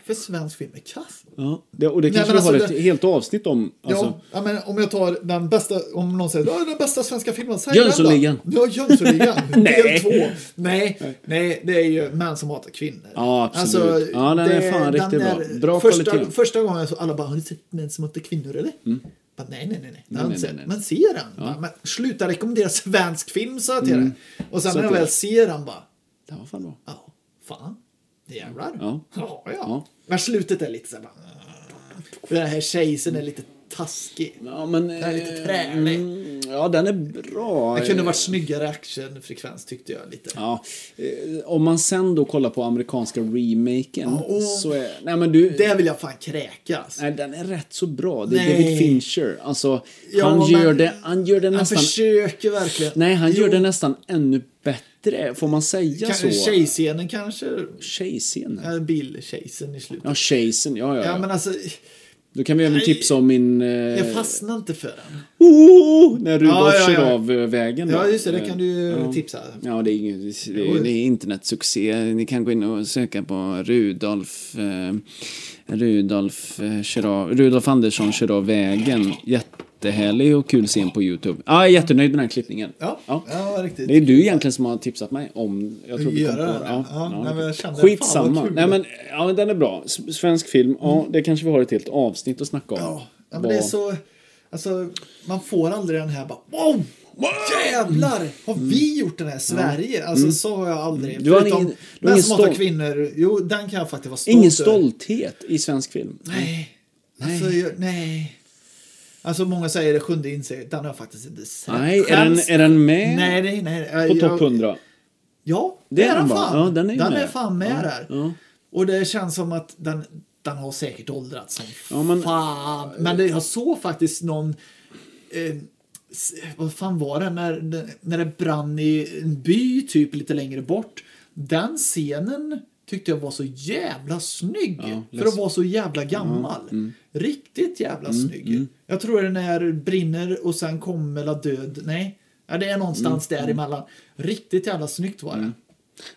Speaker 1: för svensk film är kass.
Speaker 2: Ja. Det, och det
Speaker 1: Nej,
Speaker 2: kanske
Speaker 1: men
Speaker 2: vi har
Speaker 1: alltså
Speaker 2: ett helt avsnitt om. Alltså,
Speaker 1: Ja, ja, men om jag tar den bästa, om någon säger "Ja, den bästa svenska filmen, säg
Speaker 2: Jönssonligan.
Speaker 1: den då." Ja, Jönssonligan. Del
Speaker 2: Nej.
Speaker 1: två. Nej, nej, det är ju män som hatar kvinnor. Alltså,
Speaker 2: Ja, absolut. Ja, den är fan riktigt bra. Bra
Speaker 1: första,
Speaker 2: kvalitet. Mm.
Speaker 1: första gången så alla bara, har du sett män som hatar kvinnor eller? Bara, nej, nej, nej, nej. Det har jag
Speaker 2: nej,
Speaker 1: inte
Speaker 2: nej,
Speaker 1: sett.
Speaker 2: nej.
Speaker 1: Man ser den. Bara, Men sluta rekommendera svensk film, sa jag till dig. Och sen
Speaker 2: Mm. Så
Speaker 1: när jag
Speaker 2: till
Speaker 1: väl
Speaker 2: dig.
Speaker 1: ser den bara,
Speaker 2: det var fan bra.
Speaker 1: ja, fan. Det jävlar.
Speaker 2: Ja.
Speaker 1: ja. ja.
Speaker 2: Ja.
Speaker 1: Men slutet är lite så här bara... För den här kejsaren är lite taskig.
Speaker 2: Ja, men...
Speaker 1: Den är lite
Speaker 2: eh,
Speaker 1: trälig.
Speaker 2: mm, Ja, den är bra.
Speaker 1: Det kunde varit snyggare actionfrekvens tyckte jag lite.
Speaker 2: Ja, eh, om man sen då kollar på amerikanska remaken
Speaker 1: åh.
Speaker 2: så är... Nej, men du...
Speaker 1: Det vill jag fan kräkas.
Speaker 2: Nej, den är rätt så bra. Det är
Speaker 1: Nej.
Speaker 2: David Fincher. Alltså,
Speaker 1: Ja,
Speaker 2: han,
Speaker 1: men-
Speaker 2: gör det, han gör det
Speaker 1: Han
Speaker 2: nästan...
Speaker 1: försöker verkligen.
Speaker 2: Nej, han
Speaker 1: Jo,
Speaker 2: gör det nästan ännu bättre. Får man säga
Speaker 1: kan-
Speaker 2: så?
Speaker 1: Tjejscenen kanske.
Speaker 2: Tjejscenen?
Speaker 1: Ja, Bill-tjejsen i slutet.
Speaker 2: Ja, tjejsen. Ja, ja,
Speaker 1: Ja,
Speaker 2: ja.
Speaker 1: men alltså,
Speaker 2: Då kan vi även
Speaker 1: Nej.
Speaker 2: tipsa om min... Eh...
Speaker 1: jag fastnar inte för den.
Speaker 2: Oh, när Rudolf
Speaker 1: Ja, ja, ja.
Speaker 2: kör av eh, vägen. då. Eh,
Speaker 1: Ja, just det. Det kan du ju
Speaker 2: Ja.
Speaker 1: tipsa.
Speaker 2: Ja, det är, ingen, det,
Speaker 1: Jo.
Speaker 2: är, det är internetsuccé. Ni kan gå in och söka på Rudolf... Eh, Rudolf, eh, kör av, Rudolf Andersson kör av vägen. Jättehärlig och kul scen på Youtube. Ah, jag är jättenöjd med den här klippningen.
Speaker 1: Ja, ja.
Speaker 2: Ja.
Speaker 1: riktigt.
Speaker 2: Det är du egentligen som har tipsat mig om... Jag tror vi kom på
Speaker 1: Göra
Speaker 2: det.
Speaker 1: den,
Speaker 2: Ja,
Speaker 1: ja. Ja, nej, men jag kände, fan,
Speaker 2: Skitsamma.
Speaker 1: vad kul. Mm.
Speaker 2: Nej, men, ja, men den är bra. S- Svensk film. Ja, det kanske vi har ett helt avsnitt att snacka om.
Speaker 1: Ja, ja men det är
Speaker 2: Vad-
Speaker 1: så... Alltså, man får aldrig den här bara wow! Jävlar!
Speaker 2: Mm.
Speaker 1: Har vi gjort den här Sverige? Alltså så har jag aldrig.
Speaker 2: Du har
Speaker 1: Förutom
Speaker 2: ingen- du har
Speaker 1: Män
Speaker 2: ingen
Speaker 1: som hatar
Speaker 2: stolt-
Speaker 1: kvinnor. Jo, den kan jag faktiskt vara stolt
Speaker 2: Ingen
Speaker 1: över.
Speaker 2: stolthet i svensk film.
Speaker 1: Nej. Alltså, jag, nej. Alltså många säger det sjunde insikten, den har jag faktiskt inte sett.
Speaker 2: Nej, är den,
Speaker 1: Skäms.
Speaker 2: är den med
Speaker 1: Nej, nej, nej. Äh,
Speaker 2: på
Speaker 1: jag-
Speaker 2: topp 100?
Speaker 1: Ja, det
Speaker 2: Det är
Speaker 1: är den
Speaker 2: den bara.
Speaker 1: fan.
Speaker 2: Ja, den är ju med.
Speaker 1: fan med
Speaker 2: Ja,
Speaker 1: där.
Speaker 2: ja.
Speaker 1: Och det känns som att den, den har säkert åldrats som
Speaker 2: Ja, men-
Speaker 1: fan. Men det, jag såg faktiskt någon... Eh, s- vad fan var det? När, när det brann i en by typ lite längre bort. Den scenen tyckte jag var så jävla snygg. för att vara så jävla gammal. Mm, Riktigt jävla snygg. Jag tror den är brinner och sen kommer la död. Nej. Ja, det är någonstans däremellan. Riktigt jävla snyggt var det.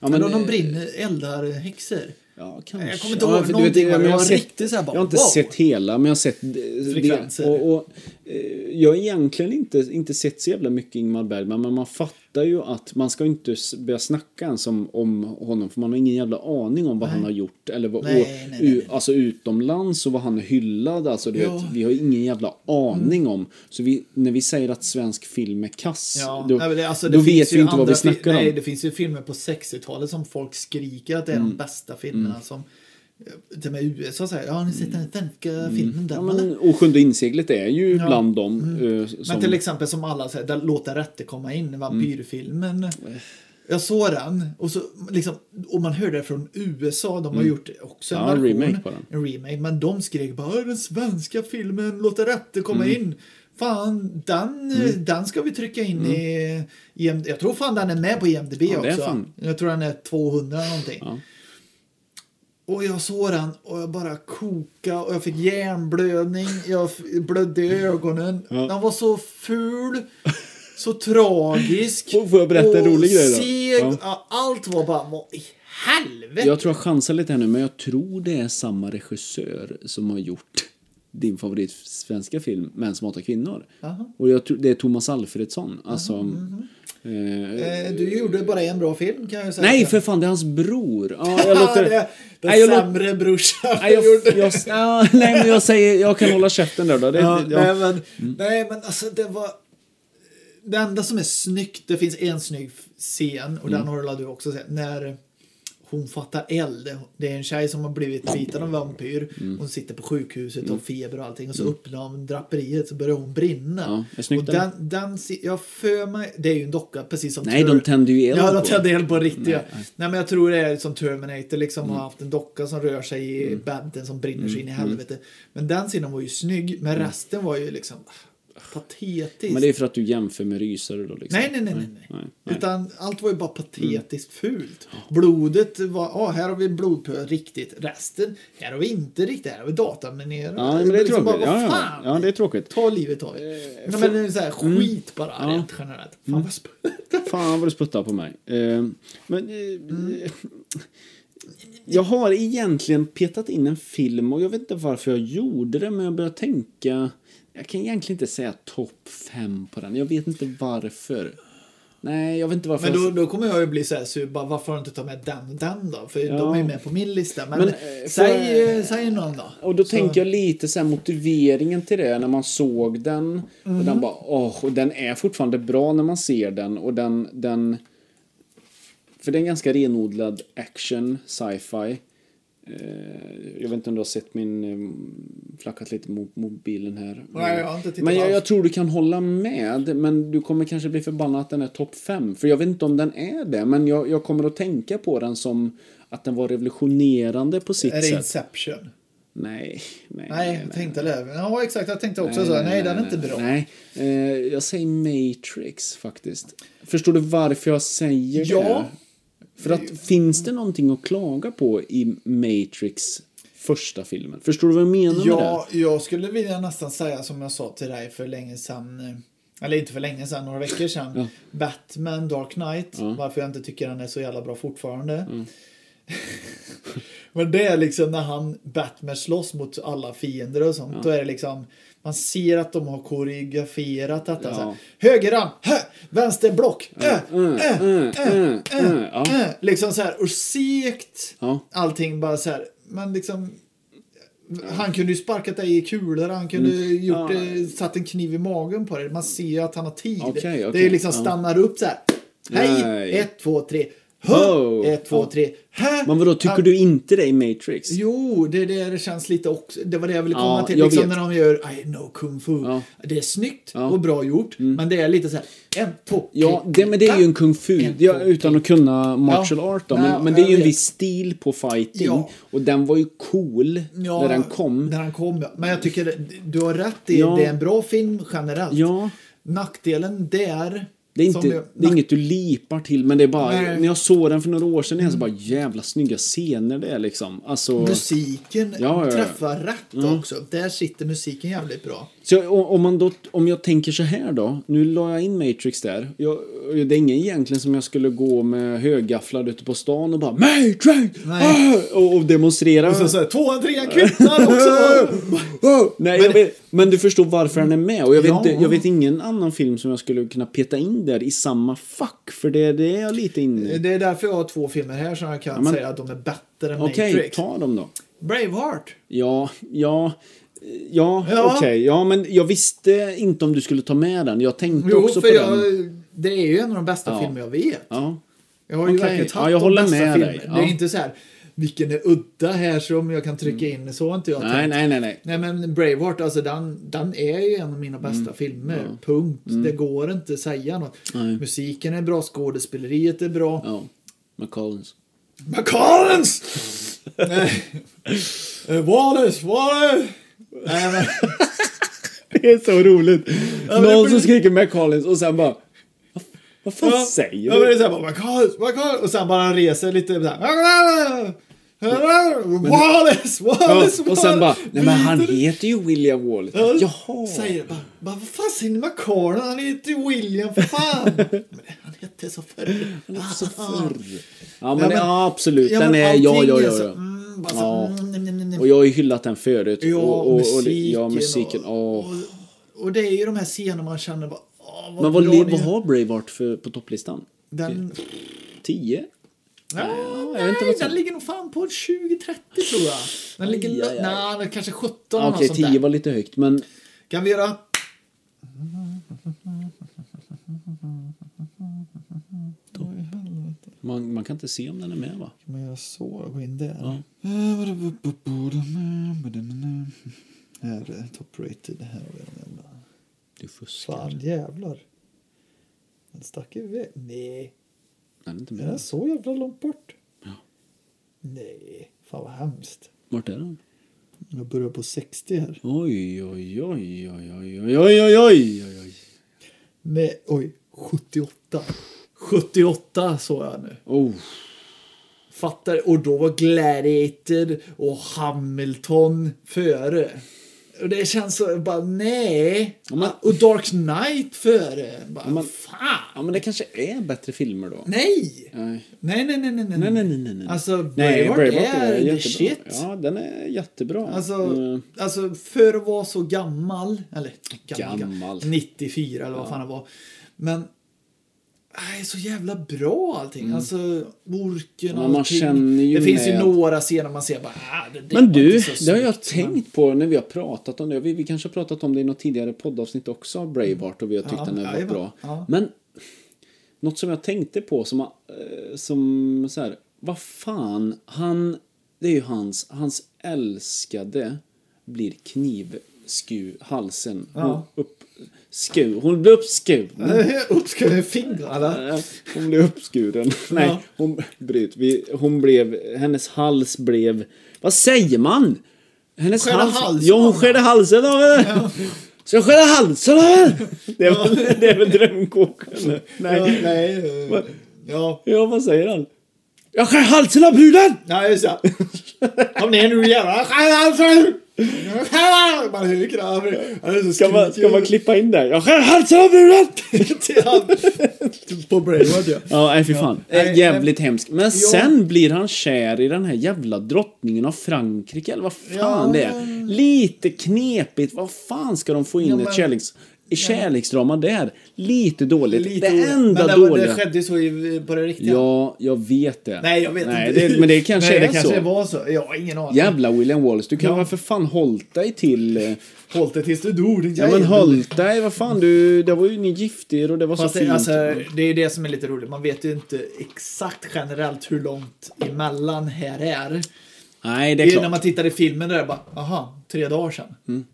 Speaker 2: Ja,
Speaker 1: mm. men, då de
Speaker 2: eh,
Speaker 1: brinner, eldar häxor.
Speaker 2: Ja, kanske.
Speaker 1: Jag kommer inte ihåg
Speaker 2: för du vet,
Speaker 1: någonting, men
Speaker 2: jag
Speaker 1: det
Speaker 2: har
Speaker 1: var
Speaker 2: sett-
Speaker 1: riktigt så här bara,
Speaker 2: Jag har inte
Speaker 1: wow.
Speaker 2: sett hela, men jag har sett... eh, det-
Speaker 1: Frekvenser.
Speaker 2: och, och, eh, jag har egentligen inte, inte sett så jävla mycket Ingmar Bergman, men man fattar ju att man ska inte s- börja snacka ens om, om honom, för man har ingen jävla aning om vad han har gjort. Eller vad,
Speaker 1: Nej,
Speaker 2: och,
Speaker 1: nej, nej, nej.
Speaker 2: u- Alltså utomlands och vad han är hyllad, alltså du
Speaker 1: Ja. Mm.
Speaker 2: vet, vi har ingen jävla aning om. Så vi, när vi säger att svensk film är kass,
Speaker 1: Ja,
Speaker 2: då,
Speaker 1: nej, men det, alltså, det
Speaker 2: då
Speaker 1: finns
Speaker 2: vet vi
Speaker 1: ju
Speaker 2: inte vad vi
Speaker 1: andra fi-
Speaker 2: snackar
Speaker 1: nej,
Speaker 2: om.
Speaker 1: Det finns ju filmer på 60-talet som folk skriker att det är
Speaker 2: Mm.
Speaker 1: de bästa filmerna som eh, till och med USA säger, ja har ni sett
Speaker 2: Mm.
Speaker 1: den svenska filmen där?
Speaker 2: Ja,
Speaker 1: men,
Speaker 2: men, och Sjunde inseglet är ju bland dem eh, som...
Speaker 1: Mm.
Speaker 2: Mm.
Speaker 1: men till exempel som alla säger, där låt den rätte komma in,
Speaker 2: Eh.
Speaker 1: vampyrfilmen. Jag såg den och, så, liksom, och man hörde det från USA, de har gjort också en
Speaker 2: Mm. Ja, en
Speaker 1: version,
Speaker 2: remake på den.
Speaker 1: en remake, men de skrek bara "Åh, den svenska filmen, låt den rätte komma
Speaker 2: Mm.
Speaker 1: in. Fan, den, eh, den ska vi trycka in i, i... IM Jag tror fan den är med på E IMDB
Speaker 2: Mm. Ja, det är
Speaker 1: också.
Speaker 2: fan.
Speaker 1: Jag tror den är 200 eller någonting.
Speaker 2: Ja.
Speaker 1: Och jag såg den och jag bara koka och jag fick hjärnblödning, jag f- blödde i ögonen.
Speaker 2: Ja.
Speaker 1: Den var så ful, så tragisk.
Speaker 2: Får- får jag berätta en
Speaker 1: och
Speaker 2: rolig grej då?
Speaker 1: Seg,
Speaker 2: Ja.
Speaker 1: ja. Allt var bara, vad i helvete!
Speaker 2: Jag tror jag chansar lite här nu, men jag tror det är samma regissör som har gjort din favorit svenska film, Män som hatar kvinnor.
Speaker 1: Jaha.
Speaker 2: Och jag tror det är Thomas Alfredsson. Alltså, eh,
Speaker 1: mhm. Eh, Du gjorde bara en bra film kan jag ju säga.
Speaker 2: nej, för fan, det är hans bror. Ja,
Speaker 1: låter...
Speaker 2: jag låter,
Speaker 1: det, den
Speaker 2: nej, jag låter,
Speaker 1: sämre brorsan
Speaker 2: nej, jag,
Speaker 1: gjorde.
Speaker 2: jag, ja, nej, men jag säger, jag kan hålla käften där då. Det,
Speaker 1: Ja,
Speaker 2: ja, Mm.
Speaker 1: Nej, men, nej men alltså det var... Det enda som är snyggt, det finns en snygg scen och
Speaker 2: Mm.
Speaker 1: den har väl du också sett. När hon fattar eld. Det är en tjej som har blivit biten av en vampyr.
Speaker 2: Mm.
Speaker 1: Hon sitter på sjukhuset och har feber och allting. Och så öppnar hon draperiet så börjar hon brinna.
Speaker 2: Ja, det är snyggt,
Speaker 1: och den, den, se- jag för mig, det är ju en docka precis som
Speaker 2: Nej, de tände ju eld
Speaker 1: Ja,
Speaker 2: på
Speaker 1: de
Speaker 2: den.
Speaker 1: tände eld på riktigt. Nej, nej men jag tror det är som Terminator liksom
Speaker 2: Mm.
Speaker 1: har haft en docka som rör sig i bädden som brinner så in i helvete. Men den sidan var ju snygg, men resten var ju liksom ah, patetiskt.
Speaker 2: Mm. men det är för att du jämför med rysare då liksom.
Speaker 1: Nej, nej, nej, nej, nej.
Speaker 2: Nej, nej. Mm.
Speaker 1: Utan allt var ju bara patetiskt fult. Blodet var, ja, här har vi blodpö riktigt. Resten, här har vi inte riktigt. Här har vi dataminerat.
Speaker 2: Ja, men det är
Speaker 1: liksom bara,
Speaker 2: tråkigt. Ja,
Speaker 1: vad
Speaker 2: ja.
Speaker 1: fan?
Speaker 2: ja, Eh, mm. det är tråkigt.
Speaker 1: Ta livet av er. Nej, men det är så här, skit bara rent generellt. Fan vad
Speaker 2: Mm.
Speaker 1: sp-
Speaker 2: Fan vad du sputtar på mig. Eh, men... eh, eh, Jag har egentligen petat in en film och jag vet inte varför jag gjorde det men jag började tänka... Jag kan egentligen inte säga topp fem på den. Jag vet inte varför. Nej, jag vet inte varför.
Speaker 1: Men då,
Speaker 2: jag...
Speaker 1: då kommer jag ju bli så här sur, bara, varför har du inte tagit med den och den då? För de är ju med på min lista. Men,
Speaker 2: Men, eh,
Speaker 1: säg,
Speaker 2: får jag-
Speaker 1: eh, säg någon då.
Speaker 2: Och då
Speaker 1: Så-
Speaker 2: tänker jag lite så här motiveringen till det när man såg den. Och
Speaker 1: Mm.
Speaker 2: den bara, åh, och den är fortfarande bra när man ser den och den, den... För det är en ganska renodlad action, sci-fi. Eh, Jag vet inte om du har sett min... eh, Flackat lite mot mobilen här.
Speaker 1: Nej, jag har inte tittat
Speaker 2: Men jag,
Speaker 1: alls.
Speaker 2: jag tror du kan hålla med, men du kommer kanske bli förbannad att den är topp 5. För jag vet inte om den är det, men jag, jag kommer att tänka på den som att den var revolutionerande på sitt
Speaker 1: Är det
Speaker 2: sätt.
Speaker 1: Inception?
Speaker 2: Nej, nej.
Speaker 1: Nej, jag tänkte det. Ja, exakt. Jag tänkte också så. här, Nej, den är inte bra.
Speaker 2: Nej, eh, jag säger Matrix faktiskt. Förstår du varför jag säger det?
Speaker 1: Ja.
Speaker 2: För att finns det någonting att klaga på i Matrix första filmen? Förstår du vad jag menar med det?
Speaker 1: Ja, jag skulle vilja nästan säga som jag sa till dig för länge sedan. eh, Eller inte för länge sedan, några veckor sedan. Batman Dark Knight. Varför jag inte tycker den är så jävla bra fortfarande.
Speaker 2: Mm.
Speaker 1: Men det är liksom när han, Batman slåss mot alla fiender och sånt. Då är det liksom, man ser att de har koreograferat detta.
Speaker 2: Ja.
Speaker 1: Så här, högeran, hö, vänsterblock, ö, ö,
Speaker 2: Mm, mm, mm, ja.
Speaker 1: Äh, liksom så här, och segt.
Speaker 2: Ja.
Speaker 1: Allting bara så här, men liksom. Han kunde ju sparkat dig i kulor, han kunde gjort,
Speaker 2: Mm. Ja.
Speaker 1: eh, satt en kniv i magen på dig. Man ser ju att han har tid.
Speaker 2: Okej,
Speaker 1: Det är ju
Speaker 2: okej,
Speaker 1: liksom
Speaker 2: ja.
Speaker 1: stannar upp så här. Hej!
Speaker 2: Nej.
Speaker 1: Ett, två, tre. Hö!
Speaker 2: Ho!
Speaker 1: Ett, två,
Speaker 2: Ja.
Speaker 1: tre. Hä!
Speaker 2: Men vadå, tycker
Speaker 1: Han-
Speaker 2: du inte det i Matrix?
Speaker 1: Jo, det är det det känns lite också. Det var det jag ville komma
Speaker 2: Ja,
Speaker 1: till.
Speaker 2: jag
Speaker 1: Liksom
Speaker 2: vet.
Speaker 1: när de gör I know kung fu.
Speaker 2: Ja.
Speaker 1: Det är snyggt
Speaker 2: Ja. Mm.
Speaker 1: och bra gjort. Men det är lite så här. En, två,
Speaker 2: Ja,
Speaker 1: tre,
Speaker 2: det, men det är ju en kung fu,
Speaker 1: En,
Speaker 2: ja,
Speaker 1: två,
Speaker 2: utan att kunna martial
Speaker 1: Ja.
Speaker 2: art då,
Speaker 1: Ja,
Speaker 2: men, men det är
Speaker 1: jag
Speaker 2: ju en
Speaker 1: vet.
Speaker 2: viss stil på fighting.
Speaker 1: Ja.
Speaker 2: Och den var ju cool när den kom.
Speaker 1: När den kom, ja. Men jag tycker det- du har rätt i
Speaker 2: Ja.
Speaker 1: det är en bra film generellt.
Speaker 2: Ja.
Speaker 1: Nackdelen där...
Speaker 2: Det är,
Speaker 1: som
Speaker 2: inte,
Speaker 1: jag-
Speaker 2: det är inget du lipar till, men det är bara...
Speaker 1: Nej.
Speaker 2: När jag såg den för några år sedan igen så bara jävla snygga scener det är liksom. Alltså...
Speaker 1: Musiken
Speaker 2: Ja, Mm. ja, ja.
Speaker 1: träffar rätt också. Där sitter musiken jävligt bra.
Speaker 2: Så jag- om, om man då, om jag tänker så här då. Nu la jag in Matrix där. Jag, det är ingen egentligen som jag skulle gå med höggafflar ute på stan och bara Matrix!
Speaker 1: Nej.
Speaker 2: Ah! Och, och demonstrera. Ah!
Speaker 1: Och sen så här, tvåan, trean kvittar också!
Speaker 2: Nej, men, jag vet, men du förstår varför han är med. Och jag vet,
Speaker 1: Ja.
Speaker 2: inte- jag vet ingen annan film som jag skulle kunna peta in där i samma fack. För det, det är jag lite inne i.
Speaker 1: Det är därför jag har två filmer här som jag kan
Speaker 2: men-
Speaker 1: säga att de är bättre än
Speaker 2: Okej,
Speaker 1: Eh, Matrix.
Speaker 2: ta dem då.
Speaker 1: Braveheart.
Speaker 2: Ja, ja, ja,
Speaker 1: Ja.
Speaker 2: okej. Ja, men jag visste inte om du skulle ta med den. Jag tänkte
Speaker 1: Jo,
Speaker 2: också
Speaker 1: för
Speaker 2: på den.
Speaker 1: jag, det är ju en av de bästa
Speaker 2: Ja.
Speaker 1: filmer jag vet.
Speaker 2: Ja.
Speaker 1: Jag har ju
Speaker 2: Okej.
Speaker 1: verkligen tagit
Speaker 2: Ja, jag
Speaker 1: de
Speaker 2: håller
Speaker 1: bästa
Speaker 2: med
Speaker 1: filmer.
Speaker 2: dig.
Speaker 1: Det
Speaker 2: Ja.
Speaker 1: är inte så här, vilken är udda här som jag kan trycka in. Så har inte jag
Speaker 2: Mm. Nej,
Speaker 1: tänkt.
Speaker 2: nej, nej, nej.
Speaker 1: Nej men Braveheart, alltså den, den är ju en av mina
Speaker 2: Mm.
Speaker 1: bästa filmer. Punkt. Det går inte att säga något.
Speaker 2: Nej.
Speaker 1: Musiken är bra, skådespeleriet är bra.
Speaker 2: Ja. McCollins.
Speaker 1: McCollins! Nej. Eh, Wallace, Wallace! Nej, men,
Speaker 2: Det är så roligt.
Speaker 1: men det
Speaker 2: Någon
Speaker 1: blir-
Speaker 2: som skriker McCollins och sen bara... "Vad- Vad fan
Speaker 1: ja,
Speaker 2: säger
Speaker 1: ja, men det
Speaker 2: du?
Speaker 1: är såhär bara McCollins, McCollins! Och sen bara han reser lite såhär... Wallace, Wallace,
Speaker 2: Ja,
Speaker 1: Wallace!
Speaker 2: och sen bara... Nej, men han
Speaker 1: Byter du-
Speaker 2: heter ju William Wallace.
Speaker 1: Ja,
Speaker 2: Jaha.
Speaker 1: Säger bara, bara, vad fan säger ni McCollins? Han heter ju William, för fan! men han hette så förr.
Speaker 2: Han heter så förr. Ah, Ja,
Speaker 1: Ja,
Speaker 2: men
Speaker 1: men-
Speaker 2: ja, absolut.
Speaker 1: Ja,
Speaker 2: Den
Speaker 1: men
Speaker 2: är... Ja,
Speaker 1: allting
Speaker 2: ja,
Speaker 1: är
Speaker 2: ja.
Speaker 1: så-
Speaker 2: ja.
Speaker 1: mm, bara så,
Speaker 2: Ja.
Speaker 1: mm, nej, nej, nej, nej.
Speaker 2: Och jag har ju hyllat den förut.
Speaker 1: Ja,
Speaker 2: och, och, och,
Speaker 1: musiken
Speaker 2: Ja,
Speaker 1: och-
Speaker 2: musiken. Åh.
Speaker 1: Och det är ju de här scenerna man känner bara... Åh, vad
Speaker 2: Men vad,
Speaker 1: bra
Speaker 2: li-
Speaker 1: det
Speaker 2: vad
Speaker 1: är."
Speaker 2: har Braveheart för, på topplistan?
Speaker 1: Den,
Speaker 2: Tio?
Speaker 1: ja,
Speaker 2: jag vet inte
Speaker 1: nej,
Speaker 2: vad som-
Speaker 1: den ligger nog fan på 20-30 tror jag. Den ligger...
Speaker 2: Aj, aj, aj.
Speaker 1: Nej, den kanske 17
Speaker 2: Ja,
Speaker 1: eller
Speaker 2: Ah, Okej,
Speaker 1: något sånt
Speaker 2: tio
Speaker 1: där.
Speaker 2: var lite högt, men...
Speaker 1: Kan vi göra...
Speaker 2: Man, man kan inte se om den är med, va?
Speaker 1: Kan man göra så och gå in där?
Speaker 2: Ja.
Speaker 1: Här är top rated. Här har vi den jävla...
Speaker 2: Du fuskar.
Speaker 1: Fan jävlar. Den stack iväg. Nej.
Speaker 2: Den är inte
Speaker 1: Är den
Speaker 2: med.
Speaker 1: så jävla långt bort?
Speaker 2: Ja.
Speaker 1: Nej. Fan vad hemskt.
Speaker 2: Vart är den?
Speaker 1: Jag börjar på 60 här.
Speaker 2: Oj, oj, oj, oj, oj, oj, oj, oj, oj, oj, oj.
Speaker 1: Nej, oj. 78. 78 såg jag nu.
Speaker 2: Oh,
Speaker 1: Fattar. Och då var Gladiator och Hamilton före. Och det känns så, bara nej.
Speaker 2: Ja, men-
Speaker 1: Och Dark Knight före. Bara,
Speaker 2: men-
Speaker 1: fan.
Speaker 2: ja, men det kanske är bättre filmer då.
Speaker 1: Nej.
Speaker 2: Nej,
Speaker 1: Nej, nej, nej, nej, nej.
Speaker 2: nej, nej, nej. nej.
Speaker 1: Alltså, Braveheart är the
Speaker 2: jättebra.
Speaker 1: shit.
Speaker 2: Ja, den är jättebra.
Speaker 1: Alltså,
Speaker 2: Eh,
Speaker 1: alltså för att vara så gammal, eller gammal,
Speaker 2: Gammal.
Speaker 1: 94 eller vad fan det var. Men, nej, så jävla bra allting. Alltså, orken och
Speaker 2: Mm. Ja, man
Speaker 1: allting.
Speaker 2: känner ju
Speaker 1: det finns ju
Speaker 2: med-
Speaker 1: några scener man ser bara, ah, det, det
Speaker 2: Men
Speaker 1: var
Speaker 2: du,
Speaker 1: inte så
Speaker 2: det har jag
Speaker 1: snyggt, men-
Speaker 2: tänkt på när vi har pratat om det. Vi, vi kanske har pratat om det i något tidigare poddavsnitt också av Braveheart och vi har tyckt
Speaker 1: Ja,
Speaker 2: den har varit
Speaker 1: jajamän.
Speaker 2: bra.
Speaker 1: Ja.
Speaker 2: Men något som jag tänkte på som, eh, som så här, vad fan, han, det är ju hans, hans älskade blir knivsku, halsen,
Speaker 1: Ja.
Speaker 2: hon upp, sku, hon blir uppskuren.
Speaker 1: Upp ska jag fingrarna.
Speaker 2: Nej, Hon blev uppskuren. Nej,
Speaker 1: Ja.
Speaker 2: hon, bryt, vi, hon blev, hennes hals blev, vad säger man? Hennes
Speaker 1: Skärde
Speaker 2: hals,
Speaker 1: halsen
Speaker 2: Ja, hon
Speaker 1: av den.
Speaker 2: skärde halsen av henne. Så jag skär halsen av henne. Det är väl, det är väl drömkåken.
Speaker 1: Ja,
Speaker 2: Nej.
Speaker 1: nej. eh, Ja.
Speaker 2: Ja, vad säger han? Jag skär halsen av bruden!
Speaker 1: Nej, just det. Kom ner nu jävlar. Skär av sig! Skär av! Man hör kraven. Han är så
Speaker 2: Ska man, ska
Speaker 1: skrikig.
Speaker 2: man klippa in det? Jag skär halsen av bruden!
Speaker 1: till han. På Brainward ja.
Speaker 2: Ja, nej fy fan.
Speaker 1: Nej,
Speaker 2: Äh, Jävligt hemskt. Men
Speaker 1: Ja.
Speaker 2: sen blir han kär i den här jävla drottningen av Frankrike, eller vad fan
Speaker 1: Ja.
Speaker 2: det är. Lite knepigt. Vad fan ska de få in
Speaker 1: Ja,
Speaker 2: ett
Speaker 1: men-
Speaker 2: kärleks, kärleksdrama där? Lite dåligt.
Speaker 1: Lite
Speaker 2: det
Speaker 1: roligt.
Speaker 2: enda
Speaker 1: men det,
Speaker 2: dåliga.
Speaker 1: det skedde ju så i, på det riktiga.
Speaker 2: ja, jag vet det.
Speaker 1: Nej, jag vet
Speaker 2: Nej,
Speaker 1: inte.
Speaker 2: Det, men det kanske
Speaker 1: Nej, det
Speaker 2: är
Speaker 1: kanske
Speaker 2: så.
Speaker 1: var så. Jag har ingen aning.
Speaker 2: Jävla William Wallace, du kan
Speaker 1: Ja.
Speaker 2: väl för fan hållt dig till... eh,
Speaker 1: Håll det tills du dog din
Speaker 2: Ja men
Speaker 1: jävel.
Speaker 2: hållt dig, vad fan du... Det var ju ni gifte er och det var så
Speaker 1: Fast det,
Speaker 2: fint.
Speaker 1: alltså, det är ju det som är lite roligt. Man vet ju inte exakt generellt hur långt emellan här är.
Speaker 2: Nej,
Speaker 1: Det
Speaker 2: det är
Speaker 1: är ju när
Speaker 2: klart.
Speaker 1: man tittar i filmen där bara, aha, tre dagar sedan. Nej,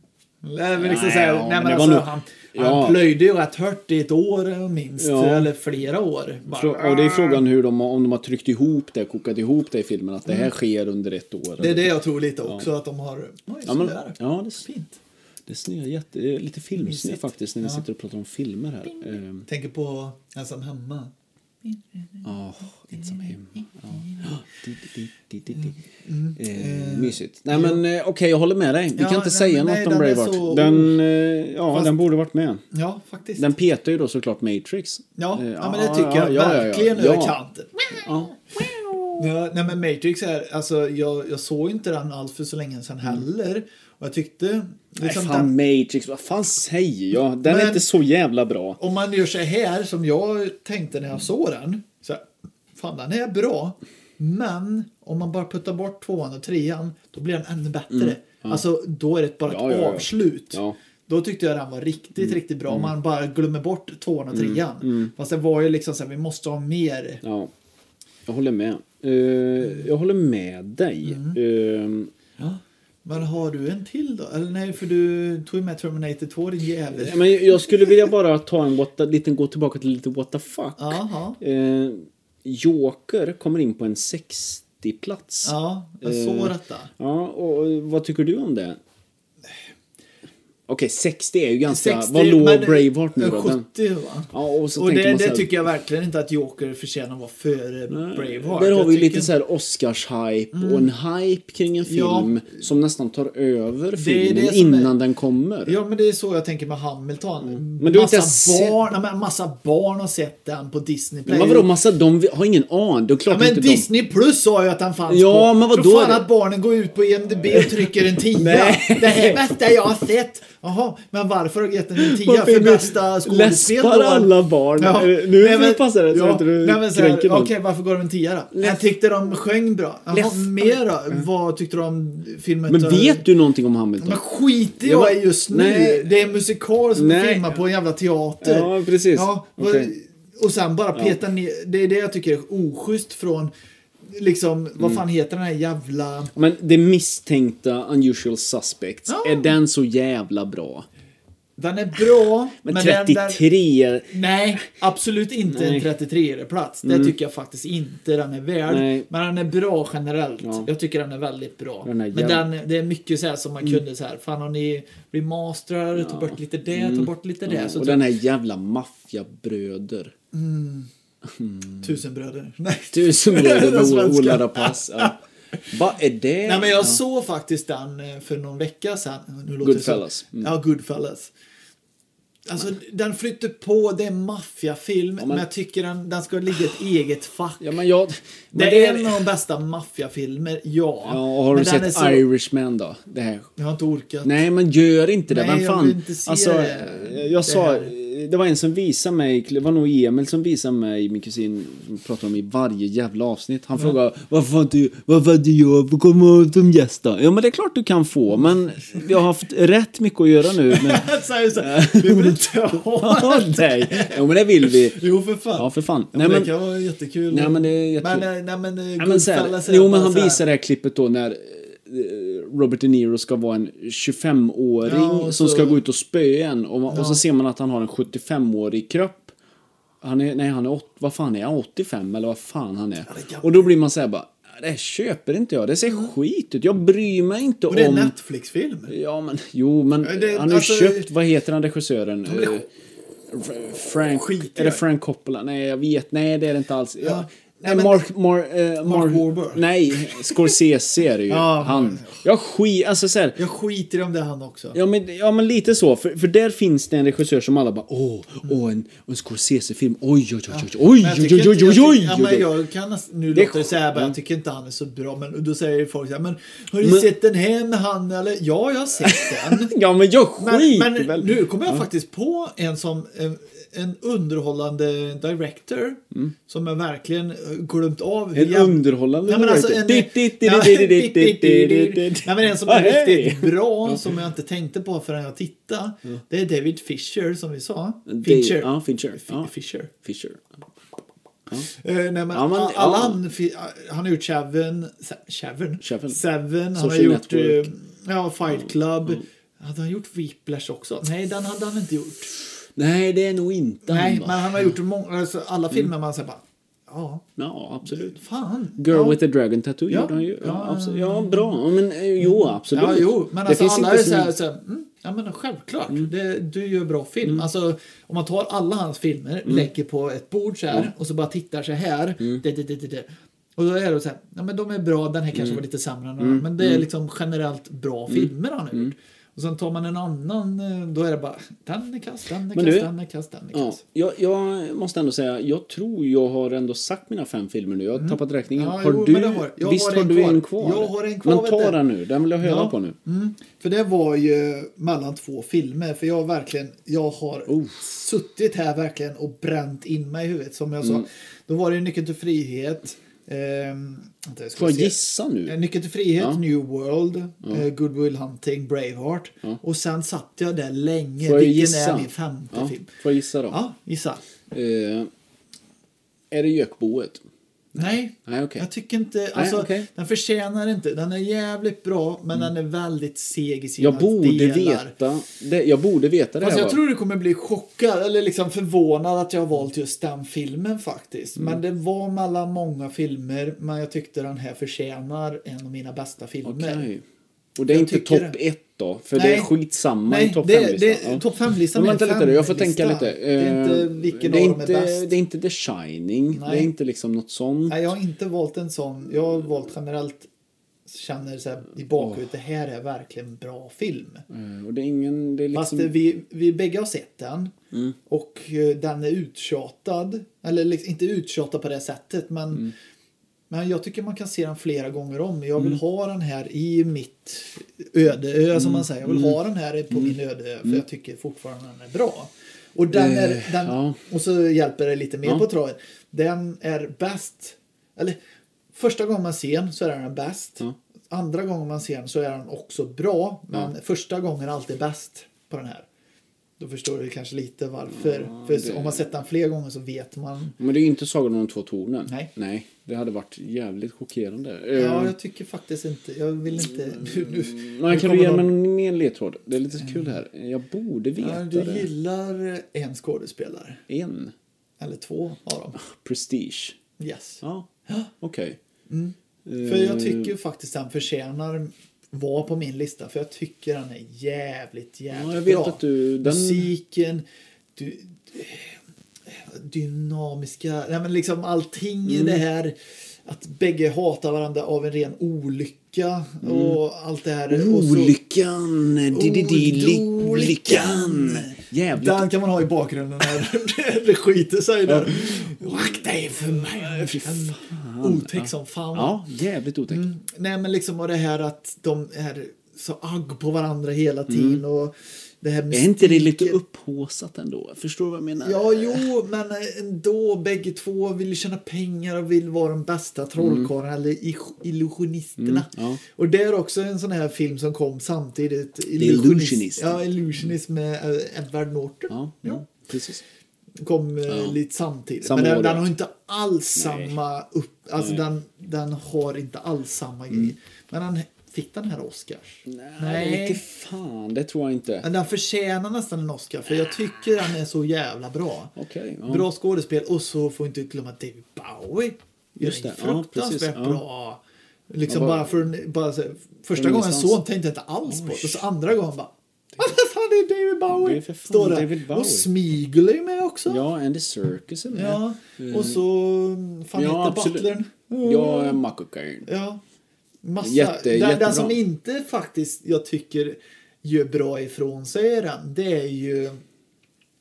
Speaker 1: men liksom
Speaker 2: Nej,
Speaker 1: så här,
Speaker 2: ja,
Speaker 1: nej,
Speaker 2: men
Speaker 1: men
Speaker 2: det var
Speaker 1: alltså,
Speaker 2: nog-
Speaker 1: han,
Speaker 2: ja.
Speaker 1: han plöjde ju rätt hört i ett år minst,
Speaker 2: Ja.
Speaker 1: eller flera år. Bara,
Speaker 2: Frå- Och det är frågan hur de har, om de har tryckt ihop det, kokat ihop det i filmen, att det här sker under ett år.
Speaker 1: Mm. Det är det jag tror lite också, att de har... Oj,
Speaker 2: Ja, men,
Speaker 1: sådär.
Speaker 2: ja det,
Speaker 1: Fint.
Speaker 2: det snöar jätte... det är Lite filmsnö
Speaker 1: Mysigt.
Speaker 2: faktiskt när vi
Speaker 1: Ja.
Speaker 2: sitter och pratar om filmer här. Ehm,
Speaker 1: Tänker på ensam hemma.
Speaker 2: Ja, inte som him. Ja. Di, di, di, di, di.
Speaker 1: Mm,
Speaker 2: Eh, mysigt. Nej men eh, okej, jag håller med dig. Vi
Speaker 1: Ja,
Speaker 2: kan inte
Speaker 1: nej,
Speaker 2: säga
Speaker 1: men
Speaker 2: något
Speaker 1: nej,
Speaker 2: om
Speaker 1: den är
Speaker 2: Braveheart.
Speaker 1: så-
Speaker 2: Den, eh, ja,
Speaker 1: Fast-
Speaker 2: den borde varit med.
Speaker 1: Ja, faktiskt.
Speaker 2: Den petar ju då såklart Matrix.
Speaker 1: Ja,
Speaker 2: Eh,
Speaker 1: ja, men det tycker jag verkligen över kanten.
Speaker 2: Ja.
Speaker 1: Ja, nej men Matrix är, alltså jag, jag såg inte den alls för så länge sedan heller. Och jag tyckte,
Speaker 2: Nej,
Speaker 1: liksom
Speaker 2: fan
Speaker 1: den,
Speaker 2: Matrix, vad fan säger jag? Den är
Speaker 1: Men-
Speaker 2: inte så jävla bra.
Speaker 1: om man gör så här som jag tänkte när jag såg den. Så här, fan den är bra. Men om man bara puttar bort tvåan och trean, då blir den ännu bättre. Alltså då är det bara ett
Speaker 2: Mm, Ja, ja, ja.
Speaker 1: avslut.
Speaker 2: Ja. Mm,
Speaker 1: Då tyckte jag den var riktigt, riktigt bra. Om man bara glömmer bort tvåan och trean. Fast det var ju liksom så här, vi måste ha mer.
Speaker 2: Ja, jag håller med. Eh, jag håller med dig. Eh,
Speaker 1: Mm. Men har du en till då? Eller nej, för du tog ju med Terminator 2, din jävel.
Speaker 2: Ja, Eh, Men jag skulle vilja bara ta en what the, liten, gå tillbaka till lite what the fuck.
Speaker 1: Jaha.
Speaker 2: Eh, Joker kommer in på en 60-plats.
Speaker 1: Ja, jag
Speaker 2: Eh,
Speaker 1: såg detta.
Speaker 2: Ja, och eh, vad tycker du om det? Okej, 60 är ju ganska...
Speaker 1: 60,
Speaker 2: vad låg
Speaker 1: men-
Speaker 2: Braveheart nu då? Den,
Speaker 1: 70 va?
Speaker 2: ja, och så
Speaker 1: Och
Speaker 2: tänker
Speaker 1: det,
Speaker 2: man så
Speaker 1: det
Speaker 2: här,
Speaker 1: tycker jag verkligen inte att Joker förtjänar att vara före Braveheart.
Speaker 2: Där har
Speaker 1: Jag
Speaker 2: vi
Speaker 1: tycker- Mm.
Speaker 2: ju lite så här Oscars-hype och en hype kring en
Speaker 1: Ja.
Speaker 2: film som nästan tar över filmen
Speaker 1: det som
Speaker 2: innan
Speaker 1: är-
Speaker 2: den kommer.
Speaker 1: Ja men det är så jag tänker med Hamilton.
Speaker 2: Mm. Men du har inte
Speaker 1: massa,
Speaker 2: sett-
Speaker 1: barn, nej, men massa barn har sett den på Disney Play.
Speaker 2: Men vadå massa, de har ingen aning. Det är klart
Speaker 1: Ja, men
Speaker 2: inte de...
Speaker 1: Disney Plus sa ju att den fanns
Speaker 2: Ja,
Speaker 1: på.
Speaker 2: men vadå?
Speaker 1: Tror fan att barnen går ut på IMDB och trycker en tia.
Speaker 2: Nej.
Speaker 1: Det här är bästa jag har sett. Jaha, men varför har du gett den en tia?
Speaker 2: Varför
Speaker 1: För
Speaker 2: är du-
Speaker 1: bästa skådespel
Speaker 2: läspar alla barn? Eh, Nu får du passa dig så att du
Speaker 1: nej, men så här,
Speaker 2: kränker
Speaker 1: Okej,
Speaker 2: någon.
Speaker 1: varför går de en tia då?
Speaker 2: Läs-
Speaker 1: Jag tyckte de sjöng bra. Jaha,
Speaker 2: Läspar.
Speaker 1: mer då? Vad tyckte du om filmen?
Speaker 2: Men vet du någonting om Hamilton?
Speaker 1: Men skiter
Speaker 2: Ja,
Speaker 1: jag
Speaker 2: men-
Speaker 1: i just nu.
Speaker 2: nej.
Speaker 1: Det är en musikal som
Speaker 2: Nej.
Speaker 1: filmar på en jävla teater.
Speaker 2: Ja, precis.
Speaker 1: Ja, vad-
Speaker 2: Okej.
Speaker 1: Och sen bara peta ner. Det är det jag tycker är oschysst från, liksom,
Speaker 2: Mm.
Speaker 1: vad fan heter den här jävla...
Speaker 2: Men det misstänkta Unusual Suspects,
Speaker 1: Ja.
Speaker 2: är den så jävla bra?
Speaker 1: Den är bra,
Speaker 2: Men,
Speaker 1: men, den...
Speaker 2: 33...
Speaker 1: Den, nej, absolut inte
Speaker 2: Nej. Mm.
Speaker 1: en 33-plats. Det tycker jag faktiskt inte den är värd.
Speaker 2: Nej.
Speaker 1: Men den är bra generellt.
Speaker 2: Ja.
Speaker 1: Jag tycker den är väldigt bra.
Speaker 2: Den är
Speaker 1: men
Speaker 2: jävla- Mm.
Speaker 1: den, det är mycket så här som man kunde så här, fan om ni remasterar, ta bort lite det, ta bort lite det. Så
Speaker 2: Mm.
Speaker 1: typ
Speaker 2: och den här jävla maffiabröder.
Speaker 1: Tusen bröder. Nej.
Speaker 2: Tusen bröder
Speaker 1: Den
Speaker 2: med
Speaker 1: svenska.
Speaker 2: Ola Rapace. Ja. Vad är det?
Speaker 1: Nej, men jag såg faktiskt den eh, för någon vecka sedan. Nu låter det så-
Speaker 2: Goodfellas. Mm.
Speaker 1: Ja, Goodfellas. Alltså, den flyter på. Det är en maffiafilm,
Speaker 2: men-
Speaker 1: men... jag tycker den, den ska ligga i ett eget fack.
Speaker 2: Ja, men jag...
Speaker 1: det,
Speaker 2: Men
Speaker 1: är en av de bästa maffiafilmer, ja.
Speaker 2: Ja, och har
Speaker 1: men
Speaker 2: du
Speaker 1: den är
Speaker 2: sett
Speaker 1: så...
Speaker 2: Irishman då? Det här
Speaker 1: Jag har inte orkat.
Speaker 2: Nej, men gör inte det.
Speaker 1: Nej,
Speaker 2: Vem
Speaker 1: jag
Speaker 2: fan?
Speaker 1: vill inte se
Speaker 2: alltså,
Speaker 1: det.
Speaker 2: jag sa,
Speaker 1: Det
Speaker 2: det var en som visade mig, det var nog Emil som visade mig, min kusin, som pratade om i varje jävla avsnitt. Han frågade varför har inte, varför har inte jag kommit som gäst då? Ja, men det är klart du kan få, men vi har haft rätt mycket att göra nu. Men...
Speaker 1: så här, så här, vi vill inte ha
Speaker 2: Ja, Nej, jo, men det vill vi.
Speaker 1: Jo, för fan.
Speaker 2: Ja, för fan.
Speaker 1: Nej,
Speaker 2: Nej,
Speaker 1: men,
Speaker 2: men,
Speaker 1: det kan vara jättekul.
Speaker 2: nej, men det är jättekul.
Speaker 1: Men, eh, nej, men, eh,
Speaker 2: Ja, men så här,
Speaker 1: Goodfellas är
Speaker 2: jo,
Speaker 1: bara
Speaker 2: men han
Speaker 1: så här-
Speaker 2: visar det här klippet då när eh, Robert De Niro ska vara en 25-åring
Speaker 1: Ja, och
Speaker 2: som
Speaker 1: så-
Speaker 2: ska gå ut och spöa en och, och så ser man att han har en 75-årig kropp. Han är, nej, han är, åt, vad fan är han, 85 eller vad fan han är.
Speaker 1: det kan-
Speaker 2: Och då blir man så här bara, det här köper inte jag, det ser skit ut, jag bryr mig inte
Speaker 1: Och det är en
Speaker 2: om...
Speaker 1: Netflix-film.
Speaker 2: Ja, men jo, men
Speaker 1: Ja, det-
Speaker 2: han har ju
Speaker 1: alltså-
Speaker 2: köpt, vad heter han regissören? Eh, Fra- Frank,
Speaker 1: Skit i
Speaker 2: är det
Speaker 1: det.
Speaker 2: Frank Coppola? Nej, jag vet, nej det är det inte alls. Ja. Nej,
Speaker 1: Nej, men-
Speaker 2: Mark, Mar, eh, Mar,
Speaker 1: Mark Wahlberg.
Speaker 2: Nej, Scorsese är det ju.
Speaker 1: Ja,
Speaker 2: han. Jag skit, alltså så här,
Speaker 1: Jag skiter i om det är han också.
Speaker 2: Ja men, ja men lite så, för, för där finns det en regissör som alla bara åh, åh en, en Scorsese-film, oj oj oj oj oj
Speaker 1: Men jag
Speaker 2: oj
Speaker 1: tycker
Speaker 2: oj
Speaker 1: inte-
Speaker 2: oj
Speaker 1: jag
Speaker 2: oj
Speaker 1: tycker-
Speaker 2: oj
Speaker 1: ja,
Speaker 2: oj
Speaker 1: men
Speaker 2: oj
Speaker 1: jag kan nästan, nu
Speaker 2: Det är
Speaker 1: låter det så här, men jag tycker inte han är så bra. Men då säger folk så här, men har du
Speaker 2: Men-
Speaker 1: sett den här med han eller? Ja, jag har sett den.
Speaker 2: Ja men jag
Speaker 1: Men,
Speaker 2: skiter
Speaker 1: men
Speaker 2: väl.
Speaker 1: nu kommer jag faktiskt på en som en, en underhållande director som jag verkligen eh, glömt av. hur
Speaker 2: Mm. En
Speaker 1: jävla-
Speaker 2: underhållande
Speaker 1: Ja, men alltså en...
Speaker 2: director. Dit, dit, dit, dit, dit, dit, dit, dit, dit.
Speaker 1: Nej, men en som
Speaker 2: Ah,
Speaker 1: är
Speaker 2: hej!
Speaker 1: riktigt bra, som jag inte tänkte på förrän jag tittade. Det är David Fisher, som vi sa.
Speaker 2: Det-
Speaker 1: Fincher.
Speaker 2: Ja, Fincher. Ja,
Speaker 1: Fisher.
Speaker 2: Fisher.
Speaker 1: Eh, nej, men,
Speaker 2: Ja, men-
Speaker 1: a-
Speaker 2: ja.
Speaker 1: alla han, fi- han har gjort Seven, Se- Seven,
Speaker 2: Seven.
Speaker 1: Seven han har
Speaker 2: Social
Speaker 1: gjort
Speaker 2: Network.
Speaker 1: eh, ja, Fight Club. Hade han gjort Whiplash också? Nej, den hade han inte gjort.
Speaker 2: Nej, det är nog inte
Speaker 1: Nej,
Speaker 2: han va?
Speaker 1: men han har gjort många, alltså, alla filmer man säger bara, ja,
Speaker 2: Ja, absolut.
Speaker 1: fan.
Speaker 2: Girl
Speaker 1: ja.
Speaker 2: with a Dragon Tattoo
Speaker 1: Ja.
Speaker 2: gjorde han ju. Ja,
Speaker 1: Ja.
Speaker 2: absolut. ja bra. Ja, Men eh, jo, absolut.
Speaker 1: Ja, jo, men
Speaker 2: Det
Speaker 1: alltså
Speaker 2: finns
Speaker 1: alla
Speaker 2: inte
Speaker 1: är
Speaker 2: så
Speaker 1: så här,
Speaker 2: mycket- Mm.
Speaker 1: så här mm, Ja men självklart. Det, du gör bra film. Alltså, om man tar alla hans filmer,
Speaker 2: Mm.
Speaker 1: lägger på ett bord så här och så bara tittar så här. Det, det, det, det, det. Och då är det så här, ja men de är bra, den här kanske
Speaker 2: Mm.
Speaker 1: var lite sämre än den men det är liksom generellt bra filmer han har
Speaker 2: Mm.
Speaker 1: gjort. Och sen tar man en annan, eh, då är det bara, den är kass, den är
Speaker 2: Men
Speaker 1: kass,
Speaker 2: du-
Speaker 1: den är kass, den är
Speaker 2: Ja,
Speaker 1: kass.
Speaker 2: jag, jag måste ändå säga, jag tror jag har ändå sagt mina fem filmer nu. Jag har tappat räkningen.
Speaker 1: Mm. Ja,
Speaker 2: har
Speaker 1: jo,
Speaker 2: du,
Speaker 1: men det har- jag
Speaker 2: visst
Speaker 1: har
Speaker 2: har
Speaker 1: en
Speaker 2: du
Speaker 1: kvar.
Speaker 2: en kvar?
Speaker 1: Jag har en kvar,
Speaker 2: Men ta
Speaker 1: vet du.
Speaker 2: den nu, den vill jag höra på nu.
Speaker 1: Mm. För det var ju mellan två filmer. För jag har verkligen, jag har suttit här verkligen och bränt in mig i huvudet. Som jag
Speaker 2: Mm.
Speaker 1: sa, då var det ju Nyckeln till frihet. ehm, vänta, jag ska
Speaker 2: Får jag
Speaker 1: se.
Speaker 2: gissa
Speaker 1: Eh,
Speaker 2: nu?
Speaker 1: Nyckeln till frihet,
Speaker 2: Ja.
Speaker 1: New World, eh, Good Will Hunting, Braveheart. Och sen satt jag där länge.
Speaker 2: Får jag
Speaker 1: Vilken
Speaker 2: gissa?
Speaker 1: är min femte
Speaker 2: Ja,
Speaker 1: film?
Speaker 2: får jag gissa då?
Speaker 1: Ja, gissa.
Speaker 2: Eh, är det Gökboet?
Speaker 1: Nej,
Speaker 2: Nej, okej.
Speaker 1: jag tycker inte... Alltså,
Speaker 2: okej. Mm.
Speaker 1: Den förtjänar inte. Den är jävligt bra, men den är väldigt seg i sina
Speaker 2: Jag borde
Speaker 1: delar.
Speaker 2: veta det, jag borde veta det
Speaker 1: Fast
Speaker 2: här.
Speaker 1: jag
Speaker 2: va?
Speaker 1: tror du kommer bli chockad eller liksom förvånad att jag har valt just den filmen faktiskt.
Speaker 2: Mm.
Speaker 1: Men det var mellan många filmer, men jag tyckte den här förtjänar en av mina bästa filmer.
Speaker 2: Okej. Och det är
Speaker 1: Jag
Speaker 2: inte
Speaker 1: tycker
Speaker 2: topp
Speaker 1: det.
Speaker 2: ett då? För
Speaker 1: Nej.
Speaker 2: det är skitsamma i
Speaker 1: Nej,
Speaker 2: topp
Speaker 1: det-
Speaker 2: fem-listan.
Speaker 1: det- topp fem-listan
Speaker 2: Men
Speaker 1: är
Speaker 2: vänta
Speaker 1: en
Speaker 2: lite nu, jag får
Speaker 1: fem-lista.
Speaker 2: tänka lite.
Speaker 1: Det är inte
Speaker 2: Eh,
Speaker 1: vilken
Speaker 2: det
Speaker 1: av dem är
Speaker 2: inte,
Speaker 1: bäst.
Speaker 2: Det är inte The Shining. Det
Speaker 1: Nej.
Speaker 2: är inte liksom något sånt.
Speaker 1: Nej, jag har inte valt en sån. Jag har valt generellt, känner så här, i bakhuvudet, det här är verkligen en bra film.
Speaker 2: Eh, Och det är ingen... Det är liksom... Mm.
Speaker 1: Fast eh, vi, vi bägge har sett den. Och eh, den är uttjatad. Eller liksom, inte uttjatad på det sättet men,
Speaker 2: Mm.
Speaker 1: men jag tycker man kan se den flera gånger om. Jag vill
Speaker 2: Mm.
Speaker 1: ha den här i mitt öde ö som man säger. Jag
Speaker 2: Mm.
Speaker 1: vill ha den här på min öde ö för jag tycker fortfarande den är bra. Och, den är,
Speaker 2: Eh,
Speaker 1: den,
Speaker 2: ja.
Speaker 1: och så hjälper det lite mer
Speaker 2: Ja.
Speaker 1: på traven. Den är bäst. Eller första gången man ser den så är den bäst.
Speaker 2: Ja.
Speaker 1: Andra gången man ser den så är den också bra. Men första gången är alltid bäst på den här. Då förstår du kanske lite varför. För
Speaker 2: det-
Speaker 1: om man sett den fler gånger så vet man.
Speaker 2: Men det är ju inte Sagan om de två tornen.
Speaker 1: Nej.
Speaker 2: Nej. Det hade varit jävligt chockerande. Eh,
Speaker 1: Ja, jag tycker faktiskt inte. Jag vill inte.
Speaker 2: Mm.
Speaker 1: Nu, nu,
Speaker 2: Nej,
Speaker 1: nu
Speaker 2: kan
Speaker 1: kommer
Speaker 2: du ge mig
Speaker 1: någon-
Speaker 2: en mer ledtråd? Det är lite kul det här. Jag borde veta
Speaker 1: Ja,
Speaker 2: det.
Speaker 1: Du gillar en skådespelare.
Speaker 2: En.
Speaker 1: Eller två av dem.
Speaker 2: Prestige.
Speaker 1: Yes.
Speaker 2: Ja, Mm. okej.
Speaker 1: För jag tycker faktiskt den förtjänar vara på min lista. För jag tycker den är jävligt, jävligt
Speaker 2: Ja, jag vet
Speaker 1: bra.
Speaker 2: att du- den-
Speaker 1: Musiken, du, dynamiska, nej men liksom allting i
Speaker 2: Mm.
Speaker 1: det här. Att bägge hatar varandra av en ren olycka
Speaker 2: Mm.
Speaker 1: och allt det här. Och så-
Speaker 2: Olyckan,
Speaker 1: Olyckan.
Speaker 2: di-di-di-lyckan. Jävligt.
Speaker 1: Den kan man ha i bakgrunden när det skiter sig där. Akta dig för mig.
Speaker 2: Fy fan.
Speaker 1: Otäck som fan.
Speaker 2: Ja, jävligt otäckt.
Speaker 1: Nej, men liksom och det här att de är så agg på varandra hela tiden och det här
Speaker 2: Mm. Är inte det lite
Speaker 1: mystiken.
Speaker 2: upphåsat ändå? Förstår du vad jag menar?
Speaker 1: Ja, jo, men eh, ändå bägge två vill tjäna pengar och vill vara de bästa trollkarlarna eller i- illusionisterna.
Speaker 2: Mm. ja.
Speaker 1: Och det är också en sån här film som kom samtidigt.
Speaker 2: Illusionist.
Speaker 1: Ja, Illusionist med eh, Edward Norton.
Speaker 2: Ja,
Speaker 1: Ja.
Speaker 2: ja. precis.
Speaker 1: Kom eh, lite samtidigt.
Speaker 2: Samma
Speaker 1: men den,
Speaker 2: år,
Speaker 1: den
Speaker 2: ja.
Speaker 1: har inte alls samma upp... Alltså den, den har inte alls samma grej. Men han fick den här Oscars.
Speaker 2: Mm. Nej, inte fan. Det tror jag inte.
Speaker 1: Men den förtjänar nästan en Oscar för jag tycker han är så jävla bra.
Speaker 2: Okej. ja.
Speaker 1: Bra skådespel och så får inte glömma David Bowie.
Speaker 2: Just
Speaker 1: Just
Speaker 2: det,
Speaker 1: det.
Speaker 2: ja,
Speaker 1: Fruktansvärt
Speaker 2: precis, ja.
Speaker 1: bra. Liksom
Speaker 2: Ja, bara-
Speaker 1: bara, för en, bara så, första
Speaker 2: Från
Speaker 1: gången jag såg
Speaker 2: ingenstans.
Speaker 1: honom tänkte jag inte alls på det. Och så andra gången bara Vad fan det är David Bowie?
Speaker 2: Det är för fan
Speaker 1: Står där.
Speaker 2: David Bowie.
Speaker 1: Och Smeagol är ju med också.
Speaker 2: Ja, Andy Serkis är med.
Speaker 1: Ja, Och så mm, fan
Speaker 2: Ja,
Speaker 1: heter
Speaker 2: absolut.
Speaker 1: Butlern.
Speaker 2: Jag är Macucairn.
Speaker 1: Ja. Massa.
Speaker 2: Jätte-
Speaker 1: den,
Speaker 2: jättebra.
Speaker 1: den som inte faktiskt jag tycker gör bra ifrån sig är den. Det är ju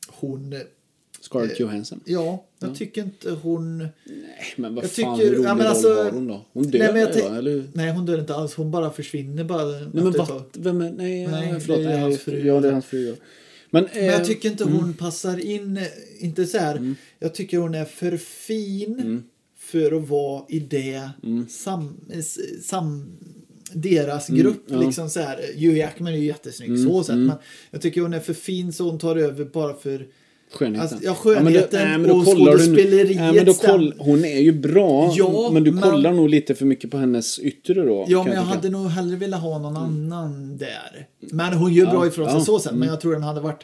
Speaker 1: hon
Speaker 2: Scarlett Johansson.
Speaker 1: Ja, Eh, jag tycker inte hon...
Speaker 2: Nej, men vad
Speaker 1: Jag
Speaker 2: fan,
Speaker 1: tycker-
Speaker 2: hur rolig
Speaker 1: ja, men
Speaker 2: roll
Speaker 1: alltså-
Speaker 2: har hon då? Hon dör
Speaker 1: nej, men jag
Speaker 2: väl,
Speaker 1: tänk-
Speaker 2: va? Eller hur?
Speaker 1: nej, hon dör inte alls. Hon bara försvinner bara.
Speaker 2: Nej, men
Speaker 1: efter ett
Speaker 2: vad?
Speaker 1: tag.
Speaker 2: Vem är... Nej,
Speaker 1: Nej,
Speaker 2: ja, förlåt.
Speaker 1: det är
Speaker 2: nej,
Speaker 1: hans fru.
Speaker 2: Ja, det är hans fru. Ja. Men, eh,
Speaker 1: Men jag tycker inte hon passar in. eh, Inte så här.
Speaker 2: Mm.
Speaker 1: Jag tycker hon är för fin för att vara i det
Speaker 2: Mm.
Speaker 1: sam, eh, s- sam, deras grupp.
Speaker 2: ja. Mm,
Speaker 1: Liksom så här. Hugh Jackman är ju jättesnygg så sett. Men jag tycker hon är för fin så hon tar över bara för
Speaker 2: Skönheten.
Speaker 1: Alltså, ja,
Speaker 2: men då-
Speaker 1: skönheten
Speaker 2: nej, men då
Speaker 1: och
Speaker 2: kollar du nu-
Speaker 1: skådespeleriet
Speaker 2: nej, men då koll,
Speaker 1: stämmer.
Speaker 2: Hon är ju bra,
Speaker 1: Ja,
Speaker 2: men du
Speaker 1: men-
Speaker 2: kollar nog lite för mycket på hennes yttre då.
Speaker 1: Ja, men
Speaker 2: kan
Speaker 1: jag
Speaker 2: tycka. Mm.
Speaker 1: hade nog hellre velat ha någon annan där. Men hon gör bra ifrån sig
Speaker 2: ja, Mm.
Speaker 1: så sen, men jag tror den hade varit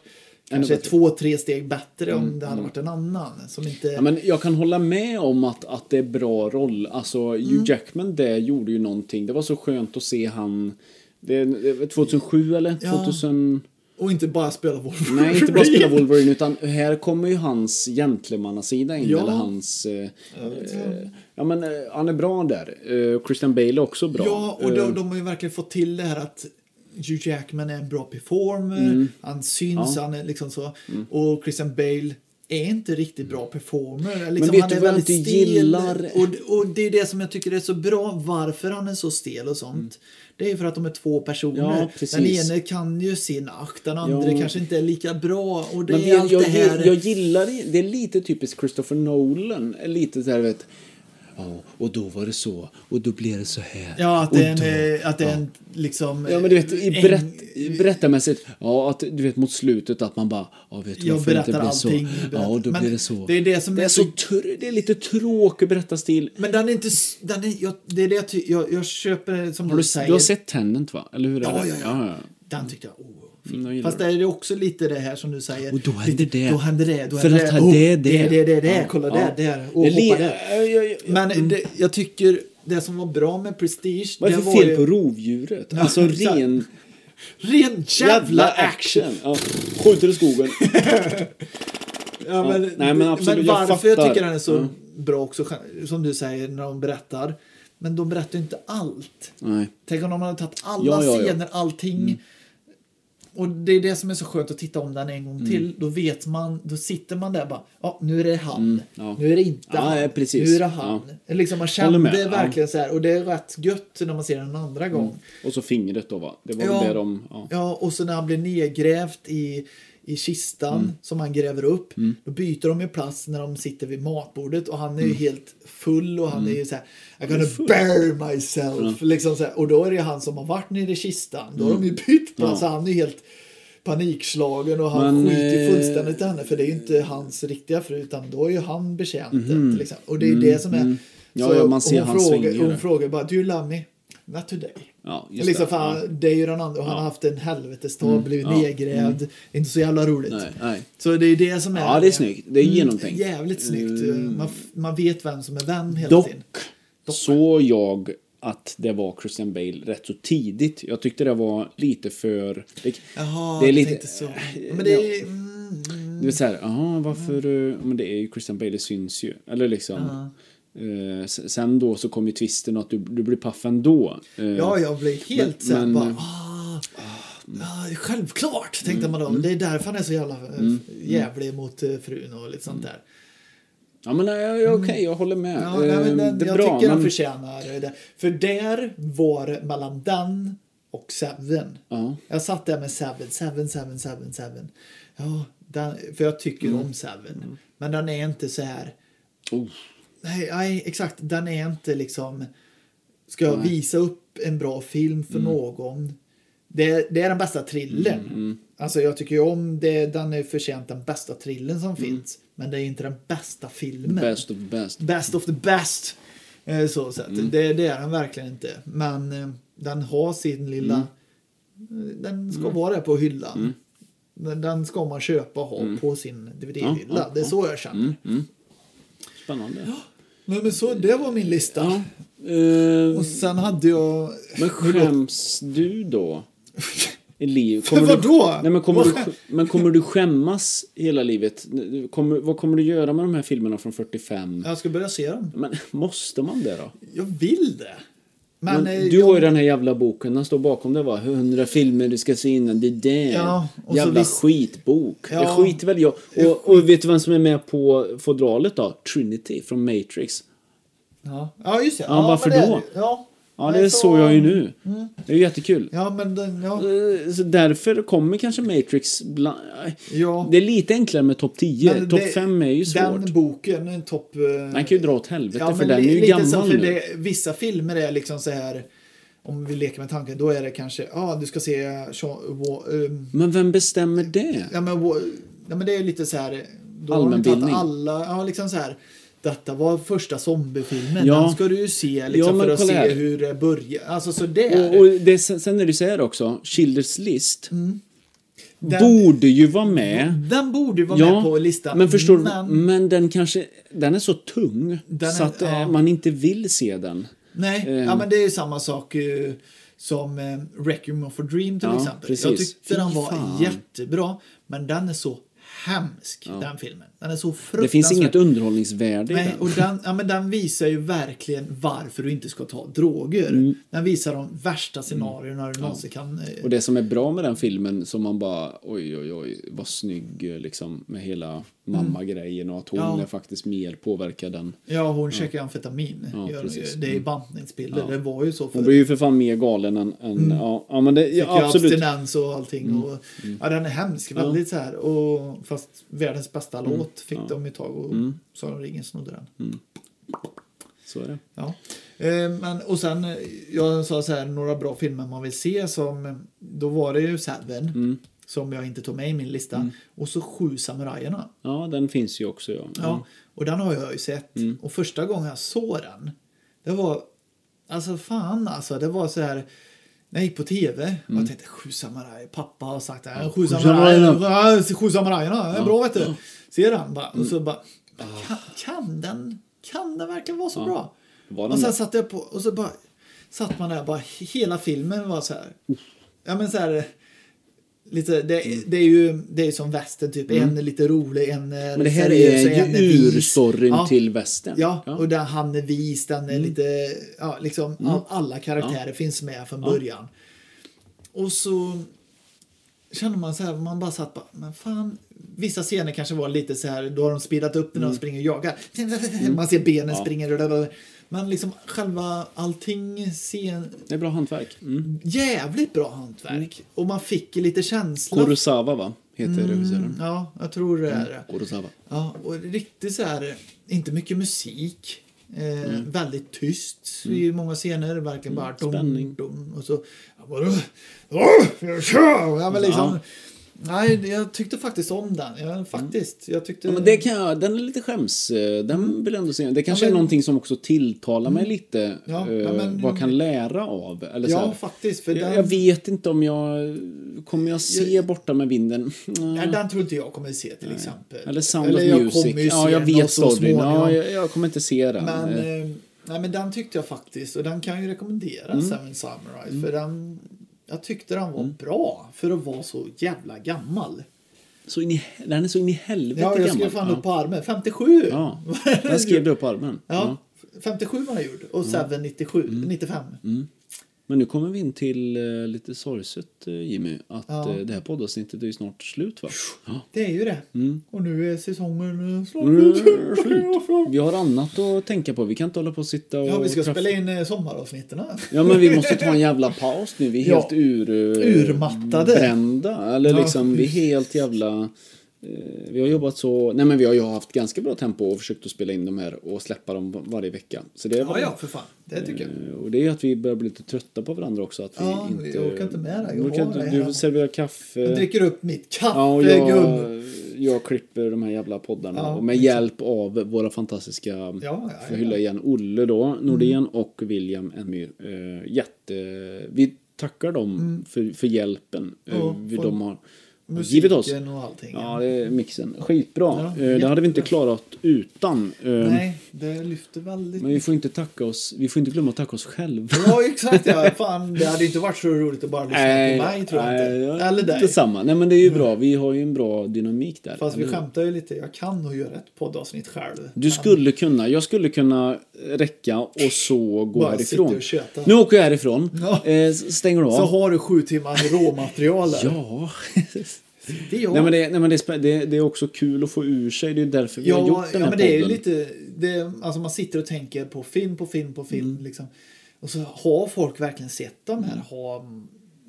Speaker 1: kanske
Speaker 2: bättre. Mm,
Speaker 1: två, tre steg bättre om det hade varit en annan. Som inte...
Speaker 2: Ja, men jag kan hålla med om att, att det är bra roll. Alltså,
Speaker 1: Mm.
Speaker 2: Hugh Jackman där gjorde ju någonting. Det var så skönt att se han... Det, det var 2007 eller?
Speaker 1: Ja.
Speaker 2: 2000...
Speaker 1: Och inte bara spela Wolverine.
Speaker 2: Nej, inte bara spela Wolverine utan här kommer ju hans gentlemannasida in.
Speaker 1: Ja.
Speaker 2: Eller hans... Eh,
Speaker 1: vet
Speaker 2: eh,
Speaker 1: inte.
Speaker 2: ja men eh, han är bra där. Eh, Christian Bale är också bra.
Speaker 1: Ja, och de,
Speaker 2: Eh,
Speaker 1: de har ju verkligen fått till det här att Hugh Jackman är en bra performer,
Speaker 2: Mm.
Speaker 1: han syns, han är liksom så. Och Christian Bale är inte riktigt bra performer. Liksom,
Speaker 2: vet
Speaker 1: han
Speaker 2: du
Speaker 1: är
Speaker 2: vad jag
Speaker 1: väldigt
Speaker 2: inte
Speaker 1: stel.
Speaker 2: gillar?
Speaker 1: Och, och det är det som jag tycker är så bra, varför han är så stel och sånt. Det är ju för att de är två
Speaker 2: Mm. Ja,
Speaker 1: personer. den
Speaker 2: precis.
Speaker 1: ene kan ju sin akt, den andra
Speaker 2: Ja.
Speaker 1: kanske inte är lika bra. Och det
Speaker 2: men
Speaker 1: är
Speaker 2: det,
Speaker 1: allt
Speaker 2: jag, jag,
Speaker 1: det här...
Speaker 2: jag gillar det. Det är lite typiskt Christopher Nolan. Lite så här vet... Ja, och då var det så. Och då blev det så här.
Speaker 1: Ja, att
Speaker 2: och
Speaker 1: det är en,
Speaker 2: då-
Speaker 1: eh, att det är en liksom...
Speaker 2: Ja men du vet, i
Speaker 1: en-
Speaker 2: berätt, i berättarmässigt, ja att du vet mot slutet att man bara, ja vet du
Speaker 1: Jag
Speaker 2: varför det inte
Speaker 1: berättar
Speaker 2: blev så?
Speaker 1: allting, berättar.
Speaker 2: Ja och då
Speaker 1: Men
Speaker 2: blir det så.
Speaker 1: det är det som
Speaker 2: det är,
Speaker 1: är
Speaker 2: så
Speaker 1: så-
Speaker 2: tr- det är lite tråkig berättarstil.
Speaker 1: Men den är inte... s- Den är, jag, det är det jag, ty- jag, jag köper det som du
Speaker 2: Har du,
Speaker 1: säger.
Speaker 2: du har sett Tennant va? Eller hur är
Speaker 1: Ja,
Speaker 2: det?
Speaker 1: ja, ja.
Speaker 2: ja.
Speaker 1: Den tyckte jag... Oh, fin.
Speaker 2: Mm, jag gillar
Speaker 1: Fast där är det också lite det här som du säger.
Speaker 2: Och då hände det.
Speaker 1: Då hände det. Då
Speaker 2: För
Speaker 1: hände
Speaker 2: att
Speaker 1: det. Oh,
Speaker 2: han- det, det.
Speaker 1: det, det, det, det.
Speaker 2: Ja,
Speaker 1: Kolla
Speaker 2: ja.
Speaker 1: där, där. Och
Speaker 2: Det li-
Speaker 1: hoppa där.
Speaker 2: Ja, ja, ja, ja.
Speaker 1: Men det, jag tycker det som var bra med Prestige...
Speaker 2: Vad är
Speaker 1: det
Speaker 2: det för
Speaker 1: var
Speaker 2: fel
Speaker 1: ju
Speaker 2: på rovdjuret? Alltså
Speaker 1: exakt.
Speaker 2: ren
Speaker 1: Ren
Speaker 2: jävla action. Ja. Skjuter i skogen.
Speaker 1: Ja, men,
Speaker 2: nej, men absolut, jag
Speaker 1: varför jag,
Speaker 2: fattar. Mm.
Speaker 1: tycker den är så
Speaker 2: Ja.
Speaker 1: bra också, som du säger, när de berättar. Men de berättar ju inte allt.
Speaker 2: Nej.
Speaker 1: Tänk om de hade tagit alla
Speaker 2: Ja, Mm. ja, ja.
Speaker 1: scener, allting. Och det är det som är så skönt att titta om den en gång till.
Speaker 2: Mm.
Speaker 1: Då vet man, då sitter man där och bara, ja nu är det han.
Speaker 2: Mm, ja.
Speaker 1: Nu är det inte
Speaker 2: Ja,
Speaker 1: han.
Speaker 2: ja, precis.
Speaker 1: Nu är det han. Liksom man
Speaker 2: Håller med,
Speaker 1: kände
Speaker 2: ja. Mm.
Speaker 1: verkligen så här. Och det är rätt gött när man ser den en andra gång.
Speaker 2: Och så fingret då va? Det var
Speaker 1: Ja.
Speaker 2: väl det de... Ja.
Speaker 1: Ja, och så när han blir nedgrävt i, i kistan
Speaker 2: Mm.
Speaker 1: som han gräver upp. Då byter de ju plats när de sitter vid matbordet och han är ju
Speaker 2: Mm.
Speaker 1: helt full och han är ju så här I'm gonna bear myself. Liksom så här. Och då är det ju han som har varit nere i kistan. Då har de ju
Speaker 2: Mm.
Speaker 1: bytt plats så han är ju helt panikslagen och han
Speaker 2: Men,
Speaker 1: skiter
Speaker 2: eh,
Speaker 1: fullständigt i henne för det är ju inte hans riktiga fru utan då är ju han betjänten till exempel. Och det är ju det som är...
Speaker 2: Mhm. Mm. Ja,
Speaker 1: så
Speaker 2: ja, man ser
Speaker 1: hon
Speaker 2: han
Speaker 1: frågar,
Speaker 2: svänger
Speaker 1: hon
Speaker 2: det.
Speaker 1: frågar bara Do you love me? Not today.
Speaker 2: Ja, just
Speaker 1: Liksom,
Speaker 2: det.
Speaker 1: för han, det är ju den andra. Och han har haft en helvetesdag, blivit nedgrävd. Inte så jävla roligt.
Speaker 2: Mm. Nej, nej.
Speaker 1: Så det är ju det som är...
Speaker 2: Ja, det är snyggt. Det är genomtänkt.
Speaker 1: Mm,
Speaker 2: Mm.
Speaker 1: Jävligt snyggt. Man, f- man vet vem som är vem hela
Speaker 2: Dock,
Speaker 1: tiden.
Speaker 2: såg jag att det var Christian Bale rätt så tidigt. Jag tyckte det var lite för... Det,
Speaker 1: Jaha,
Speaker 2: det är
Speaker 1: jag
Speaker 2: lite...
Speaker 1: tänkte så. Men det är...
Speaker 2: Ja,
Speaker 1: Mm,
Speaker 2: det är så här, jaha, varför... eh, Men det är ju Christian Bale, det syns ju. Eller liksom... eh, s- sen då så kom ju twisten och att du, du blir paff ändå. Eh,
Speaker 1: ja, jag blev helt
Speaker 2: Men-
Speaker 1: så här
Speaker 2: men-
Speaker 1: bara... Ah, ah, självklart, tänkte man då.
Speaker 2: Mm.
Speaker 1: Det är därför han är så jävla eh, jävlig mot eh, frun och lite sånt
Speaker 2: Mm.
Speaker 1: där.
Speaker 2: Ja, men nej, ja, ja, okej, jag håller med.
Speaker 1: Mm. Ja, nej, men
Speaker 2: Eh,
Speaker 1: den,
Speaker 2: det är
Speaker 1: jag
Speaker 2: bra,
Speaker 1: tycker han
Speaker 2: men...
Speaker 1: förtjänar det. För där var det mellan den och Seven.
Speaker 2: Ja.
Speaker 1: Jag satt där med Seven, Seven, Seven, Seven, Seven. Ja, den, för jag tycker
Speaker 2: Mm.
Speaker 1: om Seven. Men den är inte så här...
Speaker 2: Oh.
Speaker 1: Nej, nej, exakt. Den är inte liksom... Ska jag visa upp en bra film
Speaker 2: Mm.
Speaker 1: för någon? Det, är- det är den bästa trillen.
Speaker 2: mm.
Speaker 1: Alltså jag tycker ju om det, den är förtjänt den bästa trillen
Speaker 2: Mm.
Speaker 1: som finns. Men det är inte den bästa filmen.
Speaker 2: Best of best.
Speaker 1: Best of the best. Eh, Så sett.
Speaker 2: Mm.
Speaker 1: Det, det är den verkligen inte. Men eh, den har sin lilla...
Speaker 2: Mm.
Speaker 1: eh, Den ska vara där på hyllan. Den, den ska man köpa och ha på sin DVD-hylla.
Speaker 2: Mm. Ja, ja, Mm.
Speaker 1: det är så jag känner.
Speaker 2: Spännande.
Speaker 1: Men, men så, det var min lista.
Speaker 2: Eh,
Speaker 1: Och sen hade jag...
Speaker 2: Men skäms du då? I liv?
Speaker 1: vadå?
Speaker 2: Du, nej, men, kommer du, men kommer du skämmas hela livet? Kommer, vad kommer du göra med de här filmerna från 45?
Speaker 1: Jag ska börja se dem.
Speaker 2: Men måste man det då?
Speaker 1: Jag vill det. Men,
Speaker 2: Men,
Speaker 1: eh,
Speaker 2: du
Speaker 1: jag,
Speaker 2: har ju den här jävla boken, den står bakom dig va? 100 filmer du ska se innan det där.
Speaker 1: Ja, och så
Speaker 2: jävla
Speaker 1: visst-
Speaker 2: skitbok.
Speaker 1: Ja.
Speaker 2: Det skiter väl jag. Och, och vet du vem som är med på fodralet då? Trinity från Matrix.
Speaker 1: ja. ja, just det.
Speaker 2: Ja, varför
Speaker 1: men det är
Speaker 2: då?
Speaker 1: det. Ja,
Speaker 2: Ja,
Speaker 1: Nej, Mm.
Speaker 2: det såg jag ju nu. Det är ju jättekul.
Speaker 1: Ja, men den, ja.
Speaker 2: Eh, Så därför kommer kanske Matrix bland...
Speaker 1: Ja.
Speaker 2: Det är lite enklare med topp 10.
Speaker 1: Men
Speaker 2: Topp
Speaker 1: det-
Speaker 2: 5 är ju svårt.
Speaker 1: Den boken, en topp... eh,
Speaker 2: Den kan ju dra åt helvete
Speaker 1: Ja,
Speaker 2: för
Speaker 1: men
Speaker 2: den är
Speaker 1: li-
Speaker 2: ju
Speaker 1: lite
Speaker 2: gammal
Speaker 1: så, för
Speaker 2: nu.
Speaker 1: det, Vissa filmer är liksom så här om vi leker med tanken, då är det kanske, ja ah, du ska se, Sean- Wa- ehm,
Speaker 2: Men vem bestämmer det?
Speaker 1: ja men, Wa- ja men det är lite så här, då har de
Speaker 2: Allmänbildning.
Speaker 1: tagit alla, ja liksom så här, detta var första zombiefilmen,
Speaker 2: Ja.
Speaker 1: den ska du ju se
Speaker 2: Ja,
Speaker 1: liksom
Speaker 2: men
Speaker 1: för att
Speaker 2: kolla här.
Speaker 1: se hur det börjar, alltså så där.
Speaker 2: Och, och det, sen sen är det så här också, Schindler's list
Speaker 1: Mm. Den-
Speaker 2: borde ju vara med.
Speaker 1: den borde ju vara med på listan.
Speaker 2: men förstår du?
Speaker 1: men-
Speaker 2: Men den kanske... Den är så tung
Speaker 1: Den
Speaker 2: så
Speaker 1: är-
Speaker 2: att eh,
Speaker 1: ja.
Speaker 2: man inte vill se den.
Speaker 1: Nej,
Speaker 2: Ehm.
Speaker 1: ja, men det är ju samma sak eh, Som eh, Requiem for Dream till
Speaker 2: Ja,
Speaker 1: exempel. Jag
Speaker 2: precis.
Speaker 1: tyckte den
Speaker 2: Fy
Speaker 1: var
Speaker 2: fan.
Speaker 1: jättebra. Men den är så hemsk, den filmen. Den är så fruktansvärt
Speaker 2: Det finns inget underhållningsvärde i
Speaker 1: Nej,
Speaker 2: den.
Speaker 1: och den, ja, men den visar ju verkligen varför du inte ska ta droger.
Speaker 2: Mm.
Speaker 1: Den visar de värsta scenarierna du någonsin kan... eh,
Speaker 2: Och det som är bra med den filmen som man bara oj oj oj vad snygg liksom med hela mamma-grejen och att hon
Speaker 1: Mm. Ja.
Speaker 2: är faktiskt mer påverkad än
Speaker 1: Ja, hon käkar amfetamin.
Speaker 2: Ja,
Speaker 1: gör, hon ju.
Speaker 2: precis. Mm.
Speaker 1: det är bantningspiller. Det var ju så
Speaker 2: Hon
Speaker 1: förut.
Speaker 2: blir ju för fan mer galen än, än ja, ja men det,
Speaker 1: Mm. Fick ju
Speaker 2: ja, absolut.
Speaker 1: abstinens och allting. Och, ja, den är hemsk. Väldigt så här. Och, fast världens bästa låt fick de ju tag och Sagan om ringen snodde den.
Speaker 2: Så är det.
Speaker 1: Ja. Eh, Men, och sen, eh, jag sa så här, några bra filmer man vill se som, eh, då var det ju Seven, som jag inte tog med i min lista, och så Sju samurajerna.
Speaker 2: Ja, den finns ju också ja.
Speaker 1: Ja, och den har jag ju sett. Och första gången jag såg den, det var, alltså fan alltså, det var så här, när jag gick på tv, och jag tänkte sju samurajer, pappa har sagt det här, sju samurajerna, ja, sju samurajerna, det är bra vet du. Ser den bara, och så bara, kan, kan den, kan den verkligen vara så bra?
Speaker 2: Var den
Speaker 1: och sen
Speaker 2: det?
Speaker 1: satt jag på, och så bara, satt man där bara, hela filmen var så här, ja men så här, Lite, det, det är ju det är som västern, typ. En är lite rolig, en är
Speaker 2: Mm. Men det här
Speaker 1: seriös,
Speaker 2: är
Speaker 1: en
Speaker 2: ju
Speaker 1: vis.
Speaker 2: urstoryn
Speaker 1: ja.
Speaker 2: till Mm. västern.
Speaker 1: Ja, och där han är vis, den är lite, ja liksom,
Speaker 2: Mm.
Speaker 1: ja, alla karaktärer finns med från början. Och så känner man så här, man bara satt bara, men fan, vissa scener kanske var lite så här, då har de speedat upp när
Speaker 2: Mm.
Speaker 1: de springer och jagar. Man ser benen springer, men liksom själva allting, scen,
Speaker 2: Det är bra hantverk. Mm.
Speaker 1: jävligt bra hantverk. Och man fick lite känsla.
Speaker 2: Kurosawa va? Heter regissören.
Speaker 1: Ja, jag tror det
Speaker 2: Mm.
Speaker 1: är det.
Speaker 2: Kurosawa.
Speaker 1: Ja, och riktigt så här, inte mycket musik. Eh,
Speaker 2: Mm.
Speaker 1: Väldigt tyst i många scener. Verkligen bara dum,
Speaker 2: spänning.
Speaker 1: dum, och så... Jag bara, "Åh, jag kör!" ja, men liksom,
Speaker 2: Ja. Mm.
Speaker 1: Nej, det- jag tyckte faktiskt om den. Ja, faktiskt. Jag tyckte...
Speaker 2: Ja, men det kan jag, den är lite skäms. eh, Den vill jag ändå säga. Det kanske
Speaker 1: men- Mm.
Speaker 2: är någonting som också tilltalar mig lite.
Speaker 1: Ja,
Speaker 2: eh,
Speaker 1: ja, men-
Speaker 2: vad jag kan lära av. Eller så
Speaker 1: ja,
Speaker 2: här.
Speaker 1: faktiskt. För
Speaker 2: jag,
Speaker 1: den,
Speaker 2: jag vet inte om jag... Kommer jag se Borta med vinden?
Speaker 1: nej, den tror inte jag kommer att se till exempel.
Speaker 2: Eller Sound
Speaker 1: Eller
Speaker 2: of
Speaker 1: jag
Speaker 2: Music?
Speaker 1: kommer ju
Speaker 2: Ja,
Speaker 1: se
Speaker 2: jag
Speaker 1: något
Speaker 2: vet
Speaker 1: så
Speaker 2: storyn. Ja,
Speaker 1: småningom.
Speaker 2: jag, jag kommer inte se den.
Speaker 1: Men,
Speaker 2: Eh,
Speaker 1: eh, nej, men den tyckte jag faktiskt, och den kan jag ju rekommendera,
Speaker 2: Mm.
Speaker 1: Seven Samurai. För den, jag tyckte den var bra för att vara så jävla gammal.
Speaker 2: Så in i, den är så in i helvete
Speaker 1: Ja, jag skrev
Speaker 2: gammal.
Speaker 1: fan
Speaker 2: ja.
Speaker 1: upp på armen. 57!
Speaker 2: Ja, den skrev Mm. du upp på armen.
Speaker 1: Ja, 57 var han gjord. Och Seven 97, 95.
Speaker 2: Mm. Men nu kommer vi in till eh, lite sorgset eh, Jimmy. Att eh, det här poddavsnittet är ju snart slut va? Ja.
Speaker 1: Det är ju det. Och nu är säsongen eh, snart
Speaker 2: Mm,
Speaker 1: slut.
Speaker 2: slut. Vi har annat att tänka på. Vi kan inte hålla på och sitta och...
Speaker 1: Ja, vi ska
Speaker 2: träffa-
Speaker 1: spela in eh, sommaravsnitten. här.
Speaker 2: Ja, men vi måste ta en jävla paus nu. Vi är
Speaker 1: Ja.
Speaker 2: helt ur... eh,
Speaker 1: Urmattade.
Speaker 2: Brända. Eller
Speaker 1: Ja.
Speaker 2: liksom, vi är helt jävla... eh, Vi har jobbat så... Nej, men vi har ju haft ganska bra tempo och försökt att spela in de här och släppa dem varje vecka. Så det är
Speaker 1: Ja,
Speaker 2: väl-
Speaker 1: ja, för fan. Det tycker jag.
Speaker 2: Eh, Och det är ju att vi börjar bli lite trötta på varandra också. Att vi
Speaker 1: Ja,
Speaker 2: inte...
Speaker 1: jag orkar inte med det. Jag
Speaker 2: Du orkar
Speaker 1: har
Speaker 2: inte-
Speaker 1: det här.
Speaker 2: du serverar kaffe.
Speaker 1: Jag dricker upp mitt kaffe,
Speaker 2: Ja, och
Speaker 1: gubb.
Speaker 2: jag, jag klipper de här jävla poddarna.
Speaker 1: Ja,
Speaker 2: och med hjälp av våra fantastiska,
Speaker 1: ja, Mm.
Speaker 2: får jag hylla igen, Olle då, Nordén och William Enmyr. Eh, jätte... Vi tackar dem för, för hjälpen. eh,
Speaker 1: Mm. Ja,
Speaker 2: vi-
Speaker 1: för
Speaker 2: de har givit oss.
Speaker 1: Musiken och allting.
Speaker 2: Ja, det är mixen. Skitbra.
Speaker 1: Ja,
Speaker 2: eh, det hade vi inte
Speaker 1: jättebra.
Speaker 2: klarat utan. Eh,
Speaker 1: Nej, det lyfter väldigt
Speaker 2: Men vi får inte tacka oss, vi får inte glömma att tacka oss själva.
Speaker 1: Ja, exakt. Ja. Fan, det hade ju inte varit så roligt att bara lyssna på mig, tror jag
Speaker 2: nej,
Speaker 1: inte. Eller dig. Mm.
Speaker 2: Detsamma. Nej, men det är ju bra. Vi har ju en bra dynamik där.
Speaker 1: Fast vi
Speaker 2: eller hur?
Speaker 1: skämtar ju lite. Jag kan nog göra ett poddavsnitt själv.
Speaker 2: Mm. Du skulle kunna, jag skulle kunna räcka och så gå
Speaker 1: Bara sitta
Speaker 2: härifrån.
Speaker 1: och köta.
Speaker 2: Nu åker jag härifrån.
Speaker 1: Ja.
Speaker 2: Eh, s- stänger du av?
Speaker 1: Så har du sju timmar råmaterial där.
Speaker 2: Ja.
Speaker 1: Det är jag.
Speaker 2: nej men, det, nej, men det, är spä- det, det är också kul att få ur sig. Det är ju därför vi har
Speaker 1: ja,
Speaker 2: gjort den
Speaker 1: ja,
Speaker 2: här
Speaker 1: men det är ju
Speaker 2: podden.
Speaker 1: lite... Det, alltså man sitter och tänker på film, på film, på film.
Speaker 2: Mm.
Speaker 1: Liksom. Och så har folk verkligen sett de här? Har,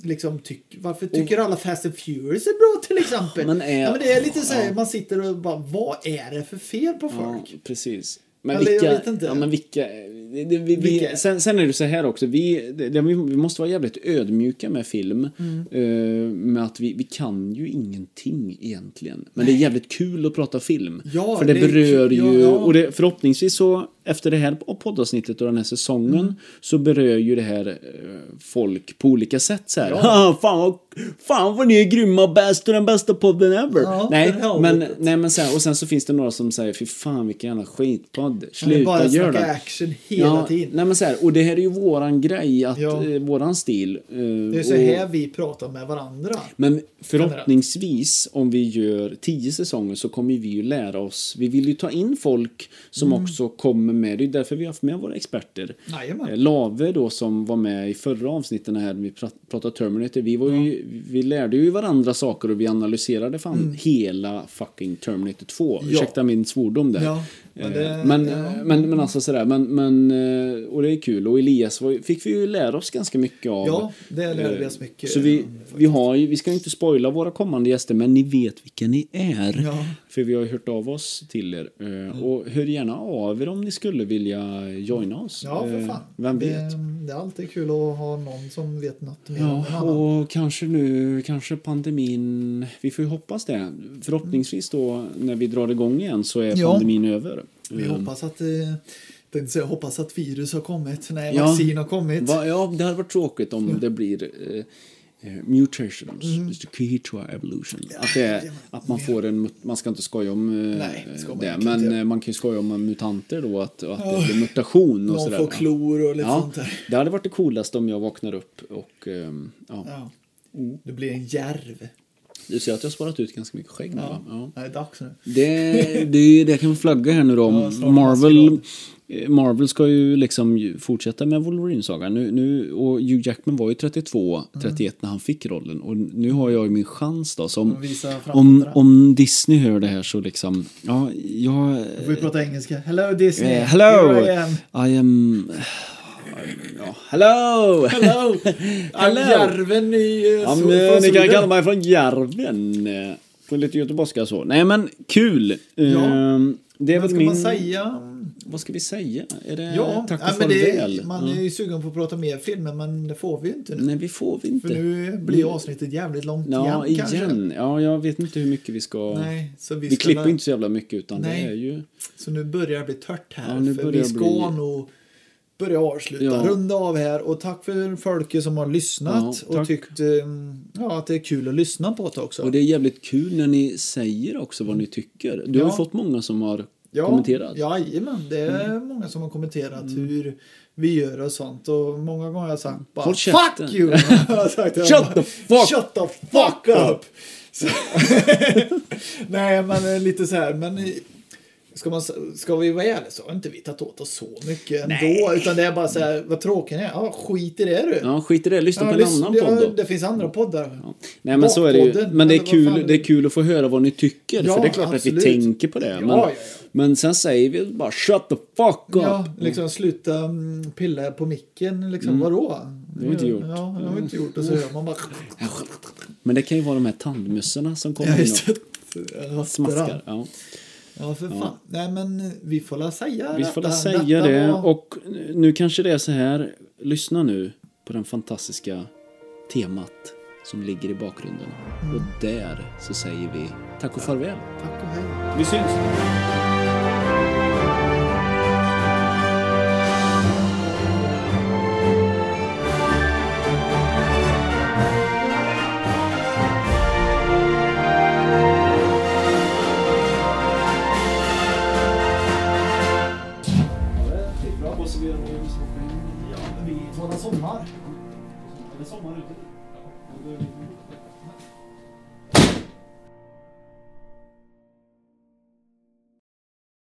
Speaker 1: liksom, tyck, varför tycker alla Fast and Furious är bra till exempel?
Speaker 2: Men är-
Speaker 1: ja, men det är lite så här, man sitter och bara, vad är det för fel på
Speaker 2: Ja,
Speaker 1: folk?
Speaker 2: precis. Men
Speaker 1: Eller jag
Speaker 2: vilka,
Speaker 1: vet inte.
Speaker 2: Ja, men vilka, det, det, vi, vi,
Speaker 1: Vilka?
Speaker 2: sen, sen är det så här också, vi, det, det, vi vi måste vara jävligt ödmjuka med film.
Speaker 1: Mm.
Speaker 2: Eh, med att vi, vi kan ju ingenting egentligen. Men det är jävligt kul att prata film.
Speaker 1: Ja,
Speaker 2: för det,
Speaker 1: det är
Speaker 2: berör
Speaker 1: kul. Ja,
Speaker 2: ju,
Speaker 1: ja.
Speaker 2: och det, förhoppningsvis så efter det här poddavsnittet och den här säsongen
Speaker 1: Mm.
Speaker 2: så berör ju det här eh, folk på olika sätt. Så här. "Ha, fan, vad, fan vad ni är grymma, bäst och den bästa podden ever.
Speaker 1: Ja,
Speaker 2: nej,
Speaker 1: för helvete.
Speaker 2: men, nej, men så här, och sen så finns det några som säger fy fan vilken jävla skitpodd. Sluta,
Speaker 1: bara
Speaker 2: gör
Speaker 1: snacka
Speaker 2: den.
Speaker 1: action hela
Speaker 2: ja,
Speaker 1: tiden.
Speaker 2: Nej, men så här, och det här är ju våran grej, att,
Speaker 1: Ja.
Speaker 2: eh, våran stil. eh,
Speaker 1: Det är så
Speaker 2: och-
Speaker 1: här vi pratar med varandra.
Speaker 2: men förhoppningsvis om vi gör tio säsonger så kommer vi ju lära oss. Vi vill ju ta in folk som
Speaker 1: Mm.
Speaker 2: också kommer med. Det är därför vi har haft med våra experter.
Speaker 1: Jajamän.
Speaker 2: Eh, Lave då som var med i förra avsnitten här när vi pra- pratade Terminator. Vi, var ju, vi lärde ju varandra saker och vi analyserade fan hela fucking Terminator 2.
Speaker 1: Mm. Ja.
Speaker 2: Ursäkta min svordom där.
Speaker 1: Ja, men det-
Speaker 2: Eh, men,
Speaker 1: ja.
Speaker 2: men, men alltså sådär, men, men, eh, och det är kul. Och Elias var, ju- fick vi ju lära oss ganska mycket av.
Speaker 1: Ja, det lärde vi
Speaker 2: Eh,
Speaker 1: oss mycket.
Speaker 2: Så vi, vi, har ju, vi ska ju inte spoila våra kommande gäster, men ni vet vilka ni är.
Speaker 1: Ja. Mm.
Speaker 2: För vi har ju hört av oss till er. Eh, Och hör gärna av er om ni skulle vilja joina oss.
Speaker 1: Ja, för
Speaker 2: Eh,
Speaker 1: fan.
Speaker 2: Vem vet?
Speaker 1: Det, det är alltid kul att ha någon som vet något mer än en
Speaker 2: Ja,
Speaker 1: annan.
Speaker 2: och kanske nu, kanske pandemin. Vi får ju hoppas det. Förhoppningsvis då när vi drar igång igen så är
Speaker 1: Ja.
Speaker 2: pandemin över.
Speaker 1: Vi
Speaker 2: Eh,
Speaker 1: hoppas att, eh, tänkte säga, hoppas att virus har kommit. Nej,
Speaker 2: Ja.
Speaker 1: vaccin har kommit.
Speaker 2: Va, ja, det hade varit tråkigt om det blir eh, eh, mutations,
Speaker 1: Mm.
Speaker 2: is the key to our evolution. Att, det, är- att man får en, mut- man ska inte skoja om eh,
Speaker 1: Nej, det ska man
Speaker 2: det,
Speaker 1: inte
Speaker 2: men
Speaker 1: göra.
Speaker 2: eh, man kan ju skoja om mutanter då, att, och att det blir mutation och
Speaker 1: Någon
Speaker 2: sådär.
Speaker 1: får klor och lite
Speaker 2: ja,
Speaker 1: sånt där.
Speaker 2: det hade varit det coolaste om jag vaknar upp och ehm, ja.
Speaker 1: Ja. Du blir en järv.
Speaker 2: Du ser att jag har sparat ut ganska mycket skägg nu va? Ja.
Speaker 1: Nej, dags nu.
Speaker 2: Det, det, det kan vi flagga här nu då.
Speaker 1: Ja, snart
Speaker 2: Marvel,
Speaker 1: maskerad.
Speaker 2: eh, Marvel ska ju liksom ju fortsätta med Wolverine-sagan. Nu, nu, och Hugh Jackman var ju 32, 31 när han fick rollen. Och nu har jag ju min chans då. Så om,
Speaker 1: Och visa
Speaker 2: om,
Speaker 1: framfötterna.
Speaker 2: om Disney hör det här så liksom, ja, jag...
Speaker 1: Får vi prata engelska? Hello Disney!
Speaker 2: eh, hello!
Speaker 1: Here I am!
Speaker 2: I am... Ja, hello!
Speaker 1: Hello! I'm
Speaker 2: Hello.
Speaker 1: järven i... eh,
Speaker 2: Ja,
Speaker 1: Sol-
Speaker 2: men,
Speaker 1: från
Speaker 2: ni kan
Speaker 1: Sweden.
Speaker 2: kalla mig från Järven. eh, På lite göteborgska så. Nej men kul!
Speaker 1: Ja.
Speaker 2: Eh, Det
Speaker 1: Vad
Speaker 2: är väl
Speaker 1: ska
Speaker 2: min...
Speaker 1: man säga?
Speaker 2: Vad ska vi säga? Är det
Speaker 1: Ja,
Speaker 2: Eh, tack
Speaker 1: nej, men
Speaker 2: och farväl?
Speaker 1: det, man är
Speaker 2: ja.
Speaker 1: ju sugen på att prata mer filmer men det får vi ju inte nu.
Speaker 2: Nej, vi får vi inte.
Speaker 1: För nu blir avsnittet jävligt långt
Speaker 2: ja,
Speaker 1: igen,
Speaker 2: igen.
Speaker 1: kanske.
Speaker 2: Ja, jag vet inte hur mycket vi ska...
Speaker 1: Nej, så vi,
Speaker 2: vi
Speaker 1: ska
Speaker 2: klipper
Speaker 1: väl-
Speaker 2: inte så jävla mycket utan
Speaker 1: Nej.
Speaker 2: det är ju...
Speaker 1: Så nu börjar det bli tört här.
Speaker 2: Ja, nu
Speaker 1: för
Speaker 2: börjar
Speaker 1: vi
Speaker 2: det
Speaker 1: ska
Speaker 2: bli-
Speaker 1: nog börja avsluta,
Speaker 2: Ja.
Speaker 1: runda av här. Och tack för folk som har lyssnat
Speaker 2: Ja,
Speaker 1: och
Speaker 2: tack.
Speaker 1: tyckt eh, ja, att det är kul att lyssna på det också.
Speaker 2: Och det är jävligt kul när ni säger också vad ni tycker. Du har
Speaker 1: Ja.
Speaker 2: ju fått många som har
Speaker 1: ja,
Speaker 2: kommenterat.
Speaker 1: Ja, jajamän, det är
Speaker 2: Mm.
Speaker 1: många som har kommenterat hur vi gör och sånt. Och många gånger har jag sagt bara
Speaker 2: Håll
Speaker 1: Fuck
Speaker 2: käften."
Speaker 1: you! Jag har sagt det. Jag bara,
Speaker 2: Shut the fuck-
Speaker 1: Shut the fuck up! Så, nej, men eh, lite så här. Men, eh, Ska, man, ska vi vara ärliga så har inte vi tagit åt oss så mycket ändå. Utan det är bara så här, vad tråkig ni är. Ja, skit i det du.
Speaker 2: Ja, skit i det. Lyssna
Speaker 1: Ja,
Speaker 2: på en
Speaker 1: lyssna-
Speaker 2: annan
Speaker 1: det,
Speaker 2: podd då.
Speaker 1: det finns andra poddar.
Speaker 2: Ja. Nej men så är det ju.
Speaker 1: Bakpodden,
Speaker 2: Men det
Speaker 1: eller
Speaker 2: är,
Speaker 1: vad
Speaker 2: kul,
Speaker 1: fan-
Speaker 2: det är kul att få höra vad ni tycker.
Speaker 1: Ja,
Speaker 2: för det är klart
Speaker 1: absolut.
Speaker 2: att vi tänker på det.
Speaker 1: Ja,
Speaker 2: men,
Speaker 1: ja, ja.
Speaker 2: men sen säger vi bara shut the fuck up.
Speaker 1: Ja, liksom sluta mm, pilla på micken. Liksom, Vadå? Det
Speaker 2: Mm. har vi inte gjort. Mm.
Speaker 1: Ja, det har vi inte gjort. Och så hör man bara...
Speaker 2: Men det kan ju vara de här tandmössorna som
Speaker 1: Ja,
Speaker 2: kommer in
Speaker 1: just det.
Speaker 2: och smaskar. Ja.
Speaker 1: Ja, för fan. Nej, men vi får la säga
Speaker 2: Vi får väl
Speaker 1: detta.
Speaker 2: säga
Speaker 1: Detta
Speaker 2: det.
Speaker 1: var-
Speaker 2: Och nu kanske det är så här. Lyssna nu på den fantastiska temat som ligger i bakgrunden. Och där så säger vi tack och farväl.
Speaker 1: Tack och hej.
Speaker 2: Vi syns!
Speaker 1: Ja, men vi får la sommar.
Speaker 2: Sommar ute.